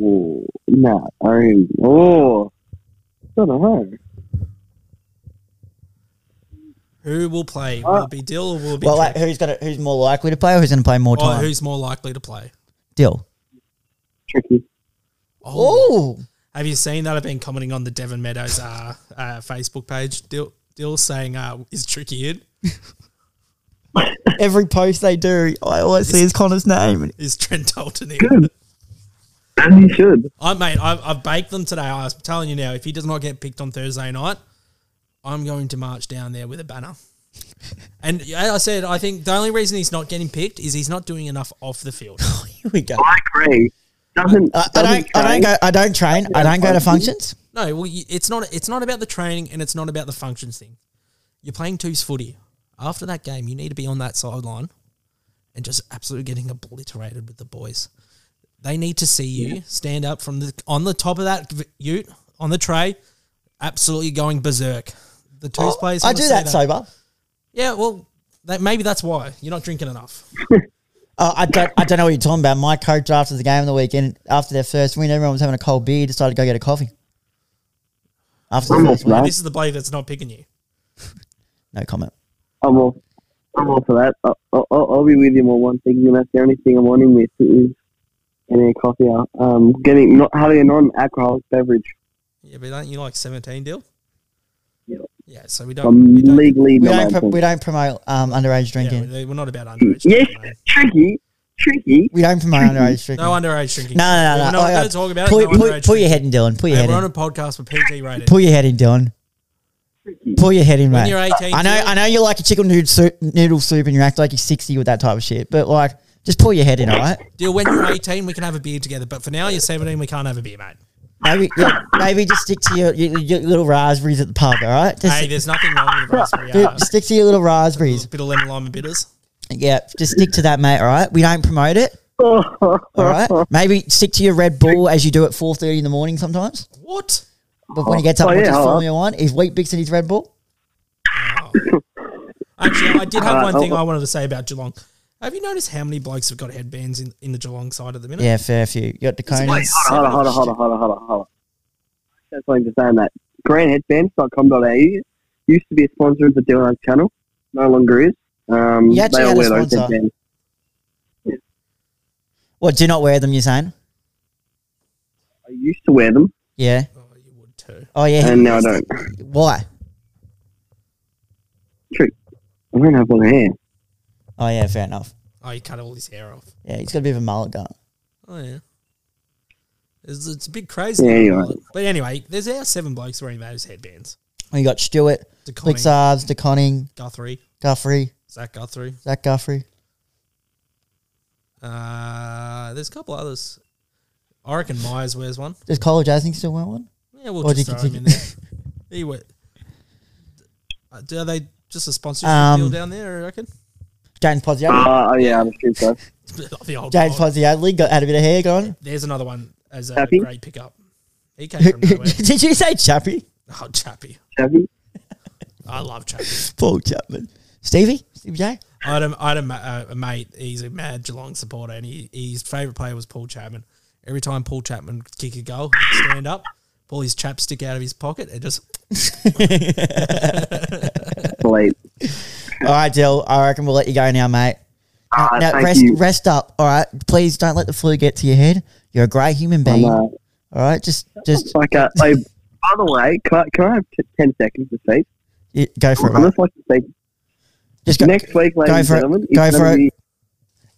Speaker 4: Oh, no, I mean, oh, I don't know.
Speaker 2: Who will play? Will it be Dill or will it be
Speaker 1: Well, like,
Speaker 2: Tricky?
Speaker 1: who's gonna, who's more likely to play, or who's going to play more
Speaker 2: Or
Speaker 1: time?
Speaker 2: who's more likely to play?
Speaker 1: Dill.
Speaker 4: Tricky.
Speaker 2: Oh,
Speaker 1: Oh,
Speaker 2: have you seen that? I've been commenting on the Devon Meadows uh, uh, Facebook page. Dill, Dill saying, uh, "Is Tricky in?
Speaker 1: every post they do, I always see is Connor's name.
Speaker 2: Is Trent Dalton in?"
Speaker 4: And you should.
Speaker 2: I mate, I've, I've baked them today. I'm telling you now, if he does not get picked on Thursday night, I'm going to march down there with a banner. And as I said, I think the only reason he's not getting picked is he's not doing enough off the field.
Speaker 1: Here we go.
Speaker 4: I agree. Doesn't
Speaker 1: I, I
Speaker 4: doesn't
Speaker 1: don't, I don't
Speaker 4: train.
Speaker 1: go, I don't train. I don't go to functions.
Speaker 2: No, well, you, it's not. It's not about the training, and it's not about the functions thing. You're playing twos footy. After that game, you need to be on that sideline and just absolutely getting obliterated with the boys. They need to see you stand up from the on the top of that v- ute on the tray, absolutely going berserk. The twos players.
Speaker 1: Oh, I
Speaker 2: wanna
Speaker 1: do
Speaker 2: see
Speaker 1: that sober.
Speaker 2: Yeah, well, that, maybe that's why you're not drinking enough.
Speaker 1: Uh, I don't. I don't know what you're talking about. My coach after the game of the weekend, after their first win, everyone was having a cold beer. Decided to go get a coffee. After
Speaker 2: Oh.
Speaker 1: the
Speaker 4: I'm
Speaker 1: first
Speaker 4: off
Speaker 1: win,
Speaker 4: that.
Speaker 2: This is the bloke that's not picking you.
Speaker 1: no comment.
Speaker 4: I'm all, I'm all for that. I, I, I'll I'll be with him on one thing, and that's the only thing I'm on him with is getting a coffee. out. Um, getting not having a non-alcoholic beverage.
Speaker 2: Yeah, but aren't you like 17, Dill?
Speaker 4: Yeah.
Speaker 2: Yeah, so we don't.
Speaker 4: I'm
Speaker 2: We don't
Speaker 4: legally
Speaker 1: We Oh, don't. Pro-
Speaker 4: non
Speaker 1: we don't promote um, underage
Speaker 2: yeah,
Speaker 1: drinking.
Speaker 2: we- we're not about underage.
Speaker 4: Yes,
Speaker 2: drinking, mate.
Speaker 4: tricky, tricky.
Speaker 1: we don't promote underage drinking.
Speaker 2: No underage drinking.
Speaker 1: No, no, no, no.
Speaker 2: We're not
Speaker 1: Oh,
Speaker 2: going
Speaker 1: yeah.
Speaker 2: to talk about
Speaker 1: pull,
Speaker 2: it. No
Speaker 1: pull-
Speaker 2: underage
Speaker 1: pull your
Speaker 2: drinking.
Speaker 1: head in, Dylan. Pull your
Speaker 2: Hey,
Speaker 1: head
Speaker 2: we're on
Speaker 1: in.
Speaker 2: a podcast with PG rated.
Speaker 1: Pull your head in, Dylan. Pull your head in, mate.
Speaker 2: you're 18,
Speaker 1: I know.
Speaker 2: Dylan.
Speaker 1: I know you like your chicken noodle soup, noodle soup, and you act like you're 60 with that type of shit. But like, just pull your head in, all right?
Speaker 2: Deal when you're 18, we can have a beer together. But for now, you're 17, we can't have a beer, mate.
Speaker 1: Maybe, yeah, maybe just stick to your, your, your little raspberries at the pub, all right? Just
Speaker 2: Hey, there's nothing wrong with a raspberry.
Speaker 1: Do-
Speaker 2: uh,
Speaker 1: stick to your little raspberries.
Speaker 2: a bit of lemon lime and bitters.
Speaker 1: Yeah, just stick to that, mate. All right, we don't promote it.
Speaker 4: Oh,
Speaker 1: All right, maybe stick to your Red Bull as you do at four thirty in the morning sometimes.
Speaker 2: What?
Speaker 1: But when he gets up,
Speaker 4: Oh,
Speaker 1: and watches
Speaker 4: yeah, all right.
Speaker 1: Formula One, is Wheat Bix and his Red Bull?
Speaker 2: Wow. Actually, I did have
Speaker 4: Uh,
Speaker 2: one
Speaker 4: oh,
Speaker 2: thing
Speaker 4: oh.
Speaker 2: I wanted to say about Geelong. Have you noticed how many blokes have got headbands in, in the Geelong side at the minute?
Speaker 1: Yeah, fair few. You got the
Speaker 2: Like
Speaker 1: Conan.
Speaker 4: hold on, hold on, hold on, hold on, hold on, hold on. That's something to say on that. Grandheadbands.com.au used to be a sponsor of the Dylan channel, no longer is. Um,
Speaker 1: You
Speaker 4: they
Speaker 1: actually
Speaker 4: all
Speaker 1: had a
Speaker 4: wear those
Speaker 1: sponsor.
Speaker 4: headbands.
Speaker 1: What? Do not wear them. You're saying?
Speaker 4: I used to wear them,
Speaker 1: Yeah.
Speaker 2: Oh, you would too.
Speaker 1: Oh yeah.
Speaker 4: and now Uh, I don't.
Speaker 1: Why?
Speaker 4: I don't have one hair.
Speaker 1: Oh yeah. Fair enough.
Speaker 2: Oh, you cut all his hair off.
Speaker 1: Yeah, he's got a bit of a mullet going.
Speaker 2: Oh, yeah. Oh, It's, it's a bit crazy.
Speaker 4: Yeah, you're right.
Speaker 2: But anyway, there's our seven blokes wearing those headbands.
Speaker 1: We got Stewart,
Speaker 2: DeConning,
Speaker 1: Blixarves, DeConning,
Speaker 2: Guthrie,
Speaker 1: Guthrie,
Speaker 2: Zach Guthrie.
Speaker 1: Zach Guthrie.
Speaker 2: Uh, there's a couple others. I reckon Myers wears one.
Speaker 1: Does Cole Jasning still want one?
Speaker 2: Yeah, we'll
Speaker 1: Or
Speaker 2: just
Speaker 1: do you
Speaker 2: throw him in there. He went. Uh, do- Are they just a sponsorship
Speaker 1: Um,
Speaker 2: deal down there? I reckon.
Speaker 1: James Pozziadli.
Speaker 4: Uh, oh, yeah, I'm sure so.
Speaker 2: The old
Speaker 1: James
Speaker 2: dog.
Speaker 1: Pozziadli got had a bit of hair gone.
Speaker 2: There's another one as a
Speaker 4: Chappie?
Speaker 2: great pickup. He came from nowhere.
Speaker 1: Did you say Chappie?
Speaker 2: oh, Chappie.
Speaker 4: Chappy?
Speaker 2: I love Chappie.
Speaker 1: Paul Chapman. Stevie? Stevie J?
Speaker 2: I had, a, I had a, ma- uh, a mate, he's a mad Geelong supporter, and he, his favourite player was Paul Chapman. Every time Paul Chapman would kick a goal, he'd stand up, pull his chapstick out of his pocket, and just
Speaker 4: Late.
Speaker 1: All right, Dill. I reckon we'll let you go now, mate.
Speaker 4: Ah,
Speaker 1: now,
Speaker 4: thank
Speaker 1: rest,
Speaker 4: you.
Speaker 1: rest up. All right. Please don't let the flu get to your head. You're a great human
Speaker 4: I'm,
Speaker 1: being.
Speaker 4: uh,
Speaker 1: all right. Just, just
Speaker 4: like, uh, hey, by the way, can I, can I have t- 10 seconds to speak?
Speaker 1: you- go for it.
Speaker 4: I'd
Speaker 1: Mate.
Speaker 4: just like to say
Speaker 1: Just go.
Speaker 4: next week, ladies
Speaker 1: go
Speaker 4: and
Speaker 1: for it.
Speaker 4: gentlemen,
Speaker 1: Go
Speaker 4: it's
Speaker 1: for
Speaker 4: gonna
Speaker 1: it.
Speaker 4: be-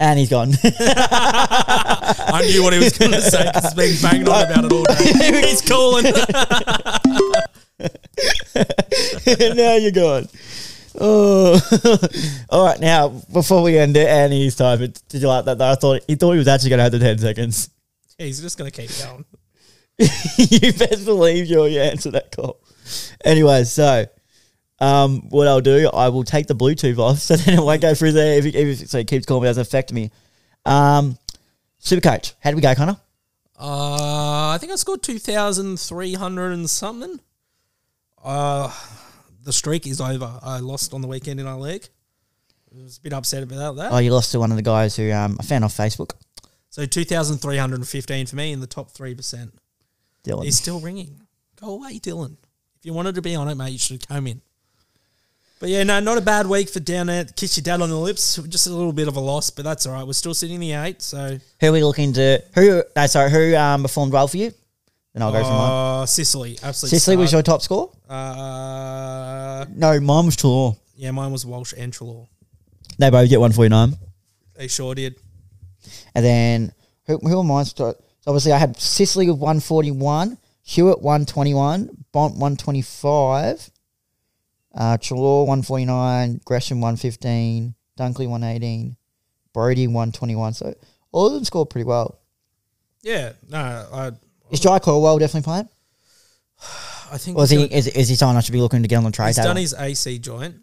Speaker 1: And he's gone.
Speaker 2: I knew what he was going to say because he's been banging on about it all day. he's calling.
Speaker 1: now you're gone. Oh, all right. Now, before we end it, and he's typing. Did you like that? Though? I thought he thought he was actually going to have the ten seconds.
Speaker 2: he's just going to keep going.
Speaker 1: you best believe you're your answer that call. Anyway, so um, what I'll do, I will take the Bluetooth off, so then it won't go through there. If, it- if it- so it keeps calling me, it doesn't affect me. Um, Super coach, how do we go, Connor?
Speaker 2: Uh, I think I scored 2,300 and something. Uh, the streak is over. I lost on the weekend in our league. I was a bit upset about that.
Speaker 1: Oh, you lost to one of the guys who um, I found off Facebook,
Speaker 2: So 2,315 for me in the top 3%.
Speaker 1: Dylan.
Speaker 2: He's still ringing. Go away, Dylan. If you wanted to be on it, mate, you should have come in. But yeah, no, not a bad week for down there. Kiss your dad on the lips. Just a little bit of a loss, but that's all right. We're still sitting in the eight. So,
Speaker 1: who are we looking to? Who? No, sorry, who um, performed well for you? Then I'll go from mine.
Speaker 2: uh, Sicily, absolutely.
Speaker 1: Sicily was your top score.
Speaker 2: Uh,
Speaker 1: No, mine was Trelaw.
Speaker 2: yeah, mine was Walsh and Trelaw.
Speaker 1: They both get one forty nine.
Speaker 2: They sure did.
Speaker 1: And then who, who am I? st- So obviously, I had Sicily with 141, Hewitt 121, Bont 125, uh, Trelaw 149, Gresham 115, Dunkley 118, Brody 121. So all of them scored pretty well.
Speaker 2: Yeah, no, I,
Speaker 1: Is Jai Corwell definitely playing?
Speaker 2: I think
Speaker 1: Or is he,
Speaker 2: he's gonna-
Speaker 1: is, is he someone I should be looking to get on the trade
Speaker 2: he's
Speaker 1: table?
Speaker 2: done his AC joint,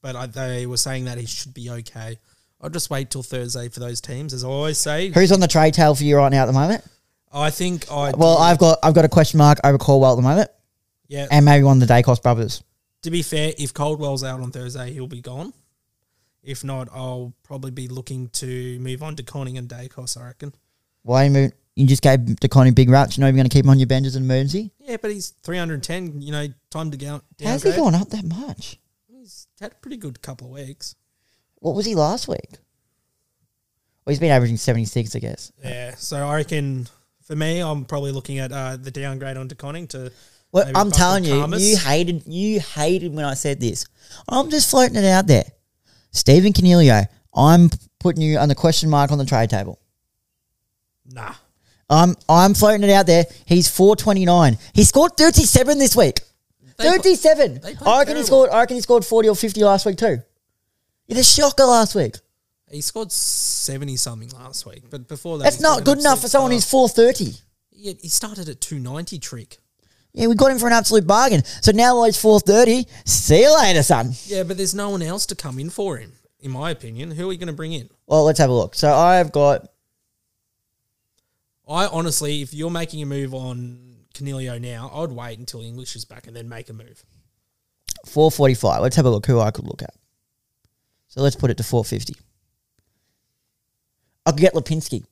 Speaker 2: but I, they were saying that he should be okay. I'll just wait till Thursday for those teams, as I always say.
Speaker 1: Who's on the trade tail for you right now at the moment?
Speaker 2: I think I
Speaker 1: Well, I've got I've got a question mark over Corwell at the moment,
Speaker 2: yeah.
Speaker 1: and maybe one of the Dacos brothers.
Speaker 2: to be fair, if Coldwell's out on Thursday, he'll be gone. If not, I'll probably be looking to move on to Conning and Dacos, I reckon.
Speaker 1: Why you, move, you just gave Deconi big rats? You know you're going to keep him on your bench as an emergency.
Speaker 2: Yeah, but he's 310, you know, time to go.
Speaker 1: How's
Speaker 2: downgrade.
Speaker 1: he gone up that much?
Speaker 2: He's had a pretty good couple of weeks.
Speaker 1: What was he last week? Well, he's been averaging 76, I guess.
Speaker 2: Yeah, so I reckon for me, I'm probably looking at uh, the downgrade onto Conning to.
Speaker 1: Well,
Speaker 2: maybe
Speaker 1: I'm
Speaker 2: Buckle
Speaker 1: telling you,
Speaker 2: Thomas.
Speaker 1: you hated you hated when I said this. I'm just floating it out there. Stephen Canelio, I'm putting you on the question mark on the trade table.
Speaker 2: Nah.
Speaker 1: I'm I'm floating it out there. He's 429. He scored 37 this week.
Speaker 2: They-
Speaker 1: 37.
Speaker 2: they played
Speaker 1: I reckon he
Speaker 2: terrible.
Speaker 1: scored. I reckon he scored 40 or 50 last week too. He had a shocker last week.
Speaker 2: He scored 70 something last week, but before that.
Speaker 1: That's
Speaker 2: he's
Speaker 1: not
Speaker 2: been
Speaker 1: good enough
Speaker 2: absolute
Speaker 1: for someone
Speaker 2: star.
Speaker 1: who's 430.
Speaker 2: Yeah, he started at 290 trick.
Speaker 1: Yeah, we got him for an absolute bargain. So now it's four thirty. See you later, son.
Speaker 2: Yeah, but there's no one else to come in for him, in my opinion. Who are we going to bring in?
Speaker 1: Well, let's have a look. So I've got
Speaker 2: I honestly, if you're making a move on Canelio now, I'd wait until English is back and then make a move.
Speaker 1: four forty five. Let's have a look who I could look at. So let's put it to four fifty. I could get Lipinski,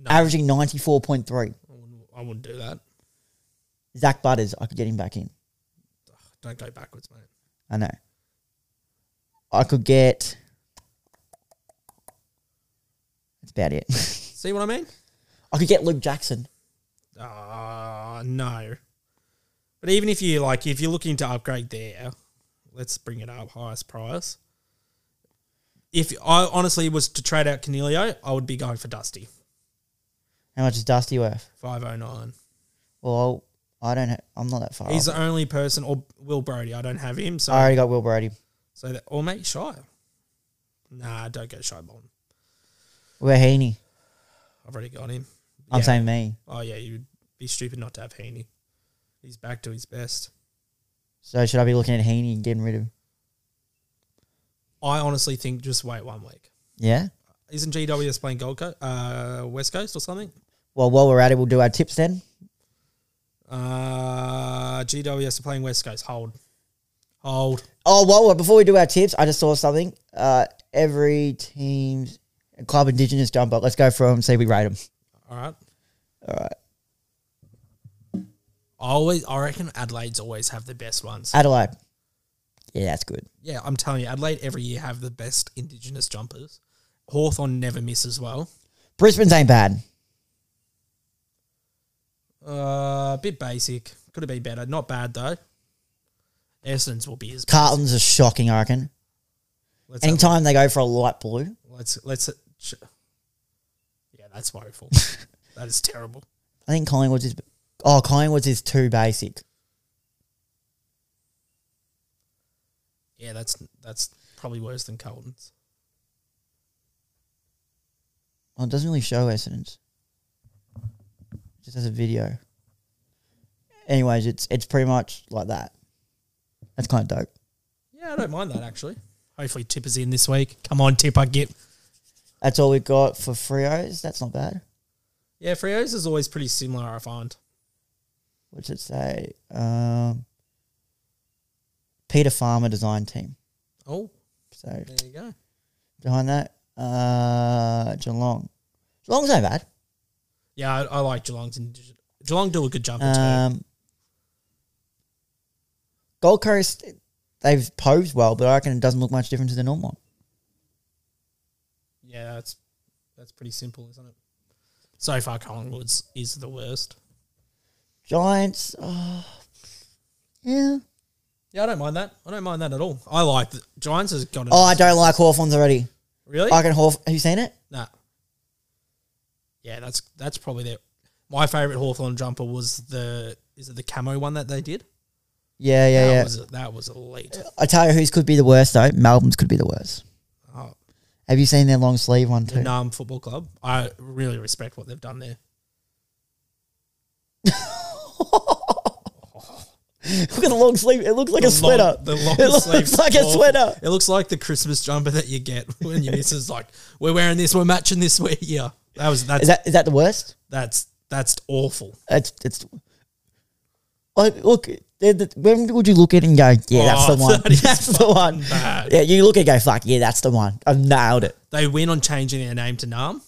Speaker 2: No.
Speaker 1: averaging ninety four point three.
Speaker 2: I wouldn't, I wouldn't do that.
Speaker 1: Zach Butters, I could get him back in.
Speaker 2: Don't go backwards, mate.
Speaker 1: I know. I could get. That's about it.
Speaker 2: See what I mean?
Speaker 1: I could get Luke Jackson.
Speaker 2: Ah, no. But even if you like, if you're looking to upgrade there, let's bring it up highest price. If I honestly was to trade out Canelio, I would be going for Dusty.
Speaker 1: How much is Dusty worth?
Speaker 2: Five oh nine.
Speaker 1: Well, I'll, I don't. Ha- I'm not that far.
Speaker 2: He's
Speaker 1: off.
Speaker 2: the only person, or Will Brody. I don't have him, so
Speaker 1: I already got Will Brody.
Speaker 2: so that or mate Shy. Nah, don't go Shy Bond.
Speaker 1: Where Heaney?
Speaker 2: I've already got him.
Speaker 1: I'm
Speaker 2: Yeah.
Speaker 1: saying me.
Speaker 2: Oh yeah, you'd be stupid not to have Heaney. He's back to his best.
Speaker 1: So should I be looking at Heaney and getting rid of?
Speaker 2: I honestly think just wait one week.
Speaker 1: Yeah.
Speaker 2: Isn't GWS playing Gold Coast, uh, West Coast or something?
Speaker 1: Well, while we're at it, we'll do our tips then.
Speaker 2: Uh, GWS are playing West Coast. Hold, hold.
Speaker 1: Oh, well, well, before we do our tips, I just saw something. Uh, every team's club indigenous jump up. Let's go through them. See if we rate them.
Speaker 2: All right.
Speaker 1: All right.
Speaker 2: I always, I reckon Adelaide's always have the best ones.
Speaker 1: Adelaide. Yeah, that's good.
Speaker 2: Yeah, I'm telling you, Adelaide every year have the best Indigenous jumpers. Hawthorn never miss as well.
Speaker 1: Brisbane's ain't bad.
Speaker 2: Uh, bit basic. Could have been better. Not bad though. Essendon's will be as
Speaker 1: Carlton's are shocking, I reckon.
Speaker 2: Let's, have-
Speaker 1: Anytime they go for a light blue,
Speaker 2: let's let's. sh- Yeah, that's woeful. that is terrible.
Speaker 1: I think Collingwood's is. Oh, Collingwood's is too basic.
Speaker 2: Yeah, that's that's probably worse than Carlton's.
Speaker 1: Well, it doesn't really show Essendon's. It just has a video. Anyways, it's it's pretty much like that. That's kind of dope.
Speaker 2: Yeah, I don't mind that actually. Hopefully, Tipper's in this week. Come on, Tipper, get.
Speaker 1: That's all we got for Frios. That's not bad.
Speaker 2: Yeah, Frio's is always pretty similar. I find.
Speaker 1: What does it say? Um, Peter Farmer design team.
Speaker 2: Oh,
Speaker 1: So
Speaker 2: there you go.
Speaker 1: behind that, uh, Geelong. Geelong's not bad.
Speaker 2: Yeah, I, I like Geelong's. In, Geelong do a good jumper too.
Speaker 1: Um, Gold Coast, they've posed well, but I reckon it doesn't look much different to the normal one.
Speaker 2: Yeah, that's that's pretty simple, isn't it? So far, Collingwood's is the worst.
Speaker 1: Giants, uh, yeah.
Speaker 2: Yeah, I don't mind that. I don't mind that at all. I like the Giants has got.
Speaker 1: Oh, I don't like Hawthorns already.
Speaker 2: really.
Speaker 1: I can Hawth. Have you seen it?
Speaker 2: Nah. Yeah, that's that's probably their my favorite Hawthorn jumper was the is it the camo one that they did?
Speaker 1: Yeah, yeah,
Speaker 2: that
Speaker 1: yeah.
Speaker 2: was that was elite.
Speaker 1: I tell you whose could be the worst though. Melbourne's could be the worst.
Speaker 2: Oh,
Speaker 1: Have you seen their long sleeve one
Speaker 2: the
Speaker 1: too?
Speaker 2: Nam Football Club. I really respect what they've done there.
Speaker 1: Look at the long sleeve. It looks like a
Speaker 2: The long-
Speaker 1: sweater.
Speaker 2: the long
Speaker 1: it looks
Speaker 2: sleeves
Speaker 1: like a
Speaker 2: awful.
Speaker 1: sweater.
Speaker 2: It looks like the Christmas jumper that you get when your missus like, we're wearing this, we're matching this. We're yeah. That was that's
Speaker 1: Is that is that the worst?
Speaker 2: that's that's awful.
Speaker 1: It's it's. Like, look, they're the- when would you look at it and go, yeah, that's
Speaker 2: Oh,
Speaker 1: the one.
Speaker 2: that is
Speaker 1: that's the one.
Speaker 2: bad.
Speaker 1: Yeah, you look at it and go, fuck, yeah, that's the one. I've nailed it.
Speaker 2: They win on changing their name to Nam.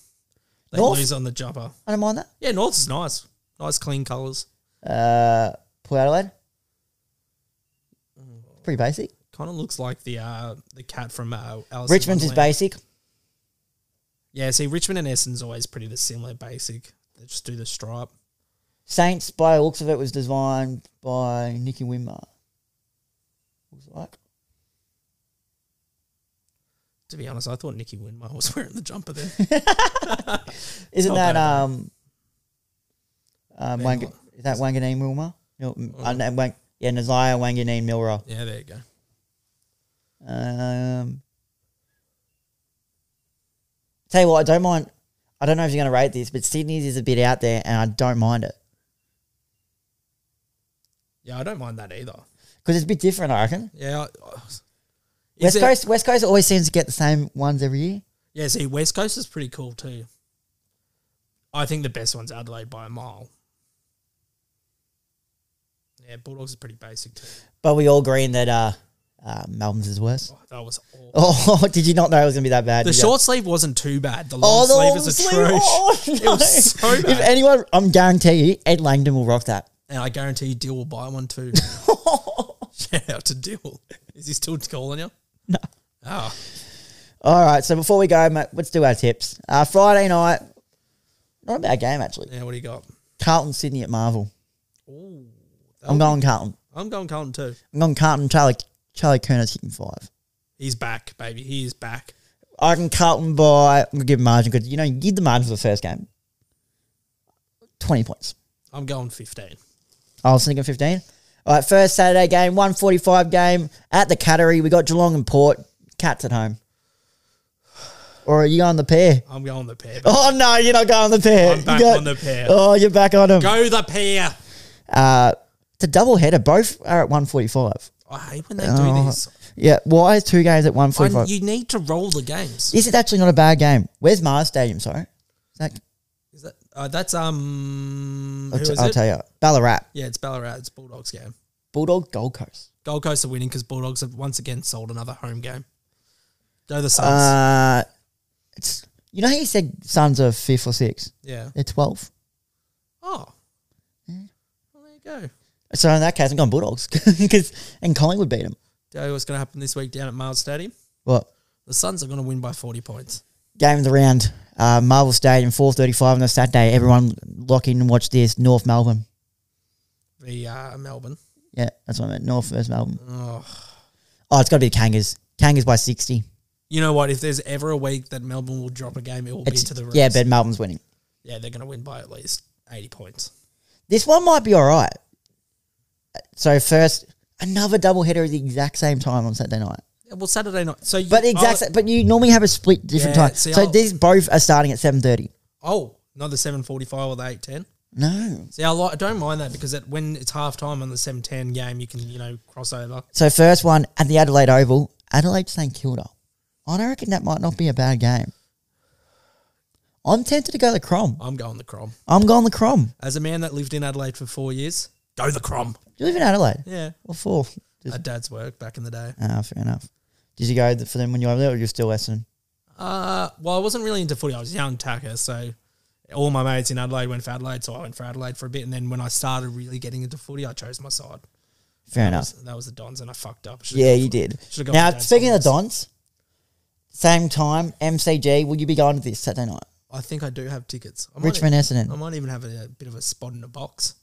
Speaker 2: They
Speaker 1: North?
Speaker 2: lose on the jumper.
Speaker 1: I don't mind that.
Speaker 2: Yeah, North's is nice. Nice clean colours.
Speaker 1: Uh, Port Adelaide. Pretty basic.
Speaker 2: Kind of looks like the uh, the cat from uh, Alice in
Speaker 1: Richmond's is
Speaker 2: Wonderland.
Speaker 1: basic.
Speaker 2: Yeah, see, Richmond and Essendon's always pretty the similar basic. They just do the stripe.
Speaker 1: Saints, by the looks of it, was designed by Nicky Winmar. Looks like.
Speaker 2: To be honest, I thought Nikki Winmar was wearing the jumper there.
Speaker 1: Isn't
Speaker 2: Not
Speaker 1: that
Speaker 2: bad,
Speaker 1: um, um
Speaker 2: Bang
Speaker 1: Wang-
Speaker 2: on.
Speaker 1: is that Wanganeen Wilmer? No, m-
Speaker 2: Oh,
Speaker 1: uh, no, Wang- yeah, Naziah Wanganeen Milra.
Speaker 2: yeah, there you go.
Speaker 1: Um, tell you what, I don't mind. I don't know if you're going to rate this, but Sydney's is a bit out there, and I don't mind it
Speaker 2: Yeah, I don't mind that either.
Speaker 1: because it's a bit different. I reckon.
Speaker 2: Yeah. I- I- Is
Speaker 1: West
Speaker 2: it-
Speaker 1: Coast, West Coast always seems to get the same ones every year.
Speaker 2: Yeah, see, West Coast is pretty cool too. I think the best one's Adelaide by a mile. Yeah, Bulldogs is pretty basic too.
Speaker 1: But we all agree that uh, uh, Melbourne's is worse.
Speaker 2: Oh, that was awful.
Speaker 1: Oh, did you not know it was going to be that bad?
Speaker 2: The
Speaker 1: did ya?
Speaker 2: short sleeve wasn't too bad. The long
Speaker 1: Oh, the
Speaker 2: sleeve
Speaker 1: long
Speaker 2: is
Speaker 1: sleeve. Oh,
Speaker 2: atrocious.
Speaker 1: no.
Speaker 2: It was so bad.
Speaker 1: If anyone, I'm guarantee you, Ed Langdon will rock that.
Speaker 2: and I guarantee you, Dill will buy one too. Shout out to Dill. Is he still calling you?
Speaker 1: No.
Speaker 2: Oh,
Speaker 1: All right, so before we go, mate, let's do our tips. Uh, Friday night, not a bad game actually.
Speaker 2: yeah. What do you got?
Speaker 1: Carlton Sydney at Marvel.
Speaker 2: Ooh,
Speaker 1: I'm going Carlton.
Speaker 2: I'm going Carlton too.
Speaker 1: I'm going Carlton. Charlie Charlie Kerner's hitting five.
Speaker 2: He's back, baby. He is back.
Speaker 1: I can Carlton by I'm gonna give margin because you know you did the margin for the first game. 20 points.
Speaker 2: I'm going 15.
Speaker 1: I was thinking 15. All right, first Saturday game, 145 game at the Cattery. We got Geelong and Port. Cats at home. Or are you on the pair?
Speaker 2: I'm going the pair.
Speaker 1: Oh, no, you're not going on the pair.
Speaker 2: I'm
Speaker 1: You
Speaker 2: back
Speaker 1: got-
Speaker 2: on the pair.
Speaker 1: Oh, you're back on them.
Speaker 2: Go the pair.
Speaker 1: Uh, it's a double header. Both are at 145.
Speaker 2: I hate when they
Speaker 1: Oh.
Speaker 2: do this.
Speaker 1: Yeah, why is two games at
Speaker 2: I-
Speaker 1: 145?
Speaker 2: you need to roll the games.
Speaker 1: This is actually not a bad game. Where's Mars Stadium, sorry? Is that,
Speaker 2: Is that, uh, that's um.
Speaker 1: I'll,
Speaker 2: who
Speaker 1: t-
Speaker 2: is
Speaker 1: I'll
Speaker 2: it?
Speaker 1: tell you. Ballarat.
Speaker 2: Yeah, it's Ballarat. It's Bulldogs game.
Speaker 1: Bulldog Gold Coast.
Speaker 2: Gold Coast are winning because Bulldogs have once again sold another home game. Go the Suns.
Speaker 1: Uh, it's You know how you said Suns are fifth or sixth?
Speaker 2: yeah.
Speaker 1: They're 12.
Speaker 2: Oh. Well, there you go.
Speaker 1: So in that case, I'm going Bulldogs. 'Cause- and Collingwood beat them.
Speaker 2: Tell you what's going to happen this week down at Miles Stadium.
Speaker 1: What?
Speaker 2: The Suns are going to win by 40 points.
Speaker 1: Game of the round. Uh, Marvel Stadium, 4.35 on the Saturday. Everyone lock in and watch this. North Melbourne.
Speaker 2: The uh, Melbourne.
Speaker 1: Yeah, that's what I meant. North versus Melbourne.
Speaker 2: Oh.
Speaker 1: Oh, it's got to be the Kangas. Kangas by 60.
Speaker 2: You know what? If there's ever a week that Melbourne will drop a game, it will
Speaker 1: It's,
Speaker 2: be to the
Speaker 1: yeah,
Speaker 2: Roos.
Speaker 1: but Melbourne's winning.
Speaker 2: yeah, they're going to win by at least 80 points.
Speaker 1: This one might be all right. So first, another double header at the exact same time on Saturday night.
Speaker 2: Yeah, well, Saturday night. So you,
Speaker 1: But the exact,
Speaker 2: Oh,
Speaker 1: sa- but you normally have a split different
Speaker 2: Yeah,
Speaker 1: time.
Speaker 2: see,
Speaker 1: so
Speaker 2: I'll-
Speaker 1: these both are starting at seven thirty.
Speaker 2: oh, another 7:45 or the 8:10.
Speaker 1: No.
Speaker 2: See, I, like, I don't mind that because it, when it's half time on the 7:10 game, you can you know cross over.
Speaker 1: So first one at the Adelaide Oval, Adelaide St Kilda. I don't reckon that might not be a bad game. I'm tempted to go the Crom.
Speaker 2: I'm going the Crom.
Speaker 1: I'm going the Crom.
Speaker 2: As a man that lived in Adelaide for four years, go the Crom.
Speaker 1: Do you live in Adelaide?
Speaker 2: Yeah,
Speaker 1: Or four? Just,
Speaker 2: at dad's work back in the day.
Speaker 1: ah, fair enough. Did you go th- for them when you were over there, or you're still Essendon?
Speaker 2: Uh, well, I wasn't really into footy. I was a young tacker, so all my mates in Adelaide went for Adelaide, so I went for Adelaide for a bit. And then when I started really getting into footy, I chose my side.
Speaker 1: Fair
Speaker 2: That
Speaker 1: enough.
Speaker 2: was, that was the Dons, and I fucked up. Should've
Speaker 1: Yeah,
Speaker 2: gone
Speaker 1: you
Speaker 2: for-
Speaker 1: did.
Speaker 2: should've gone
Speaker 1: Now,
Speaker 2: for Dan
Speaker 1: speaking of
Speaker 2: Collins.
Speaker 1: Dons, same time, MCG, will you be going to this Saturday night?
Speaker 2: I think I do have tickets. I might,
Speaker 1: Richmond
Speaker 2: I
Speaker 1: Essendon.
Speaker 2: might even have a, bit of a spot in a box.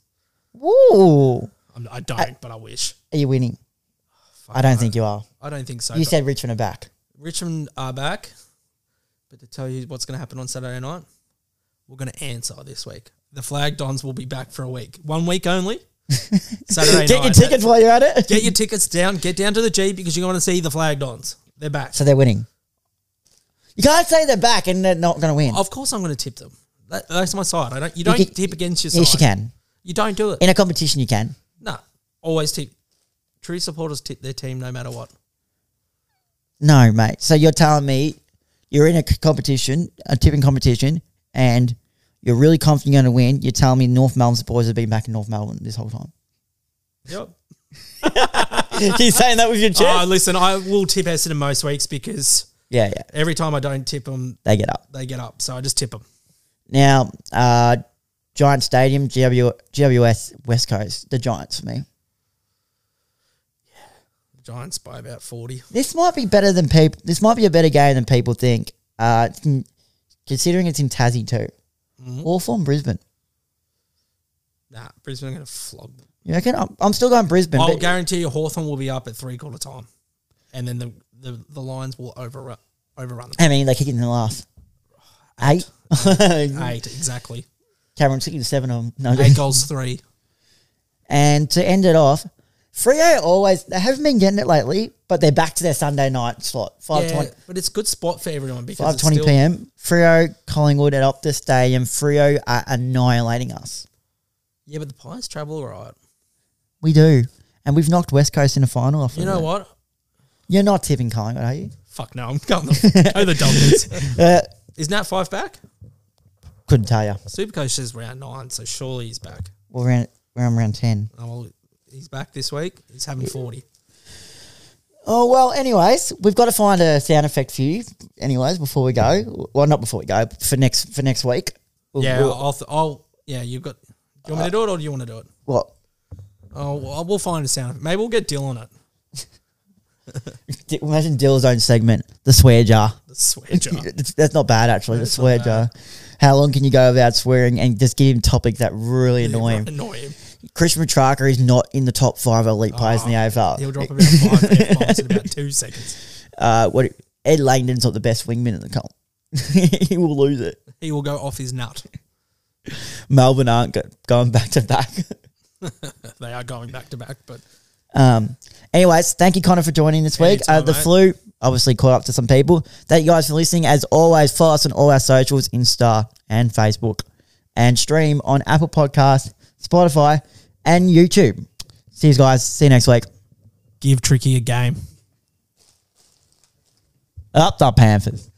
Speaker 1: Ooh.
Speaker 2: I'm, I don't, but I wish.
Speaker 1: Are you winning? I don't think you are.
Speaker 2: I don't think so.
Speaker 1: You
Speaker 2: but
Speaker 1: said Richmond are back.
Speaker 2: Richmond are back, but to tell you what's going to happen on Saturday night, we're going to answer this week. The flag Dons will be back for a week, one week only. Saturday
Speaker 1: Get
Speaker 2: night.
Speaker 1: your tickets while you're at it.
Speaker 2: Get your tickets down. Get down to the G because you're going to see the flag Dons. They're back.
Speaker 1: so they're winning. You can't say they're back and they're not going to win.
Speaker 2: Of course, I'm going to tip them. That, that's my side. I don't. You don't
Speaker 1: can-
Speaker 2: tip against your side.
Speaker 1: yes, you can.
Speaker 2: You don't do it.
Speaker 1: In a competition, you can.
Speaker 2: no, always tip. True supporters tip their team no matter what.
Speaker 1: No, mate. So you're telling me you're in a c- competition, a tipping competition, and you're really confident you're going to win. You're telling me North Melbourne supporters have been back in North Melbourne this whole time.
Speaker 2: Yep.
Speaker 1: you're saying that with your chest?
Speaker 2: Oh, listen, I will tip Essendon most weeks because
Speaker 1: yeah, yeah.
Speaker 2: every time I don't tip them,
Speaker 1: They get up.
Speaker 2: they get up. So I just tip them.
Speaker 1: Now, uh, Giant Stadium, GW, GWS West Coast, the Giants for me.
Speaker 2: Giants by about 40.
Speaker 1: This might be better than people. This might be a better game than people think. Uh, it's in- considering it's in Tassie too,
Speaker 2: Mm-hmm.
Speaker 1: or from Brisbane.
Speaker 2: Nah, Brisbane are going to flog them.
Speaker 1: You reckon? I'm, I'm still going Brisbane.
Speaker 2: I'll
Speaker 1: But
Speaker 2: guarantee you Hawthorn will be up at three quarter time. And then the, the, the Lions will overrun, overrun them.
Speaker 1: I mean, they're kicking the last eight. Mm-hmm.
Speaker 2: Eight, exactly.
Speaker 1: Cameron's kicking seven of them. No, I'm
Speaker 2: Eight
Speaker 1: joking.
Speaker 2: goals, three.
Speaker 1: and to end it off, Frio always they haven't been getting it lately, but they're back to their Sunday night slot five
Speaker 2: Yeah, but it's a good spot for everyone because
Speaker 1: Five
Speaker 2: it's
Speaker 1: twenty
Speaker 2: still-
Speaker 1: PM. Frio Collingwood at Optus Stadium. Frio are annihilating us.
Speaker 2: Yeah, but the Pies travel all right.
Speaker 1: We do, and we've knocked West Coast in the final. Off.
Speaker 2: You know what?
Speaker 1: You're not tipping Collingwood, are you?
Speaker 2: Fuck no, I'm going the, go the Dolphins.
Speaker 1: Uh,
Speaker 2: Is Nat Five back?
Speaker 1: couldn't tell you.
Speaker 2: Supercoach says round nine, so surely he's back.
Speaker 1: We're around, we're on round ten.
Speaker 2: Oh, well, he's back this week. He's having 40.
Speaker 1: Oh well. Anyways, we've got to find a sound effect for you. Anyways, before we go, well, not before we go but for next for next week. We'll-
Speaker 2: Yeah,
Speaker 1: we'll-
Speaker 2: I'll, I'll, th- I'll. Yeah, you've got. Do you want me to do it or do you want to do it?
Speaker 1: what?
Speaker 2: Oh, well, we'll find a sound. Maybe we'll get Dill on it.
Speaker 1: D- imagine Dill's own segment, the swear jar.
Speaker 2: The swear jar.
Speaker 1: It's, that's not bad actually. the
Speaker 2: That's not
Speaker 1: swear
Speaker 2: bad.
Speaker 1: jar. How long can you go without swearing and just give him topics that really annoy him?
Speaker 2: Annoy him.
Speaker 1: Chris Petrarca is not in the top five elite players in the AFL.
Speaker 2: Ah, He'll drop about five F bombs in about two seconds.
Speaker 1: uh, what Ed Langdon's not the best wingman in the comp. he will lose it.
Speaker 2: He will go off his nut.
Speaker 1: Melbourne aren't go- going back to back.
Speaker 2: They are going back to back, but
Speaker 1: Um, anyways, thank you, Connor, for joining this week.
Speaker 2: Anytime,
Speaker 1: uh, the
Speaker 2: mate.
Speaker 1: flu obviously caught up to some people. Thank you guys for listening. As always, follow us on all our socials, Insta and Facebook, and stream on Apple Podcast, Spotify, and YouTube. See you guys. See you next week.
Speaker 2: give Tricky a game.
Speaker 1: Up the Panthers.